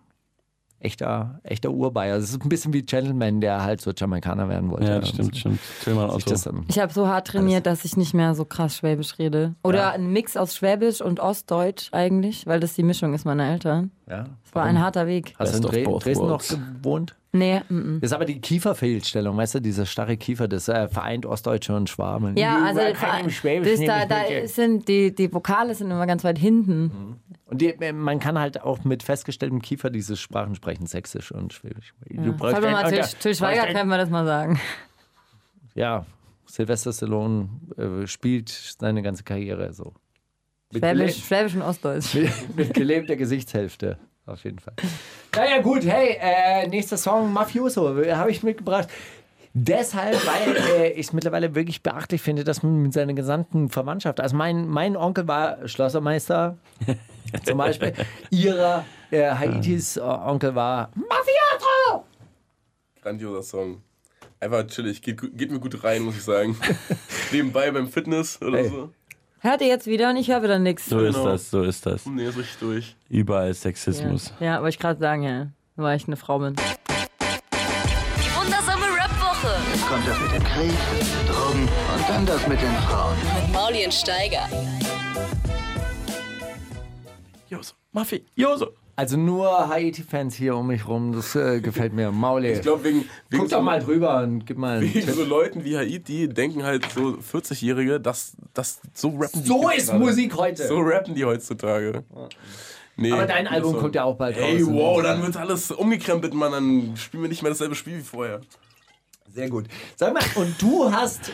Speaker 5: echter, echter Urbayer. Das ist ein bisschen wie Gentleman, der halt so Jamaikaner werden wollte.
Speaker 6: ja, das stimmt, stimmt. Tillmann
Speaker 5: Sich
Speaker 6: Otto.
Speaker 5: das dann-
Speaker 1: Ich habe so hart trainiert, dass ich nicht mehr so krass Schwäbisch rede. Oder ein Mix aus Schwäbisch und Ostdeutsch eigentlich, weil das die Mischung ist meiner Eltern.
Speaker 5: Ja.
Speaker 1: Es war ein harter Weg.
Speaker 5: Hast
Speaker 6: Best
Speaker 5: du
Speaker 6: of
Speaker 5: in Dre
Speaker 6: both
Speaker 5: Dresden noch
Speaker 6: worlds.
Speaker 5: gewohnt?
Speaker 1: Nee, mm, mm.
Speaker 5: Das ist aber die Kieferfehlstellung, weißt du, dieser starre Kiefer, das äh, vereint Ostdeutsche und Schwaben.
Speaker 1: Ja, also
Speaker 5: Überall kann im
Speaker 1: das,
Speaker 5: Schwäbischen
Speaker 1: da,
Speaker 5: nicht
Speaker 1: da
Speaker 5: mitgehen.
Speaker 1: sind die, die Vokale sind immer ganz weit hinten.
Speaker 6: Mhm.
Speaker 5: Und die, man kann halt auch mit festgestelltem Kiefer diese Sprachen sprechen, sächsisch und schwäbisch. Du brauchst
Speaker 1: Sollte man mal
Speaker 5: einen
Speaker 1: Till,
Speaker 5: Unter-
Speaker 1: Till Schweiger,
Speaker 5: brauchst einen-
Speaker 1: können wir das mal sagen.
Speaker 5: Ja, Sylvester Stallone äh, spielt seine ganze Karriere so. Mit,
Speaker 1: Schwäbisch, Schwäbisch und Ostdeutsch.
Speaker 5: gele- mit gelebter Gesichtshälfte, auf jeden Fall. Naja gut, hey, äh, nächster Song, Mafioso, habe ich mitgebracht. Deshalb, weil äh, ich es mittlerweile wirklich beachtlich finde, dass man mit seiner gesamten Verwandtschaft, also mein, mein Onkel war Schlossermeister zum Beispiel, ihrer äh, Haitis äh, Onkel war Mafioso.
Speaker 7: Grandioser Song. Einfach chillig. Geht, gu- geht mir gut rein, muss ich sagen. Nebenbei beim Fitness oder
Speaker 5: Ey.
Speaker 7: so.
Speaker 1: Hört ihr jetzt wieder und ich höre wieder nichts.
Speaker 6: So ist
Speaker 7: Genau.
Speaker 6: das, so ist das.
Speaker 7: Nee, ist richtig durch.
Speaker 6: Überall Sexismus.
Speaker 1: Ja, wollte ich gerade sagen, ja. Weil ich eine Frau bin.
Speaker 2: Die wundersame Rap-Woche
Speaker 8: Jetzt kommt das mit dem Krieg, Drogen und dann das mit den Frauen.
Speaker 2: mit Maulien Steiger.
Speaker 6: Joso, Maffi, Joso.
Speaker 5: Also nur Haiti-Fans hier um mich rum, das äh, gefällt mir. Maule,
Speaker 7: Ich glaube, wegen, wegen,
Speaker 5: guck doch
Speaker 7: so,
Speaker 5: mal drüber und gib mal einen
Speaker 7: wegen
Speaker 5: Tipp.
Speaker 7: so Leuten wie Haiti denken halt so 40-Jährige, dass, dass so rappen
Speaker 5: So
Speaker 7: die
Speaker 5: ist
Speaker 7: gerade.
Speaker 5: Musik heute.
Speaker 7: So rappen die heutzutage. Nee,
Speaker 5: Aber dein
Speaker 7: guter
Speaker 5: Album
Speaker 7: Song.
Speaker 5: kommt ja auch bald
Speaker 7: Ey,
Speaker 5: raus. ne?
Speaker 7: wow, dann wird alles umgekrempelt, Mann. Dann spielen wir nicht mehr dasselbe Spiel wie vorher.
Speaker 5: Sehr gut. Sag mal, und du hast,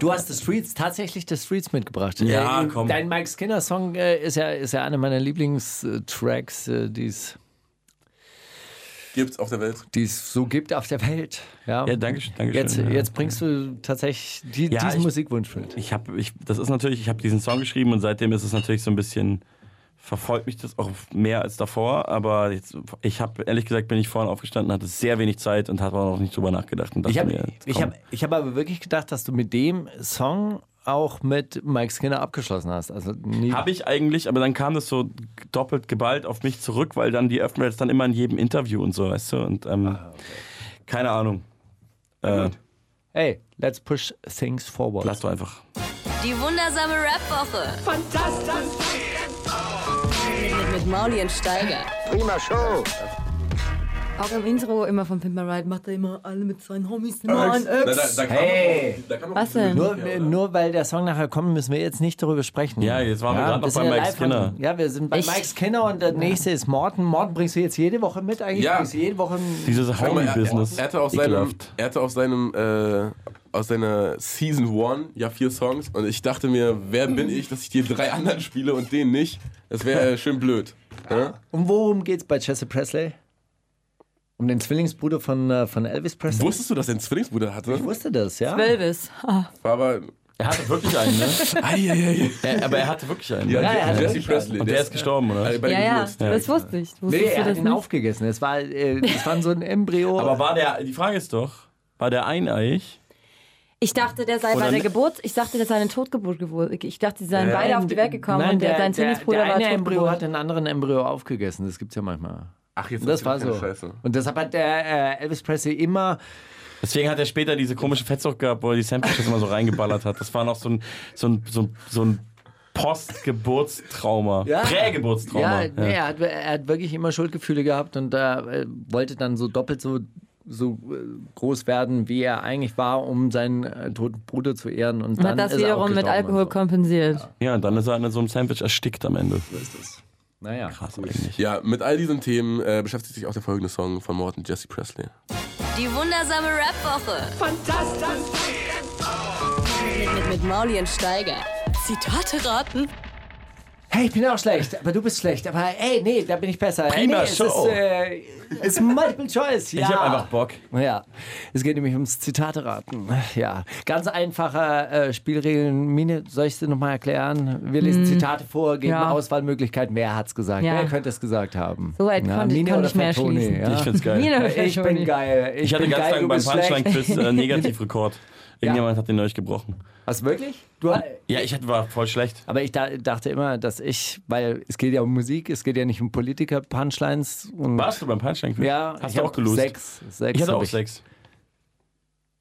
Speaker 5: du hast The Streets, tatsächlich The Streets mitgebracht. Äh,
Speaker 6: Ja, komm.
Speaker 5: Dein Mike Skinner Song äh, ist ja, ist ja einer meiner Lieblingstracks, äh, die es
Speaker 7: Gibt's auf der Welt.
Speaker 5: die es so gibt auf der Welt. Ja,
Speaker 6: Ja, danke schön, danke schön,
Speaker 5: Jetzt,
Speaker 6: ja.
Speaker 5: jetzt bringst du tatsächlich die,
Speaker 6: Ja,
Speaker 5: diesen
Speaker 6: ich-
Speaker 5: Musikwunsch mit.
Speaker 6: Ich habe, ich, das ist natürlich, ich habe diesen Song geschrieben und seitdem ist es natürlich so ein bisschen, verfolgt mich das auch mehr als davor, aber jetzt, ich habe, ehrlich gesagt, bin ich vorhin aufgestanden, hatte sehr wenig Zeit und habe auch noch nicht drüber nachgedacht. Und dachte
Speaker 5: Ich habe
Speaker 6: mir, jetzt
Speaker 5: ich
Speaker 6: komm.
Speaker 5: hab, ich hab aber wirklich gedacht, dass du mit dem Song auch mit Mike Skinner abgeschlossen hast. Also nie,
Speaker 6: Habe ich eigentlich, aber dann kam das so doppelt geballt auf mich zurück, weil dann die öffnen wir jetzt dann immer in jedem Interview und so, weißt du? Und ähm, keine Ahnung. Äh,
Speaker 5: hey, let's push things forward.
Speaker 6: lass doch einfach.
Speaker 2: Die wundersame Rap-Woche. Fantastisch. Mit, mit Maulien Steiger.
Speaker 8: Prima Show.
Speaker 1: Auch im Intro immer von Pimp My Ride macht er immer alle mit seinen Homies immer ein
Speaker 7: Da, da,
Speaker 1: Öps.
Speaker 7: da kam
Speaker 5: Hey.
Speaker 7: auch- da kam auch
Speaker 1: Was denn?
Speaker 5: Nur,
Speaker 7: Ja, oder?
Speaker 5: nur weil der Song nachher kommt, müssen wir jetzt nicht darüber sprechen.
Speaker 6: Ja, jetzt waren wir gerade noch
Speaker 5: das
Speaker 6: bei
Speaker 5: ist ja
Speaker 6: Mike
Speaker 5: live-
Speaker 6: Skinner.
Speaker 5: Ja, wir sind bei
Speaker 1: Echt?
Speaker 5: Mike Skinner und der nächste ist Morten. Morten bringst du jetzt jede Woche mit eigentlich?
Speaker 7: Ja.
Speaker 5: Bringst du jede Woche
Speaker 6: Dieses
Speaker 7: Guck mal,
Speaker 6: Homie-Business.
Speaker 7: Er, er hatte auf seinem,
Speaker 6: Ekelhaft.
Speaker 7: er hatte auf seinem äh, aus seiner Season 1 ja vier Songs und ich dachte mir, wer bin ich, dass ich die drei anderen spiele und den nicht? Das wäre äh, schön blöd. ne? Ja?
Speaker 5: Und Um worum geht's bei Jesse Presley? Um den Zwillingsbruder von, äh, von Elvis Presley?
Speaker 7: Wusstest du, dass er einen Zwillingsbruder hatte?
Speaker 5: Ich wusste das, ja.
Speaker 1: Elvis. Ah,
Speaker 7: War aber.
Speaker 6: Er hatte wirklich einen, ne?
Speaker 7: Eieiei.
Speaker 6: Er, aber er hatte wirklich einen. ne?
Speaker 7: Ja,
Speaker 5: Ja, er hat
Speaker 7: Jesse
Speaker 5: wirklich
Speaker 7: Presley.
Speaker 6: Und der ist gestorben, oder?
Speaker 7: Äh, bei
Speaker 1: ja,
Speaker 7: dem
Speaker 1: ja,
Speaker 7: Geburtstag.
Speaker 1: das wusste ich. Wusstest
Speaker 5: Nee,
Speaker 1: du
Speaker 5: er hat
Speaker 1: das
Speaker 5: ihn
Speaker 1: nicht?
Speaker 5: aufgegessen. Es war, äh, es war so ein Embryo.
Speaker 6: Aber war der, die Frage ist doch, war der eineiig?
Speaker 1: Ich dachte, der sei
Speaker 6: Oder
Speaker 1: bei der
Speaker 6: ne-
Speaker 1: Geburt, ich dachte, der sei eine Totgeburt geworden. Ich dachte, sie seien beide auf die Welt gekommen
Speaker 5: Nein,
Speaker 1: und der,
Speaker 5: der,
Speaker 1: sein
Speaker 5: der,
Speaker 1: Zwillingsbruder
Speaker 5: der
Speaker 1: war
Speaker 5: eine Embryo
Speaker 1: Totgeburt.
Speaker 5: hat den anderen Embryo aufgegessen. Das gibt's ja manchmal.
Speaker 7: Ach, jetzt
Speaker 5: Das war
Speaker 7: erzähl
Speaker 5: so.
Speaker 7: keine Scheiße.
Speaker 5: Und deshalb hat der äh, Elvis Presley immer
Speaker 6: Deswegen hat er später diese komische Fettsucht gehabt, wo er die Sandwiches immer so reingeballert hat. Das war noch so ein, so ein, so ein, so ein Postgeburtstrauma.
Speaker 5: Ja.
Speaker 6: Prägeburtstrauma.
Speaker 5: Ja, Nee, er, hat, er hat wirklich immer Schuldgefühle gehabt und äh, wollte dann so doppelt so, so äh, groß werden, wie er eigentlich war, um seinen äh, toten Bruder zu ehren. Und
Speaker 1: Und
Speaker 5: dann
Speaker 1: hat das
Speaker 5: ist er auch
Speaker 1: wiederum mit
Speaker 5: gestorben
Speaker 1: Alkohol
Speaker 5: und so.
Speaker 1: kompensiert.
Speaker 6: Ja, und dann ist er in so einem Sandwich erstickt am Ende.
Speaker 5: Naja,
Speaker 6: Krass eigentlich.
Speaker 7: Ja, mit all diesen Themen äh, beschäftigt sich auch der folgende Song von Morton Jesse Presley.
Speaker 2: Die wundersame Rap-Woche. Fantastisch. Mit, mit, mit Mauli und Steiger. Zitate raten.
Speaker 5: Hey, ich bin auch schlecht, aber du bist schlecht. Aber hey, nee, da bin ich besser. Hey,
Speaker 6: Prima
Speaker 5: nee,
Speaker 6: Show.
Speaker 5: Es ist, äh, es ist Multiple Choice. Ja.
Speaker 6: Ich hab einfach Bock.
Speaker 5: Ja, es geht nämlich ums Zitate-Raten. Ja, ganz einfache äh, Spielregeln. Mine, soll ich sie nochmal erklären? Wir lesen Zitate vor, geben
Speaker 1: Hm. Ja.
Speaker 5: Auswahlmöglichkeiten. Wer hat's gesagt?
Speaker 1: Ja.
Speaker 5: Wer könnte es gesagt haben?
Speaker 1: So weit konnte ich-
Speaker 5: Mine
Speaker 1: konnte
Speaker 5: oder
Speaker 1: ich mehr
Speaker 5: Fatoni,
Speaker 1: schließen.
Speaker 5: Ja?
Speaker 6: Ich find's geil.
Speaker 1: Mir doch
Speaker 5: Ich bin
Speaker 1: schon.
Speaker 5: geil.
Speaker 6: Ich hatte
Speaker 5: bin
Speaker 6: ganz
Speaker 5: geil,
Speaker 6: lange
Speaker 5: du
Speaker 6: beim
Speaker 5: bist schlecht.
Speaker 6: Punchline-Quiz äh, Negativrekord. Irgendjemand hat den neulich gebrochen.
Speaker 5: Was, wirklich? Du,
Speaker 6: Ja, ich hatte- war voll schlecht.
Speaker 5: aber ich da, dachte immer, dass ich, weil es geht ja um Musik, es geht ja nicht um Politiker-Punchlines. und-
Speaker 6: Warst du beim Punchline-Quiz?
Speaker 5: Ja,
Speaker 6: Hast
Speaker 5: ich
Speaker 6: du
Speaker 5: hab
Speaker 6: auch gelost?
Speaker 5: Sechs. sechs
Speaker 6: Ich hatte
Speaker 5: hab
Speaker 6: auch sechs.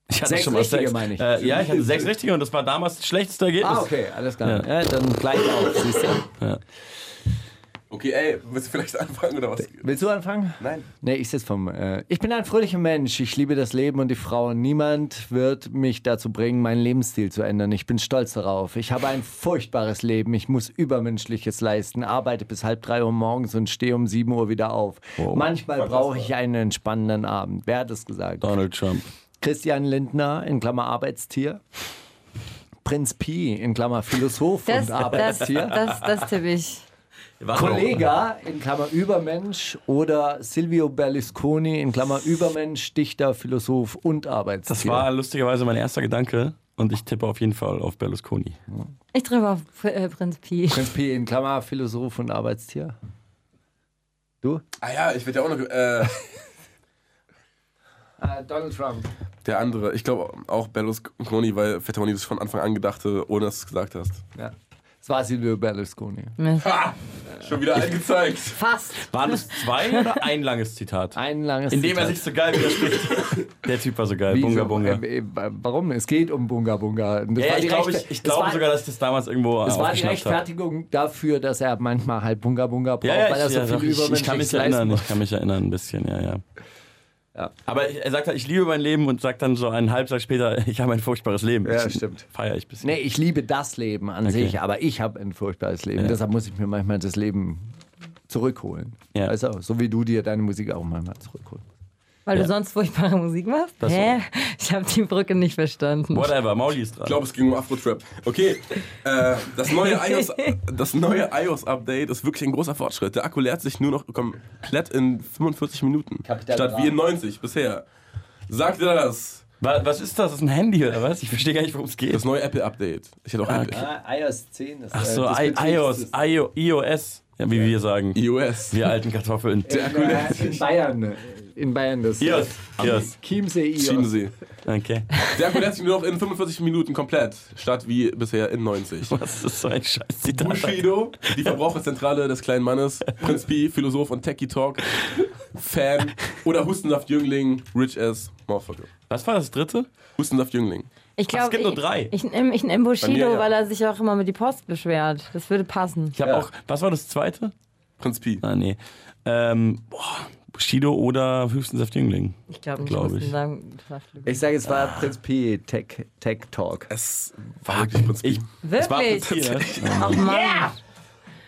Speaker 6: Ich hatte
Speaker 5: Sechs
Speaker 6: schon mal
Speaker 5: richtige,
Speaker 6: sechs.
Speaker 5: meine ich.
Speaker 6: Äh, ja, ich hatte sechs richtige und das war damals das schlechteste Ergebnis.
Speaker 5: Ah, okay, alles klar. Ja. dann gleich auf. siehst du.
Speaker 7: Okay, ey, willst du vielleicht anfangen oder was?
Speaker 5: Willst du anfangen?
Speaker 7: Nein.
Speaker 5: Nee, ich sitze vom. Äh, ich bin ein fröhlicher Mensch. Ich liebe das Leben und die Frauen. Niemand wird mich dazu bringen, meinen Lebensstil zu ändern. Ich bin stolz darauf. Ich habe ein furchtbares Leben. Ich muss Übermenschliches leisten. Arbeite bis halb drei Uhr morgens und stehe um sieben Uhr wieder auf. Manchmal brauche ich einen entspannenden Abend. Wer hat es gesagt?
Speaker 6: Donald Trump.
Speaker 5: Christian Lindner in Klammer Arbeitstier. Prinz Pi in Klammer Philosoph
Speaker 1: Das,
Speaker 5: und
Speaker 1: das,
Speaker 5: Arbeitstier.
Speaker 1: das, das tippe ich.
Speaker 5: Kollega in Klammer Übermensch oder Silvio Berlusconi in Klammer Übermensch, Dichter, Philosoph und Arbeitstier.
Speaker 6: Das war lustigerweise mein erster Gedanke und ich tippe auf jeden Fall auf Berlusconi.
Speaker 1: Ich drücke auf Pr- äh, Prinz Pi.
Speaker 5: Prinz P in Klammer Philosoph und Arbeitstier. Du?
Speaker 7: Ah ja, ich werde ja auch noch. Äh,
Speaker 5: Äh, Donald Trump.
Speaker 7: der andere, ich glaube auch Berlusconi, weil Fettoni das von Anfang an gedachte, ohne dass du es gesagt hast.
Speaker 5: Ja. Es war Silvio Berlusconi.
Speaker 7: Schon wieder eingezeigt.
Speaker 1: Fast.
Speaker 6: Waren es zwei oder ein langes Zitat?
Speaker 5: Ein langes
Speaker 6: Indem er
Speaker 5: Zitat.
Speaker 6: sich so geil widerspricht. Der Typ war so geil.
Speaker 5: Wieso?
Speaker 6: Bunga Bunga.
Speaker 5: Ähm, äh, warum? Es geht um Bunga Bunga. Das
Speaker 6: Ja,
Speaker 5: war
Speaker 6: ich
Speaker 5: die
Speaker 6: glaube
Speaker 5: Rechte-
Speaker 6: ich, ich
Speaker 5: das
Speaker 6: glaube
Speaker 5: war-
Speaker 6: sogar, dass ich das damals irgendwo äh,
Speaker 5: Das war die
Speaker 6: aufgeschnappt habe.
Speaker 5: Rechtfertigung dafür, dass er manchmal halt Bunga Bunga braucht, weil er so
Speaker 6: doch,
Speaker 5: viel
Speaker 6: ich, ich kann mich
Speaker 5: Übermenschliches leisten
Speaker 6: erinnern,
Speaker 5: muss.
Speaker 6: ich kann mich erinnern ein bisschen, ja, ja. Aber ich- er sagt halt, ich liebe mein Leben und sagt dann so einen Halbtag später, ich habe ein furchtbares Leben.
Speaker 5: Ja,
Speaker 6: Ich-
Speaker 5: stimmt.
Speaker 6: Feier ich ein bisschen.
Speaker 5: Nee, ich liebe das Leben an sich, aber ich habe ein furchtbares Leben. Deshalb muss ich mir manchmal das Leben zurückholen.
Speaker 6: Ja.
Speaker 5: Weißt du, so wie du dir deine Musik auch manchmal zurückholst.
Speaker 1: Weil
Speaker 6: Ja.
Speaker 1: du sonst furchtbare Musik machst?
Speaker 6: Das
Speaker 1: Hä? Ich habe die Brücke nicht verstanden.
Speaker 6: Whatever, Mauli ist dran.
Speaker 7: Ich glaube, es ging um Afro-Trap. Okay, äh, das neue iOS das neue iOS-Update ist wirklich ein großer Fortschritt. Der Akku leert sich nur noch komplett in 45 Minuten.
Speaker 5: Kapital
Speaker 7: statt
Speaker 5: Bra.
Speaker 7: wie in 90 bisher. Sagt ihr das?
Speaker 6: Wa- was ist das? Das ist ein Handy oder was? Ich verstehe gar nicht, worum es geht.
Speaker 7: Das neue Apple-Update. Ich hätte auch
Speaker 5: Ah,
Speaker 7: Apple.
Speaker 5: iOS 10 ist äh,
Speaker 6: Ach so, I- iOS, IO, iOS, ja, wie wir sagen.
Speaker 7: iOS.
Speaker 6: Wir alten Kartoffeln.
Speaker 7: Der Akku leert
Speaker 5: In
Speaker 7: sich.
Speaker 5: Bayern. äh, In Bayern das. äh,
Speaker 6: iOS, iOS.
Speaker 5: Chiemsee iOS.
Speaker 7: Chiemsee.
Speaker 6: Okay.
Speaker 7: Der Akku leert sich nur noch in 45 Minuten komplett. Statt wie bisher in 90.
Speaker 6: Was ist so ein scheiß Zitat?
Speaker 7: Bushido, die Verbraucherzentrale des kleinen Mannes, Prinz Pi, Philosoph und Techie Talk, Fan oder Hustensaft-Jüngling, Rich Ass, Motherfucker.
Speaker 6: Was war das dritte?
Speaker 7: Hustensaft-Jüngling.
Speaker 6: Ach, es
Speaker 1: Ich glaube,
Speaker 6: gibt
Speaker 1: ich,
Speaker 6: nur drei.
Speaker 1: ich nehme ich nehm Bushido,
Speaker 7: Bei mir, ja.
Speaker 1: weil er sich auch immer mit die Post beschwert. Das würde passen.
Speaker 6: Ich habe auch. Was war das zweite?
Speaker 7: Prinz Pi.
Speaker 6: Ah, nee. Ähm, boah, Bushido oder höchstens auf die Jüngling.
Speaker 1: Ich glaube nicht,
Speaker 6: Glaub
Speaker 1: ich muss
Speaker 6: ich.
Speaker 1: sagen, das war Flügel.
Speaker 5: Ich sage, es war
Speaker 6: Ah.
Speaker 5: Prinz P. Tech, Tech Talk.
Speaker 7: Es war wirklich Prinz
Speaker 6: Ich,
Speaker 7: Pi.
Speaker 6: es war
Speaker 1: Wirklich?
Speaker 6: Prinzip.
Speaker 1: Ach Mann.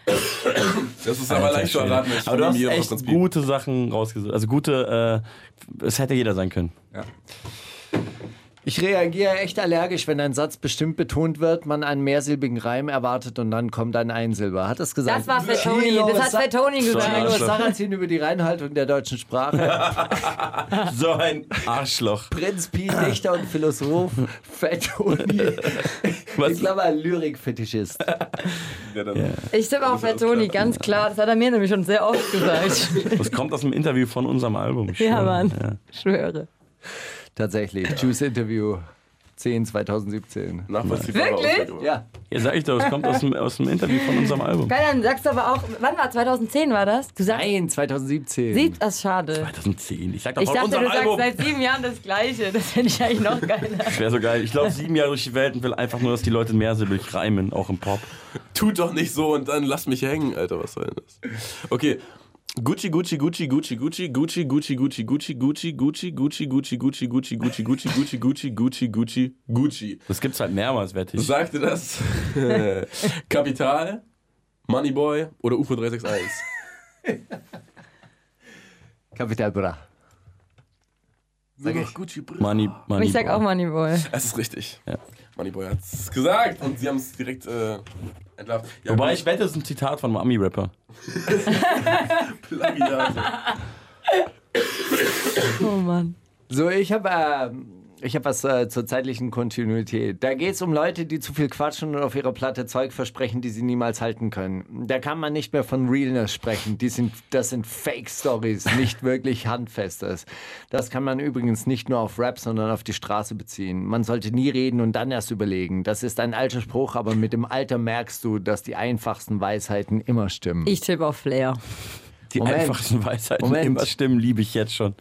Speaker 7: Das ist aber leicht zu erraten. als
Speaker 6: Aber du hast
Speaker 7: Familie oder
Speaker 6: echt
Speaker 7: Prinz Pi.
Speaker 6: gute Sachen rausgesucht. Also gute, äh, es hätte jeder sein können.
Speaker 5: Ich reagiere echt allergisch, wenn ein Satz bestimmt betont wird, man einen mehrsilbigen Reim erwartet und dann kommt ein Einsilber. Hat das gesagt?
Speaker 1: Das war für Toni.
Speaker 5: Thilo
Speaker 1: Das
Speaker 5: Sa-
Speaker 1: hat für Toni
Speaker 6: Sorry.
Speaker 1: gesagt.
Speaker 5: Thilo
Speaker 6: Arschloch.
Speaker 5: Sarrazin über die Reinhaltung der deutschen Sprache.
Speaker 6: So ein Arschloch.
Speaker 5: Prinz Pi, Dichter und Philosoph. Fett Toni.
Speaker 6: Was?
Speaker 5: Ich glaube, ein Lyrikfetischist.
Speaker 7: Ja, dann-
Speaker 1: Ich tippe auch für Toni, ganz klar. Das hat er mir nämlich schon sehr oft gesagt.
Speaker 6: Das kommt aus dem Interview von unserem Album. Ich
Speaker 1: Ja,
Speaker 6: schwöre.
Speaker 1: Mann.
Speaker 6: Ja.
Speaker 1: Schwöre.
Speaker 5: Tatsächlich. Juice Interview 10 2017.
Speaker 7: Nachvollziehbare
Speaker 1: Wirklich?
Speaker 7: Auswertung.
Speaker 5: Ja.
Speaker 6: Ja, sag ich doch, es kommt aus dem, aus dem Interview von unserem Album.
Speaker 1: Geil, dann sagst du aber auch, wann war 2010 war das? Du sagst,
Speaker 5: Nein, 2017.
Speaker 1: sieht das schade.
Speaker 6: 2010. Ich sag doch
Speaker 1: Ich
Speaker 6: von
Speaker 1: dachte,
Speaker 6: unserem
Speaker 1: du sagst
Speaker 6: Album.
Speaker 1: seit sieben Jahren das Gleiche. Das finde ich eigentlich noch geiler.
Speaker 6: Das wäre so geil. Ich laufe sieben Jahre durch die Welt und will einfach nur, dass die Leute mehrsilbig reimen, auch im Pop.
Speaker 7: Tut doch nicht so und dann lass mich hängen, Alter, was soll denn das? Okay. Gucci, Gucci, Gucci, Gucci, Gucci, Gucci, Gucci, Gucci, Gucci, Gucci, Gucci, Gucci, Gucci, Gucci, Gucci, Gucci, Gucci, Gucci, Gucci, Gucci, Gucci, Gucci.
Speaker 6: Das gibt's halt mehrmals, wette ich.
Speaker 7: Sagte das Kapital, Moneyboy oder UFO 361?
Speaker 5: Kapital Bra.
Speaker 7: Sag ich Gucci, Bra.
Speaker 6: Money, Money
Speaker 1: Ich sag
Speaker 6: Boy.
Speaker 1: auch Moneyboy.
Speaker 7: Es ist richtig.
Speaker 6: Ja.
Speaker 7: Moneyboy hat es gesagt und sie haben es direkt äh, entlarvt. Ja,
Speaker 6: Wobei ich wette, es ist ein Zitat von einem Ami-Rapper.
Speaker 7: Plagiate.
Speaker 1: Oh Mann.
Speaker 5: So, ich habe äh, ich hab was äh, zur zeitlichen Kontinuität. Da geht es um Leute, die zu viel quatschen und auf ihrer Platte Zeug versprechen, die sie niemals halten können. Da kann man nicht mehr von Realness sprechen. Die sind, das sind Fake-Stories, nicht wirklich Handfestes. Das kann man übrigens nicht nur auf Rap, sondern auf die Straße beziehen. Man sollte nie reden und dann erst überlegen. Das ist ein alter Spruch, aber mit dem Alter merkst du, dass die einfachsten Weisheiten immer stimmen.
Speaker 1: Ich tippe auf Flair.
Speaker 6: Die
Speaker 5: Moment.
Speaker 6: einfachsten Weisheiten
Speaker 5: Moment.
Speaker 6: immer stimmen, liebe ich jetzt schon.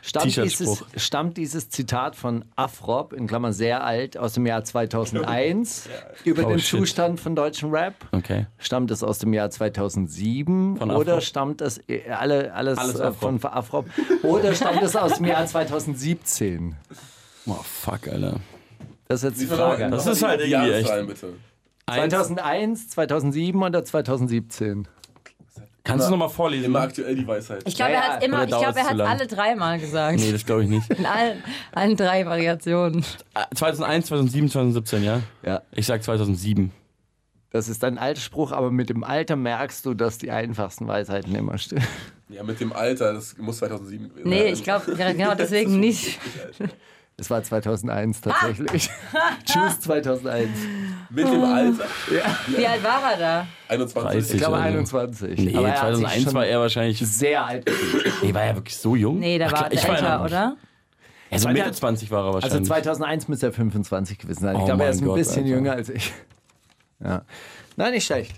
Speaker 5: Stammt dieses,
Speaker 6: T-Shirt-Spruch.
Speaker 5: stammt dieses Zitat von Afrop, in Klammern sehr alt, aus dem Jahr 2001, über
Speaker 6: Oh,
Speaker 5: den
Speaker 6: shit.
Speaker 5: Zustand von deutschem Rap?
Speaker 6: Okay.
Speaker 5: Stammt es aus dem Jahr 2007
Speaker 6: Von Afrop?
Speaker 5: oder stammt es äh, alle, alles,
Speaker 6: Alles
Speaker 5: äh, von Afrop oder stammt es aus dem Jahr 2017?
Speaker 6: Oh, fuck, Alter.
Speaker 5: Das ist jetzt die
Speaker 7: Verdammt,
Speaker 5: Frage.
Speaker 6: Das ist halt
Speaker 7: die
Speaker 6: irgendwie
Speaker 7: Jahreszahlen bitte.
Speaker 6: Eins,
Speaker 5: 2001, 2007 oder 2017?
Speaker 6: kannst du nochmal vorlesen?
Speaker 7: Immer aktuell die Weisheit.
Speaker 1: Ich glaube,
Speaker 5: Ja,
Speaker 1: er
Speaker 5: ja.
Speaker 1: hat immer,
Speaker 6: Oder
Speaker 1: ich glaube,
Speaker 6: dauert's
Speaker 1: er
Speaker 6: zu
Speaker 1: hat
Speaker 6: lang?
Speaker 1: alle dreimal gesagt.
Speaker 6: Nee, das glaube ich nicht.
Speaker 1: In allen, allen drei Variationen.
Speaker 6: Ah, 2001, 2007, 2017, ja?
Speaker 5: Ja.
Speaker 6: Ich sag 2007.
Speaker 5: Das ist ein alter Spruch, aber mit dem Alter merkst du, dass die einfachsten Weisheiten immer stimmen.
Speaker 7: Ja, mit dem Alter, das muss 2007 gewesen
Speaker 1: Nee,
Speaker 7: sein.
Speaker 1: ich glaube, genau deswegen nicht.
Speaker 5: Es war 2001
Speaker 6: Ah!
Speaker 5: tatsächlich. Tschüss 2001.
Speaker 7: Mit
Speaker 1: Oh.
Speaker 7: dem Alter?
Speaker 1: Wie alt war er da?
Speaker 7: 21.
Speaker 6: 30.
Speaker 5: Ich glaube
Speaker 6: oder so.
Speaker 5: 21.
Speaker 6: Nee,
Speaker 5: er hat sich
Speaker 6: 2001
Speaker 5: schon
Speaker 6: war er wahrscheinlich.
Speaker 5: sehr alt. gefühlt.
Speaker 6: Nee, war er wirklich so jung?
Speaker 1: Nee, da
Speaker 6: Ach,
Speaker 1: war
Speaker 6: klar,
Speaker 1: er
Speaker 6: war ja
Speaker 1: älter,
Speaker 6: noch-
Speaker 1: oder?
Speaker 6: Also Mitte 20 war er
Speaker 5: Also
Speaker 6: wahrscheinlich.
Speaker 5: 2001 müsste er 25 gewesen sein. Ich
Speaker 6: Oh
Speaker 5: glaube, er
Speaker 6: mein
Speaker 5: ist ein
Speaker 6: Gott,
Speaker 5: bisschen
Speaker 6: Alter.
Speaker 5: jünger als ich. Ja. Nein, nicht schlecht.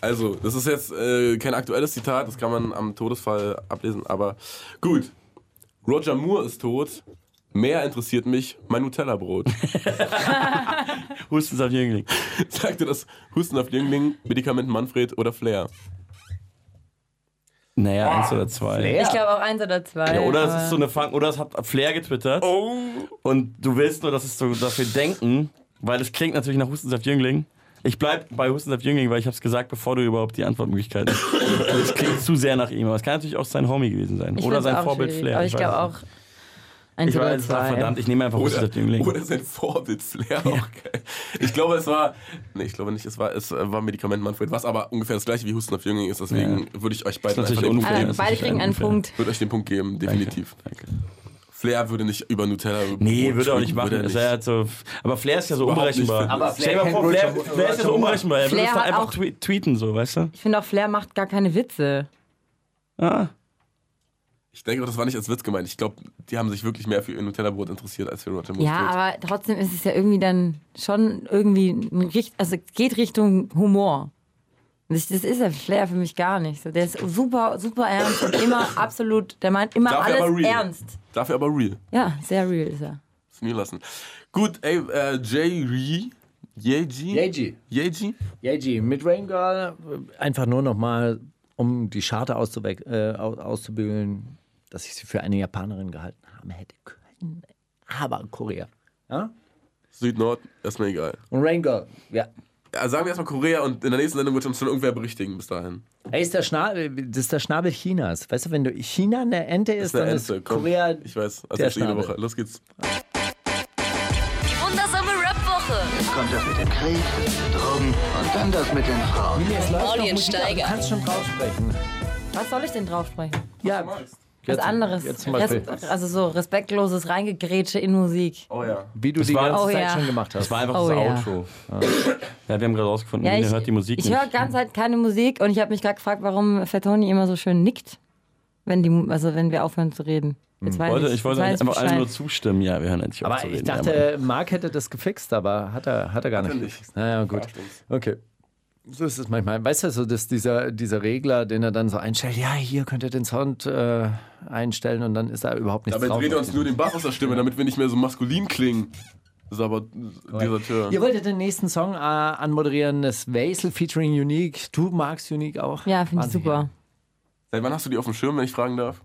Speaker 7: Also, das ist jetzt äh, kein aktuelles Zitat, das kann man am Todesfall ablesen, aber gut. Roger Moore ist tot. Mehr interessiert mich mein Nutella-Brot.
Speaker 6: Hustens auf Jüngling.
Speaker 7: Sagte das Husten auf Jüngling, Medikament Manfred oder Flair?
Speaker 6: Naja, eins oder zwei.
Speaker 1: Ich glaube auch eins oder zwei.
Speaker 6: Ja, oder es
Speaker 1: aber-
Speaker 6: ist so eine Fang, oder es hat Flair getwittert. Und du willst nur, dass es so dafür denken, weil es klingt natürlich nach Hustensaft Jüngling. Ich bleib bei Hustensaft Jüngling, weil ich hab's gesagt, bevor du überhaupt die Antwortmöglichkeit hast. Es klingt zu sehr nach ihm, aber es kann natürlich auch sein Homie gewesen sein.
Speaker 1: Ich
Speaker 6: oder
Speaker 1: find's
Speaker 6: sein
Speaker 1: auch
Speaker 6: Vorbild
Speaker 1: schwierig,
Speaker 6: Flair.
Speaker 1: Aber ich
Speaker 6: weiß
Speaker 1: glaube
Speaker 6: es nicht.
Speaker 1: auch eins
Speaker 6: Ich
Speaker 1: oder
Speaker 6: weiß es
Speaker 1: zwei.
Speaker 6: war verdammt, ich nehme einfach
Speaker 7: Oder,
Speaker 6: Hustensaft Jüngling.
Speaker 7: oder sein Vorbild Flair. Auch geil. Ich glaube, es war. Nee, ich glaube nicht, es war, es war Medikament Manfred, was aber ungefähr das gleiche wie Husten auf Jüngling ist. Deswegen würde ich euch beiden
Speaker 6: Das ist
Speaker 7: einfach
Speaker 6: natürlich
Speaker 7: den,
Speaker 6: unfair.
Speaker 1: Äh,
Speaker 6: das ist
Speaker 1: beide
Speaker 6: natürlich
Speaker 1: kriegen einen
Speaker 6: unfair.
Speaker 1: Punkt.
Speaker 7: würde euch den Punkt geben, definitiv.
Speaker 6: Danke.
Speaker 7: Flair würde nicht über Nutella.
Speaker 6: Nee,
Speaker 7: Brot
Speaker 6: würde er auch
Speaker 7: tweeten,
Speaker 6: nicht machen.
Speaker 7: er
Speaker 6: Ist er halt so, aber Flair ist ja so
Speaker 7: Überhaupt nicht
Speaker 6: unberechenbar.
Speaker 7: finden. Aber
Speaker 6: Stell dir mal
Speaker 5: Flair
Speaker 6: vor,
Speaker 5: kennt
Speaker 6: Flair,
Speaker 5: Roger Moore.
Speaker 6: Flair ist ja so unberechenbar. Er würde
Speaker 1: Flair
Speaker 6: es da
Speaker 1: hat
Speaker 6: einfach
Speaker 1: auch-
Speaker 6: twe- tweeten, so, weißt du?
Speaker 1: Ich finde auch, Flair macht gar keine Witze.
Speaker 6: Ah.
Speaker 7: Ich denke, auch, das war nicht als Witz gemeint. Ich glaube, die haben sich wirklich mehr für ihr Nutella-Brot interessiert als für Roger Moore.
Speaker 1: Ja, aber trotzdem ist es ja irgendwie dann schon irgendwie, ein Richt also es geht Richtung Humor. Und ich- Das ist ja Flair für mich gar nicht. So, Der ist super, super ernst und immer absolut, der meint immer
Speaker 7: Dafür aber
Speaker 1: alles
Speaker 7: real.
Speaker 1: ernst.
Speaker 7: Dafür aber real.
Speaker 1: Ja, sehr real ist er.
Speaker 7: Das mir lassen. Gut, ey, äh, J.R. Yeji?
Speaker 5: Yeji.
Speaker 7: Yeji?
Speaker 5: Yeji, mit Rain Girl äh, einfach nur nochmal, um die Scharte auszuwe- äh, au- auszubügeln, dass ich sie für eine Japanerin gehalten haben hätte können. Aber Korea. Ja?
Speaker 7: Süd-Nord, erstmal egal.
Speaker 5: Und Rain Girl. Ja.
Speaker 7: Ja, sagen wir erstmal Korea und in der nächsten Sendung wird uns schon irgendwer berichtigen bis dahin.
Speaker 5: Ey, ist der Schnabel, das ist der Schnabel Chinas. Weißt du, wenn du China eine Ente ist,
Speaker 7: Eine
Speaker 5: dann
Speaker 7: Ente,
Speaker 5: ist
Speaker 7: komm.
Speaker 5: Korea.
Speaker 7: Ich weiß, also
Speaker 5: der
Speaker 7: ist jede
Speaker 5: Schnabel.
Speaker 7: Woche. Los geht's.
Speaker 2: Die wundersame Rap-Woche.
Speaker 8: Kommt das mit dem Krieg, Drogen und dann das mit den Frauen.
Speaker 5: Jetzt läuft noch
Speaker 2: Maulien
Speaker 5: Musik, aber Du
Speaker 2: Steiger.
Speaker 5: kannst schon drauf sprechen.
Speaker 1: Was soll ich denn drauf sprechen?
Speaker 5: Ja.
Speaker 1: Was anderes.
Speaker 5: Jetzt zum Beispiel,
Speaker 1: Res- also so respektloses Reingegrätsche in Musik.
Speaker 7: Oh ja.
Speaker 5: wie du die
Speaker 6: war-
Speaker 5: ganze
Speaker 1: Oh,
Speaker 5: Zeit
Speaker 1: ja.
Speaker 5: schon gemacht hast.
Speaker 6: Das war einfach
Speaker 1: Oh,
Speaker 6: das
Speaker 1: ja.
Speaker 6: Outro. Ja. ja, wir haben gerade rausgefunden,
Speaker 1: Ja,
Speaker 6: Nina
Speaker 1: ich-
Speaker 6: hört die Musik
Speaker 1: Ich
Speaker 6: nicht.
Speaker 1: höre ganz halt keine Musik und ich habe mich gerade gefragt, warum Fettoni immer so schön nickt, wenn, die, also wenn wir aufhören zu reden. Jetzt weiß
Speaker 6: wollte, ich wollte
Speaker 1: jetzt weiß
Speaker 6: einfach allen
Speaker 1: Bescheid.
Speaker 6: nur zustimmen. Ja, wir hören endlich auf
Speaker 5: aber
Speaker 6: zu
Speaker 5: ich
Speaker 6: reden.
Speaker 5: dachte, Marc hätte das gefixt, aber hat er, hat er gar
Speaker 7: er
Speaker 5: nicht
Speaker 7: nicht.
Speaker 5: gefixt. Naja, gut.
Speaker 7: Verarscht uns.
Speaker 5: Okay. So ist es manchmal. Weißt du, so, dass dieser, dieser Regler, den er dann so einstellt, ja, hier könnt ihr den Sound äh, einstellen und dann ist da überhaupt nichts
Speaker 7: Dabei
Speaker 5: drauf.
Speaker 7: dreht er uns nur den Bach aus der Stimme, damit wir nicht mehr so maskulin klingen. Sabat Deserteur.
Speaker 5: Ihr wolltet den nächsten Song äh, anmoderieren, das Wesel featuring Unique. Du magst Unique auch.
Speaker 1: Ja, finde ich
Speaker 5: Wahnsinn.
Speaker 1: super.
Speaker 7: Seit wann hast du die auf dem Schirm, wenn ich fragen darf?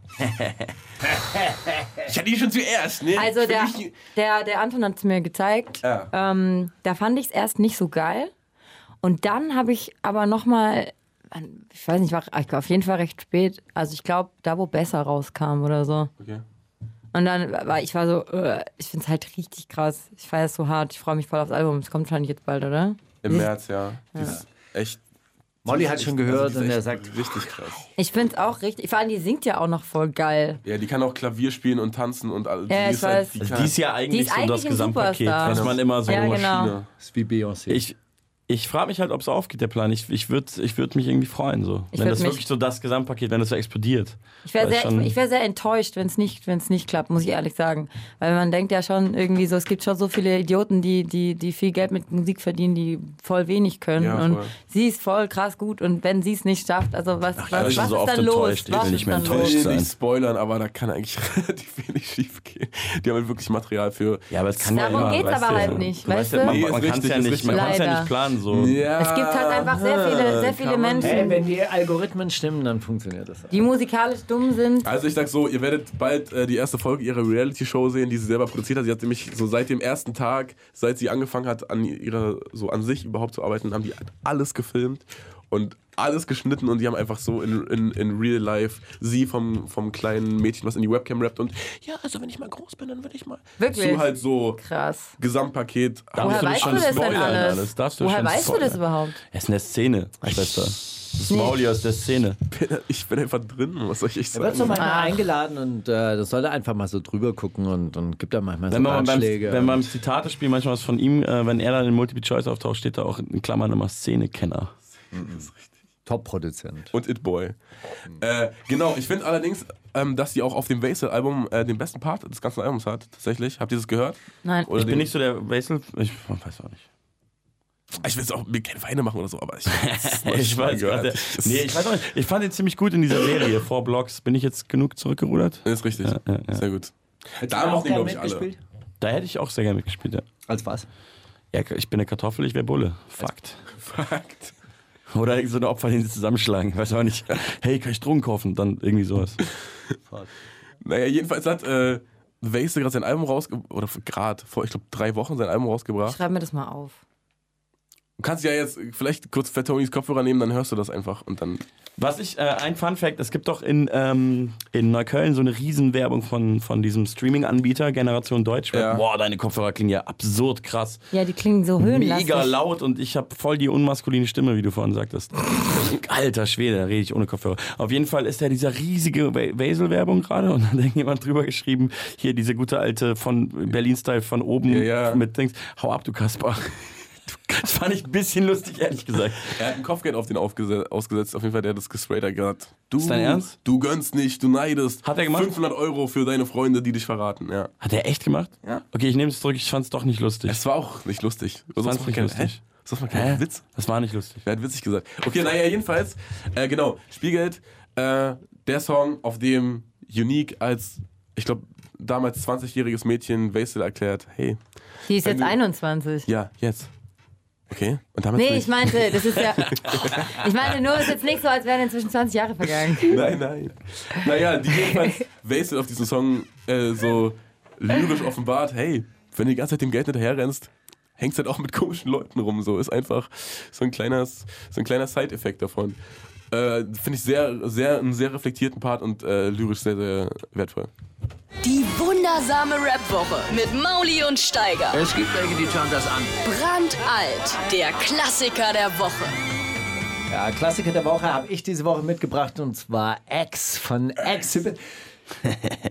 Speaker 7: ich hatte die schon zuerst, ne?
Speaker 1: Also
Speaker 7: Für
Speaker 1: der,
Speaker 7: mich-
Speaker 1: der, der Anton hat es mir gezeigt.
Speaker 7: Ja.
Speaker 1: Ähm, da fand ich es erst nicht so geil. Und dann habe ich aber nochmal, ich weiß nicht, war, ich war auf jeden Fall recht spät. Also ich glaube, da wo besser rauskam oder so.
Speaker 7: Okay.
Speaker 1: Und dann war ich war so, äh, ich finde es halt richtig krass. Ich feiere es so hart. Ich freue mich voll aufs Album. Es kommt wahrscheinlich jetzt bald, oder?
Speaker 7: Im März, ja. Die ist echt.
Speaker 5: Molly hat schon
Speaker 7: also
Speaker 5: gehört
Speaker 7: die ist
Speaker 5: und er
Speaker 7: echt
Speaker 5: sagt,
Speaker 7: Richtig krass.
Speaker 1: Ich finde es auch richtig. Vor allem, die singt ja auch noch voll geil.
Speaker 7: Ja, die kann auch Klavier spielen und tanzen und alles.
Speaker 1: Ja,
Speaker 7: die
Speaker 1: ich
Speaker 7: ist halt-
Speaker 1: weiß.
Speaker 7: die
Speaker 6: Also
Speaker 7: kann-
Speaker 6: die ist ja eigentlich
Speaker 1: ist
Speaker 6: so das
Speaker 1: eigentlich ein
Speaker 6: Gesamtpaket,
Speaker 1: Superstar.
Speaker 6: was man immer so
Speaker 1: Ja, genau.
Speaker 7: Ja.
Speaker 5: ist wie Beyoncé.
Speaker 6: Ich, ich frage mich halt, ob es aufgeht, der Plan. Ich, ich würde ich würd mich irgendwie freuen, so.
Speaker 1: Ich
Speaker 6: wenn
Speaker 1: würd
Speaker 6: das
Speaker 1: mich-
Speaker 6: wirklich so das Gesamtpaket, wenn das so explodiert.
Speaker 1: Ich wäre
Speaker 6: Weil
Speaker 1: sehr,
Speaker 6: schon-
Speaker 1: ich, ich wär sehr enttäuscht, wenn es nicht, wenn's nicht klappt, muss ich ehrlich sagen. Weil man denkt ja schon irgendwie so, es gibt schon so viele Idioten, die, die, die viel Geld mit Musik verdienen, die voll wenig können.
Speaker 7: Ja,
Speaker 1: und
Speaker 7: voll.
Speaker 1: sie ist voll krass gut und wenn sie es nicht schafft, also was,
Speaker 6: ja,
Speaker 1: was,
Speaker 6: ich bin
Speaker 1: was
Speaker 6: so
Speaker 1: ist
Speaker 6: oft
Speaker 1: dann los?
Speaker 6: enttäuscht, ich
Speaker 1: Was
Speaker 6: will nicht
Speaker 1: ist
Speaker 6: mehr
Speaker 1: dann
Speaker 6: enttäuscht.
Speaker 1: los?
Speaker 7: Ich will
Speaker 6: sein.
Speaker 7: nicht spoilern, aber da kann eigentlich relativ wenig schief gehen. Die haben halt wirklich Material für.
Speaker 6: Ja, aber es kann
Speaker 1: Darum
Speaker 6: ja immer,
Speaker 1: geht's
Speaker 6: weißt
Speaker 1: aber
Speaker 6: du,
Speaker 1: halt
Speaker 6: so.
Speaker 1: nicht,
Speaker 6: Du
Speaker 1: weißt
Speaker 6: ja,
Speaker 1: du?
Speaker 6: Man,
Speaker 7: Nee,
Speaker 6: man kann
Speaker 7: ist
Speaker 6: es
Speaker 7: richtig,
Speaker 6: ja
Speaker 7: ist
Speaker 6: nicht,
Speaker 7: richtig.
Speaker 6: man kann's ja
Speaker 1: Leider.
Speaker 6: nicht planen. So.
Speaker 7: Ja.
Speaker 1: Es gibt halt einfach sehr viele, sehr viele
Speaker 7: kann man-
Speaker 5: Ey,
Speaker 1: Menschen,
Speaker 5: wenn die Algorithmen stimmen, dann funktioniert das.
Speaker 1: die musikalisch dumm sind.
Speaker 7: Also ich sag so, ihr werdet bald äh, die erste Folge ihrer Reality-Show sehen, die sie selber produziert hat. Sie hat nämlich so seit dem ersten Tag, seit sie angefangen hat, an ihrer, so an sich überhaupt zu arbeiten, haben die alles gefilmt und alles geschnitten und die haben einfach so in, in, in real life sie vom, vom kleinen Mädchen, was in die Webcam rappt und ja, also wenn ich mal groß bin, dann würde ich mal.
Speaker 1: Wirklich?
Speaker 7: Zu halt so
Speaker 1: Krass.
Speaker 7: Gesamtpaket.
Speaker 1: Woher
Speaker 6: du
Speaker 1: weißt
Speaker 6: schon
Speaker 1: du das denn
Speaker 6: spoilern
Speaker 1: alles?
Speaker 6: alles? Darfst du
Speaker 1: Woher
Speaker 6: schon
Speaker 1: weißt du das
Speaker 6: spoilern?
Speaker 1: überhaupt?
Speaker 6: Es ist eine Szene, Schwester. Das ist Mauli aus der Szene.
Speaker 7: Ich bin einfach drin, was soll ich echt
Speaker 5: Da wird so
Speaker 7: sagen?
Speaker 5: manchmal
Speaker 1: Ach.
Speaker 5: eingeladen und äh, das soll er einfach mal so drüber gucken und, und gibt da manchmal
Speaker 6: Wenn
Speaker 5: so
Speaker 6: man, beim,
Speaker 5: Ratschläge.
Speaker 6: wenn man beim Zitatespiel manchmal was von ihm, äh, wenn er dann in Multiple Choice auftaucht, steht da auch in Klammern immer Szenekenner.
Speaker 5: Top-Produzent.
Speaker 7: und It Boy. Äh, genau, ich finde allerdings, ähm, dass sie auch auf dem Basil-Album äh, den besten Part des ganzen Albums hat, tatsächlich. Habt ihr das gehört?
Speaker 1: Nein.
Speaker 7: Oder
Speaker 6: Ich bin
Speaker 7: den-
Speaker 6: nicht so der Wesel. Ich weiß auch nicht.
Speaker 7: Ich will jetzt auch mir keine Feinde machen oder so, aber ich.
Speaker 6: Ich weiß,
Speaker 7: gehört.
Speaker 6: gerade- nee, ich weiß auch nicht. Ich fand ihn ziemlich gut in dieser Serie. Four Blocks. Bin ich jetzt genug zurückgerudert?
Speaker 7: Das ist richtig.
Speaker 6: ja, ja.
Speaker 7: Sehr gut. Da mochten ihn, glaube ich, alle.
Speaker 6: Da hätte ich auch sehr gerne mitgespielt. Ja.
Speaker 5: Als was?
Speaker 6: Ja, ich bin eine Kartoffel, ich wäre Bulle. Fakt.
Speaker 7: Fakt.
Speaker 6: Oder irgend so eine Opfer, den sie zusammenschlagen. Weiß auch nicht. Hey, kann ich Drogen kaufen? Dann irgendwie sowas.
Speaker 7: Naja, jedenfalls hat äh, Waste gerade sein Album rausgebracht, oder gerade vor, ich glaube, drei Wochen sein Album
Speaker 1: Ich
Speaker 7: rausgebracht.
Speaker 1: schreibe mir das mal auf.
Speaker 7: Du kannst ja jetzt vielleicht kurz Fat Tonys Kopfhörer nehmen, dann hörst du das einfach und dann.
Speaker 6: Was ich, äh, ein Fun Fact, es gibt doch in, ähm, in Neukölln so eine Riesenwerbung von, von diesem Streaming-Anbieter, Generation Deutsch.
Speaker 7: Ja.
Speaker 6: Boah, deine Kopfhörer klingen ja absurd krass.
Speaker 1: Ja, die klingen so höhenlastig.
Speaker 6: Mega laut und ich habe voll die unmaskuline Stimme, wie du vorhin sagtest. Alter Schwede, da rede ich ohne Kopfhörer. Auf jeden Fall ist ja dieser riesige Wesel-Werbung gerade und dann hat jemand drüber geschrieben, hier diese gute alte von Berlin-Style von oben
Speaker 7: Ja, ja.
Speaker 6: mit Dings. Hau ab, du Kaspar. Das fand ich ein bisschen lustig, ehrlich gesagt.
Speaker 7: Er hat ein Kopfgeld auf den aufgese- ausgesetzt, auf jeden Fall, der hat das gesprayt hat gesagt. Du,
Speaker 6: dein Ernst?
Speaker 7: Du gönnst nicht, du neidest.
Speaker 6: Hat er gemacht?
Speaker 7: 500 Euro für deine Freunde, die dich verraten, ja.
Speaker 6: Hat er echt gemacht?
Speaker 7: Ja.
Speaker 6: Okay, ich nehme es zurück, ich fand es doch nicht lustig.
Speaker 7: Es war auch nicht lustig.
Speaker 6: Sonst nicht
Speaker 7: kein-
Speaker 6: lustig.
Speaker 7: Hä? Sonst mal kein Witz.
Speaker 6: Das war nicht lustig.
Speaker 7: Wer hat witzig gesagt? Okay, naja, jedenfalls, äh, genau, Spielgeld, äh, der Song, auf dem Unique als, ich glaube, damals 20-jähriges Mädchen Wastel erklärt, hey,
Speaker 1: Die ist
Speaker 7: Wenn
Speaker 1: jetzt
Speaker 7: du-
Speaker 1: 21.
Speaker 7: ja, jetzt. Okay, und damit.
Speaker 1: Nee,
Speaker 7: bin
Speaker 1: ich meinte, das ist ja. Ich meine, nur ist jetzt nicht so, als wären inzwischen 20 Jahre vergangen.
Speaker 7: Nein, nein. Naja, die jedenfalls wasted auf diesen Song äh, so lyrisch offenbart, hey, wenn du die ganze Zeit dem Geld hinterherrennst, hängst halt auch mit komischen Leuten rum. So ist einfach so ein kleiner, so ein kleiner Side-Effekt davon. Äh, Finde ich sehr, sehr, einen sehr reflektierten Part und äh, lyrisch sehr, sehr wertvoll.
Speaker 2: Die wundersame Rap-Woche mit Mauli und Steiger.
Speaker 3: Es gibt welche, die schauen das an.
Speaker 2: Brandalt, der Klassiker der Woche.
Speaker 5: Ja, Klassiker der Woche habe ich diese Woche mitgebracht und zwar X von Exhibit.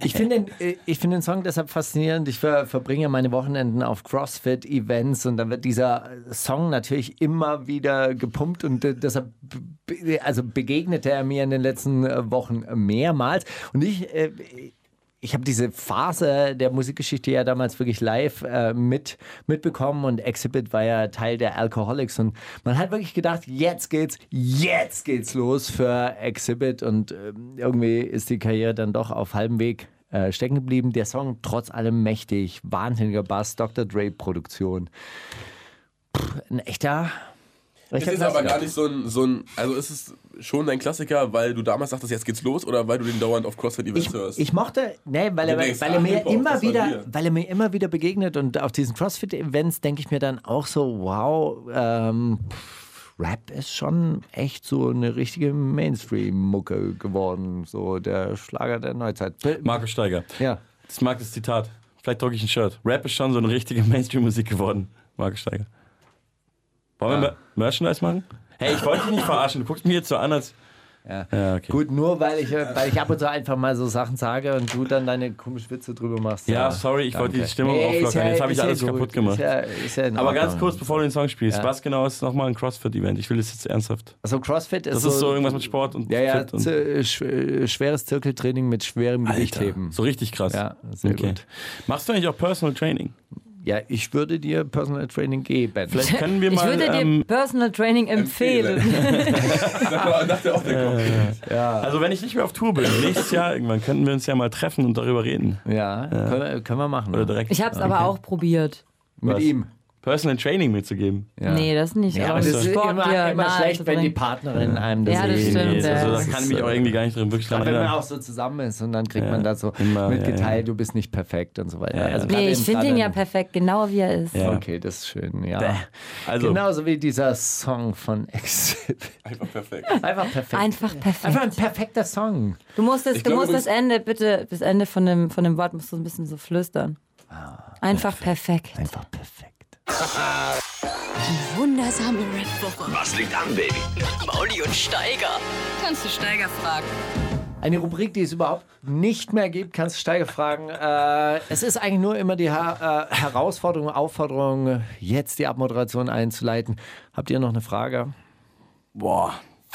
Speaker 5: Ich finde den, äh, ich finde den Song deshalb faszinierend. Ich ver, verbringe meine Wochenenden auf CrossFit-Events und dann wird dieser Song natürlich immer wieder gepumpt und äh, deshalb be- also begegnete er mir in den letzten äh, Wochen mehrmals. Und ich, äh, ich habe diese Phase der Musikgeschichte ja damals wirklich live äh, mit, mitbekommen und Exhibit war ja Teil der Alcoholics und man hat wirklich gedacht, jetzt geht's, jetzt geht's los für Exhibit und ähm, irgendwie ist die Karriere dann doch auf halbem Weg äh, stecken geblieben. Der Song trotz allem mächtig, wahnsinniger Bass, Dr. Dre Produktion. Pff, ein echter,
Speaker 7: Es
Speaker 5: echter
Speaker 7: ist aber
Speaker 5: Klassiker.
Speaker 7: gar nicht so ein, so ein, also ist es schon ein Klassiker, weil du damals dachtest, jetzt geht's los oder weil du den dauernd auf CrossFit-Events
Speaker 5: Ich,
Speaker 7: hörst?
Speaker 5: ich mochte, nee, weil,
Speaker 7: Du
Speaker 5: er,
Speaker 7: denkst,
Speaker 5: weil, er
Speaker 7: ah,
Speaker 5: mir
Speaker 7: Hip-Hop,
Speaker 5: immer
Speaker 7: das war
Speaker 5: wieder,
Speaker 7: hier.
Speaker 5: weil er mir immer wieder begegnet und auf diesen CrossFit-Events denke ich mir dann auch so, wow, ähm, pff, Rap ist schon echt so eine richtige Mainstream-Mucke geworden, so der Schlager der Neuzeit. Be-
Speaker 6: Markus Steiger.
Speaker 5: Ja.
Speaker 6: Ich mag das Zitat. Vielleicht drucke ich ein Shirt. Rap ist schon so eine richtige Mainstream-Musik geworden. Markus Steiger. Wollen wir Mer- Merchandise machen? Hey, ich wollte dich nicht verarschen. Du guckst mir jetzt so an, als. Ja, okay.
Speaker 5: Gut, nur weil ich, äh, weil ich ab und zu einfach mal so Sachen sage und du dann deine komischen Witze drüber machst.
Speaker 6: Ja, sorry, ich wollte die Stimmung
Speaker 5: Nee, ist
Speaker 6: auflockern.
Speaker 5: ja-
Speaker 6: jetzt habe ich
Speaker 5: ist ja
Speaker 6: alles
Speaker 5: gut,
Speaker 6: kaputt gemacht.
Speaker 5: Ist ja, ist ja in
Speaker 6: Aber ganz
Speaker 5: Ordnung.
Speaker 6: kurz, bevor du den Song spielst, was genau ist nochmal ein CrossFit-Event? Ich will das jetzt ernsthaft.
Speaker 5: Also CrossFit ist
Speaker 6: Das ist so irgendwas mit Sport und
Speaker 5: Ja, ja,
Speaker 6: Fit und
Speaker 5: z- äh, sch äh, schweres Zirkeltraining mit schwerem Gewichtheben.
Speaker 6: So richtig krass.
Speaker 5: Ja, sehr gut.
Speaker 6: Machst du eigentlich auch Personal Training?
Speaker 5: Ja, ich würde dir Personal Training geben.
Speaker 6: Vielleicht können wir
Speaker 1: Ich
Speaker 6: mal.
Speaker 1: würde dir
Speaker 6: ähm,
Speaker 1: Personal Training empfehlen.
Speaker 7: Da dachte auch der Kopf.
Speaker 6: also, wenn ich nicht mehr auf Tour bin, nächstes Jahr irgendwann, könnten wir uns ja mal treffen und darüber reden.
Speaker 5: ja, Können, wir- können wir machen.
Speaker 6: Oder direkt
Speaker 1: Ich habe es aber auch probiert.
Speaker 5: mit
Speaker 6: was?
Speaker 5: ihm.
Speaker 6: Personal Training mitzugeben.
Speaker 5: Ja.
Speaker 1: Nee, das nicht.
Speaker 5: Ja,
Speaker 1: aber
Speaker 5: aber das
Speaker 1: mit
Speaker 5: ist
Speaker 1: Sport
Speaker 5: immer,
Speaker 1: dir
Speaker 5: immer
Speaker 1: nahe
Speaker 5: schlecht,
Speaker 1: zu
Speaker 5: wenn die
Speaker 1: bringen.
Speaker 5: Partnerin einem das
Speaker 1: Ja, das
Speaker 5: eh-
Speaker 1: stimmt,
Speaker 5: Nee,
Speaker 1: ja.
Speaker 6: also, da
Speaker 5: ist,
Speaker 6: kann ich mich auch
Speaker 5: äh,
Speaker 6: irgendwie gar nicht drin wirklich dran
Speaker 5: Gerade wenn man
Speaker 6: erinnern.
Speaker 5: auch so zusammen ist und dann kriegt
Speaker 6: Ja,
Speaker 5: man da so
Speaker 6: immer,
Speaker 5: mitgeteilt,
Speaker 6: ja, ja.
Speaker 5: du bist nicht perfekt und so weiter.
Speaker 6: Ja, ja.
Speaker 5: Also gerade
Speaker 1: Nee, ich
Speaker 5: im-
Speaker 1: finde
Speaker 5: gerade
Speaker 1: ihn ja
Speaker 5: im-
Speaker 1: perfekt, genau wie er ist.
Speaker 6: Ja.
Speaker 5: Okay, das ist schön, ja.
Speaker 6: Also,
Speaker 1: Genau.
Speaker 5: Genauso wie dieser Song von Exit.
Speaker 7: Einfach perfekt.
Speaker 5: Einfach perfekt.
Speaker 1: Einfach
Speaker 5: Einfach
Speaker 1: perfekt.
Speaker 5: ein perfekter Song.
Speaker 1: Du musst, das,
Speaker 7: Ich
Speaker 1: du
Speaker 7: glaub
Speaker 1: musst das
Speaker 7: übrigens-
Speaker 1: Ende, bitte, das Ende von dem, von dem Wort musst du ein bisschen so flüstern. Einfach perfekt.
Speaker 5: Einfach perfekt.
Speaker 4: Wundersame Rap.
Speaker 3: Was liegt an, Baby?
Speaker 2: Mauli und Steiger. Kannst du Steiger fragen?
Speaker 5: Eine Rubrik, die es überhaupt nicht mehr gibt, kannst du Steiger fragen. Äh, es ist eigentlich nur immer die ha äh, Herausforderung, Aufforderung, jetzt die Abmoderation einzuleiten. Habt ihr noch eine Frage?
Speaker 6: boah.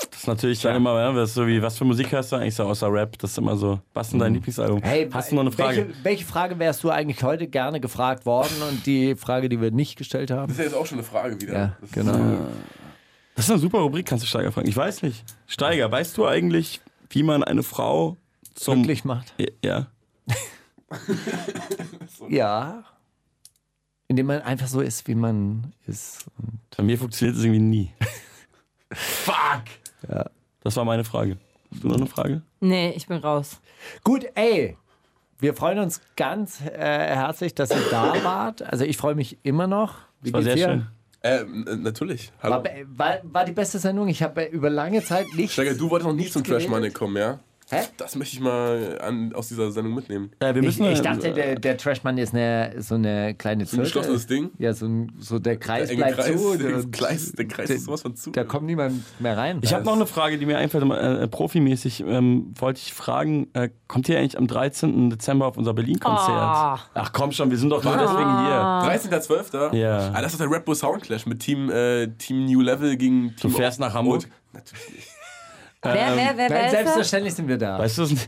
Speaker 6: Das ist natürlich dann immer, ja, das ist so wie, was für Musik hörst du eigentlich so außer Rap? Das ist immer so, was ist denn dein Lieblingsalbum? Hast du noch eine Frage?
Speaker 5: Mhm. Welche, welche Frage wärst du eigentlich heute gerne gefragt worden und die Frage, die wir nicht gestellt haben?
Speaker 7: Das ist ja jetzt auch schon eine Frage wieder.
Speaker 5: Ja,
Speaker 7: Das ist
Speaker 5: genau.
Speaker 7: so-
Speaker 6: Das ist eine super Rubrik, kannst du Steiger fragen. Ich weiß nicht. Steiger, weißt du eigentlich, wie man eine Frau zum.
Speaker 5: Glücklich macht.
Speaker 6: Ja.
Speaker 5: Ja. Indem man einfach so ist, wie man ist.
Speaker 6: Bei mir funktioniert es irgendwie nie. Fuck! Das war meine Frage. Hast du noch eine Frage?
Speaker 1: Nee, ich bin raus.
Speaker 5: Gut, ey. Wir freuen uns ganz äh, herzlich, dass ihr da wart. Also ich freue mich immer noch. Wie
Speaker 6: Das war sehr
Speaker 5: dir?
Speaker 6: schön.
Speaker 7: Ähm, äh, natürlich. Hallo.
Speaker 5: War, war, war die beste Sendung. Ich habe äh, über lange Zeit nicht.
Speaker 7: Steiger, du wolltest noch nie zum Trash
Speaker 5: geredet.
Speaker 7: Money kommen, ja?
Speaker 5: Hä?
Speaker 7: Das möchte ich mal an, aus dieser Sendung mitnehmen.
Speaker 6: Ja, wir
Speaker 5: Ich,
Speaker 6: müssen,
Speaker 5: ich
Speaker 6: äh,
Speaker 5: dachte, der, der Trashmann ist eine, so eine kleine
Speaker 7: So ein geschlossenes Ding?
Speaker 5: Ja, so, ein, so der Kreis
Speaker 7: Der enge
Speaker 5: bleibt
Speaker 7: Kreis,
Speaker 5: zu.
Speaker 7: der
Speaker 5: und-
Speaker 7: Kreis- der Kreis ist sowas von zu.
Speaker 5: Da kommt niemand mehr rein.
Speaker 6: Ich habe noch eine Frage, die mir einfällt, äh, äh, profimäßig ähm, wollte ich fragen, äh, kommt ihr eigentlich am 13. Dezember auf unser Berlin-Konzert? Ach komm schon, wir sind doch nur deswegen
Speaker 7: Ah.
Speaker 6: hier.
Speaker 7: 13.12.
Speaker 6: Ja.
Speaker 7: Ah, das ist der Red Bull Sound Clash mit Team, äh, Team New Level gegen
Speaker 6: Du
Speaker 7: Team.
Speaker 6: fährst nach Hamburg.
Speaker 1: wer, wer, wer,
Speaker 5: Ähm, Nein,
Speaker 1: wer ist das?
Speaker 5: selbstverständlich sind wir da.
Speaker 6: Weißt du, es sind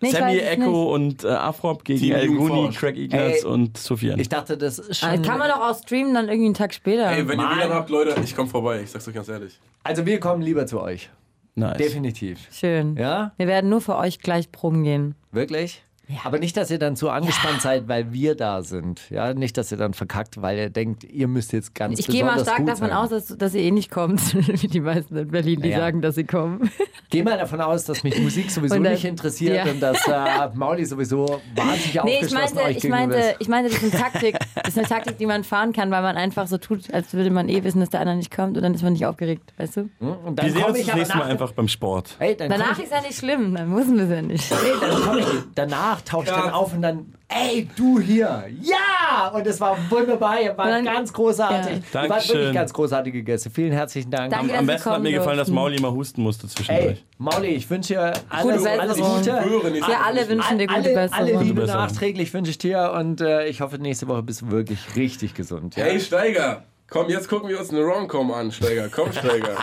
Speaker 1: ich weiß
Speaker 6: Sammy,
Speaker 1: es
Speaker 6: Echo und äh, Afrop gegen
Speaker 7: Team
Speaker 6: El
Speaker 7: Jugend
Speaker 6: Guni,
Speaker 7: forscht.
Speaker 6: Craig Ignatz
Speaker 5: Ey,
Speaker 6: und Sofian.
Speaker 5: Ich dachte, das ist
Speaker 1: Ah,
Speaker 5: schon.
Speaker 1: Kann man doch auch streamen, dann irgendwie einen Tag später.
Speaker 7: Ey, wenn ihr
Speaker 5: Mann.
Speaker 7: WLAN habt, Leute, ich komme vorbei. Ich sag's euch ganz ehrlich.
Speaker 5: also wir kommen lieber zu euch.
Speaker 6: Nice.
Speaker 5: Definitiv.
Speaker 1: Schön.
Speaker 5: Ja?
Speaker 1: Wir werden nur für euch gleich proben gehen.
Speaker 5: Wirklich? Aber nicht, dass ihr dann zu angespannt seid, weil wir da sind. Ja, nicht, dass ihr dann verkackt, weil ihr denkt, ihr müsst jetzt ganz
Speaker 1: Ich gehe
Speaker 5: besonders
Speaker 1: mal stark
Speaker 5: gut
Speaker 1: davon
Speaker 5: sein.
Speaker 1: aus, dass, dass ihr eh nicht kommt, wie die meisten in Berlin, die
Speaker 5: Ja.
Speaker 1: sagen, dass sie kommen.
Speaker 5: Geh mal davon aus, dass mich Musik sowieso
Speaker 1: Und das-
Speaker 5: nicht interessiert
Speaker 1: ja.
Speaker 5: und dass äh, Mauli sowieso wahnsinnig
Speaker 1: Nee, ich
Speaker 5: aufgeschlossen
Speaker 1: meinte,
Speaker 5: euch
Speaker 1: ich
Speaker 5: gegenüber
Speaker 1: meinte,
Speaker 5: ist.
Speaker 1: ich meinte, das ist eine Taktik, das ist eine Taktik, die man fahren kann, weil man einfach so tut, als würde man eh wissen, dass der andere nicht kommt und dann ist man nicht aufgeregt, weißt du?
Speaker 5: Und
Speaker 6: Wir
Speaker 5: dann
Speaker 6: sehen
Speaker 5: komme
Speaker 6: uns
Speaker 5: ich
Speaker 6: das
Speaker 5: aber
Speaker 6: nächste Mal
Speaker 5: nach,
Speaker 6: einfach beim Sport.
Speaker 5: Ey, dann komm
Speaker 1: Danach ist ja nicht schlimm, dann müssen wir es ja nicht.
Speaker 5: ich, nee, dann komm ich, danach tauche ich dann auf und dann, ey, du hier, ja! Und es war wunderbar, ihr wart
Speaker 1: Dann-
Speaker 5: ganz großartig.
Speaker 1: Ja.
Speaker 5: Ihr wart wirklich
Speaker 6: Dankeschön.
Speaker 5: ganz großartige Gäste. Vielen herzlichen Dank.
Speaker 1: Danke. dass
Speaker 6: Am
Speaker 1: Sie
Speaker 6: besten hat
Speaker 1: kommen
Speaker 6: mir gefallen, dass
Speaker 1: durften.
Speaker 6: Mauli immer husten musste
Speaker 5: Ey,
Speaker 6: zwischendurch.
Speaker 5: Mauli, ich wünsche dir alles,
Speaker 1: Gute
Speaker 5: alles
Speaker 1: Besserung.
Speaker 5: Gute.
Speaker 7: Höre nicht.
Speaker 1: Wir alle wünschen dir gute
Speaker 5: alle,
Speaker 1: Besserung.
Speaker 5: alle Liebe
Speaker 6: Gute Besserung.
Speaker 5: nachträglich wünsche ich dir und äh, ich hoffe, nächste Woche bist du wirklich richtig gesund. Ja?
Speaker 7: Hey Steiger, komm, jetzt gucken wir uns eine Rom-Com an, Steiger. Komm, Steiger.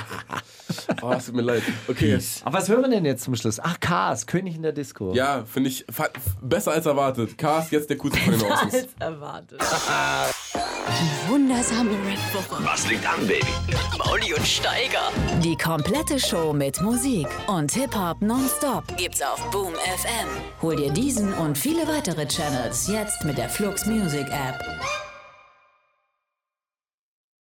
Speaker 7: Oh, es tut mir leid. Okay.
Speaker 5: Aber was hören wir denn jetzt zum Schluss? Ach, Cars, König in der Disco.
Speaker 7: Ja, finde ich fa- besser als erwartet. Cars, jetzt der coolste von den Außen.
Speaker 1: erwartet.
Speaker 4: Wundersame Red Booker.
Speaker 3: Was liegt an, Baby?
Speaker 2: Mit Mauli und Steiger.
Speaker 4: Die komplette Show mit Musik und Hip-Hop nonstop gibt's auf Boom FM. Hol dir diesen und viele weitere Channels jetzt mit der Flux Music App.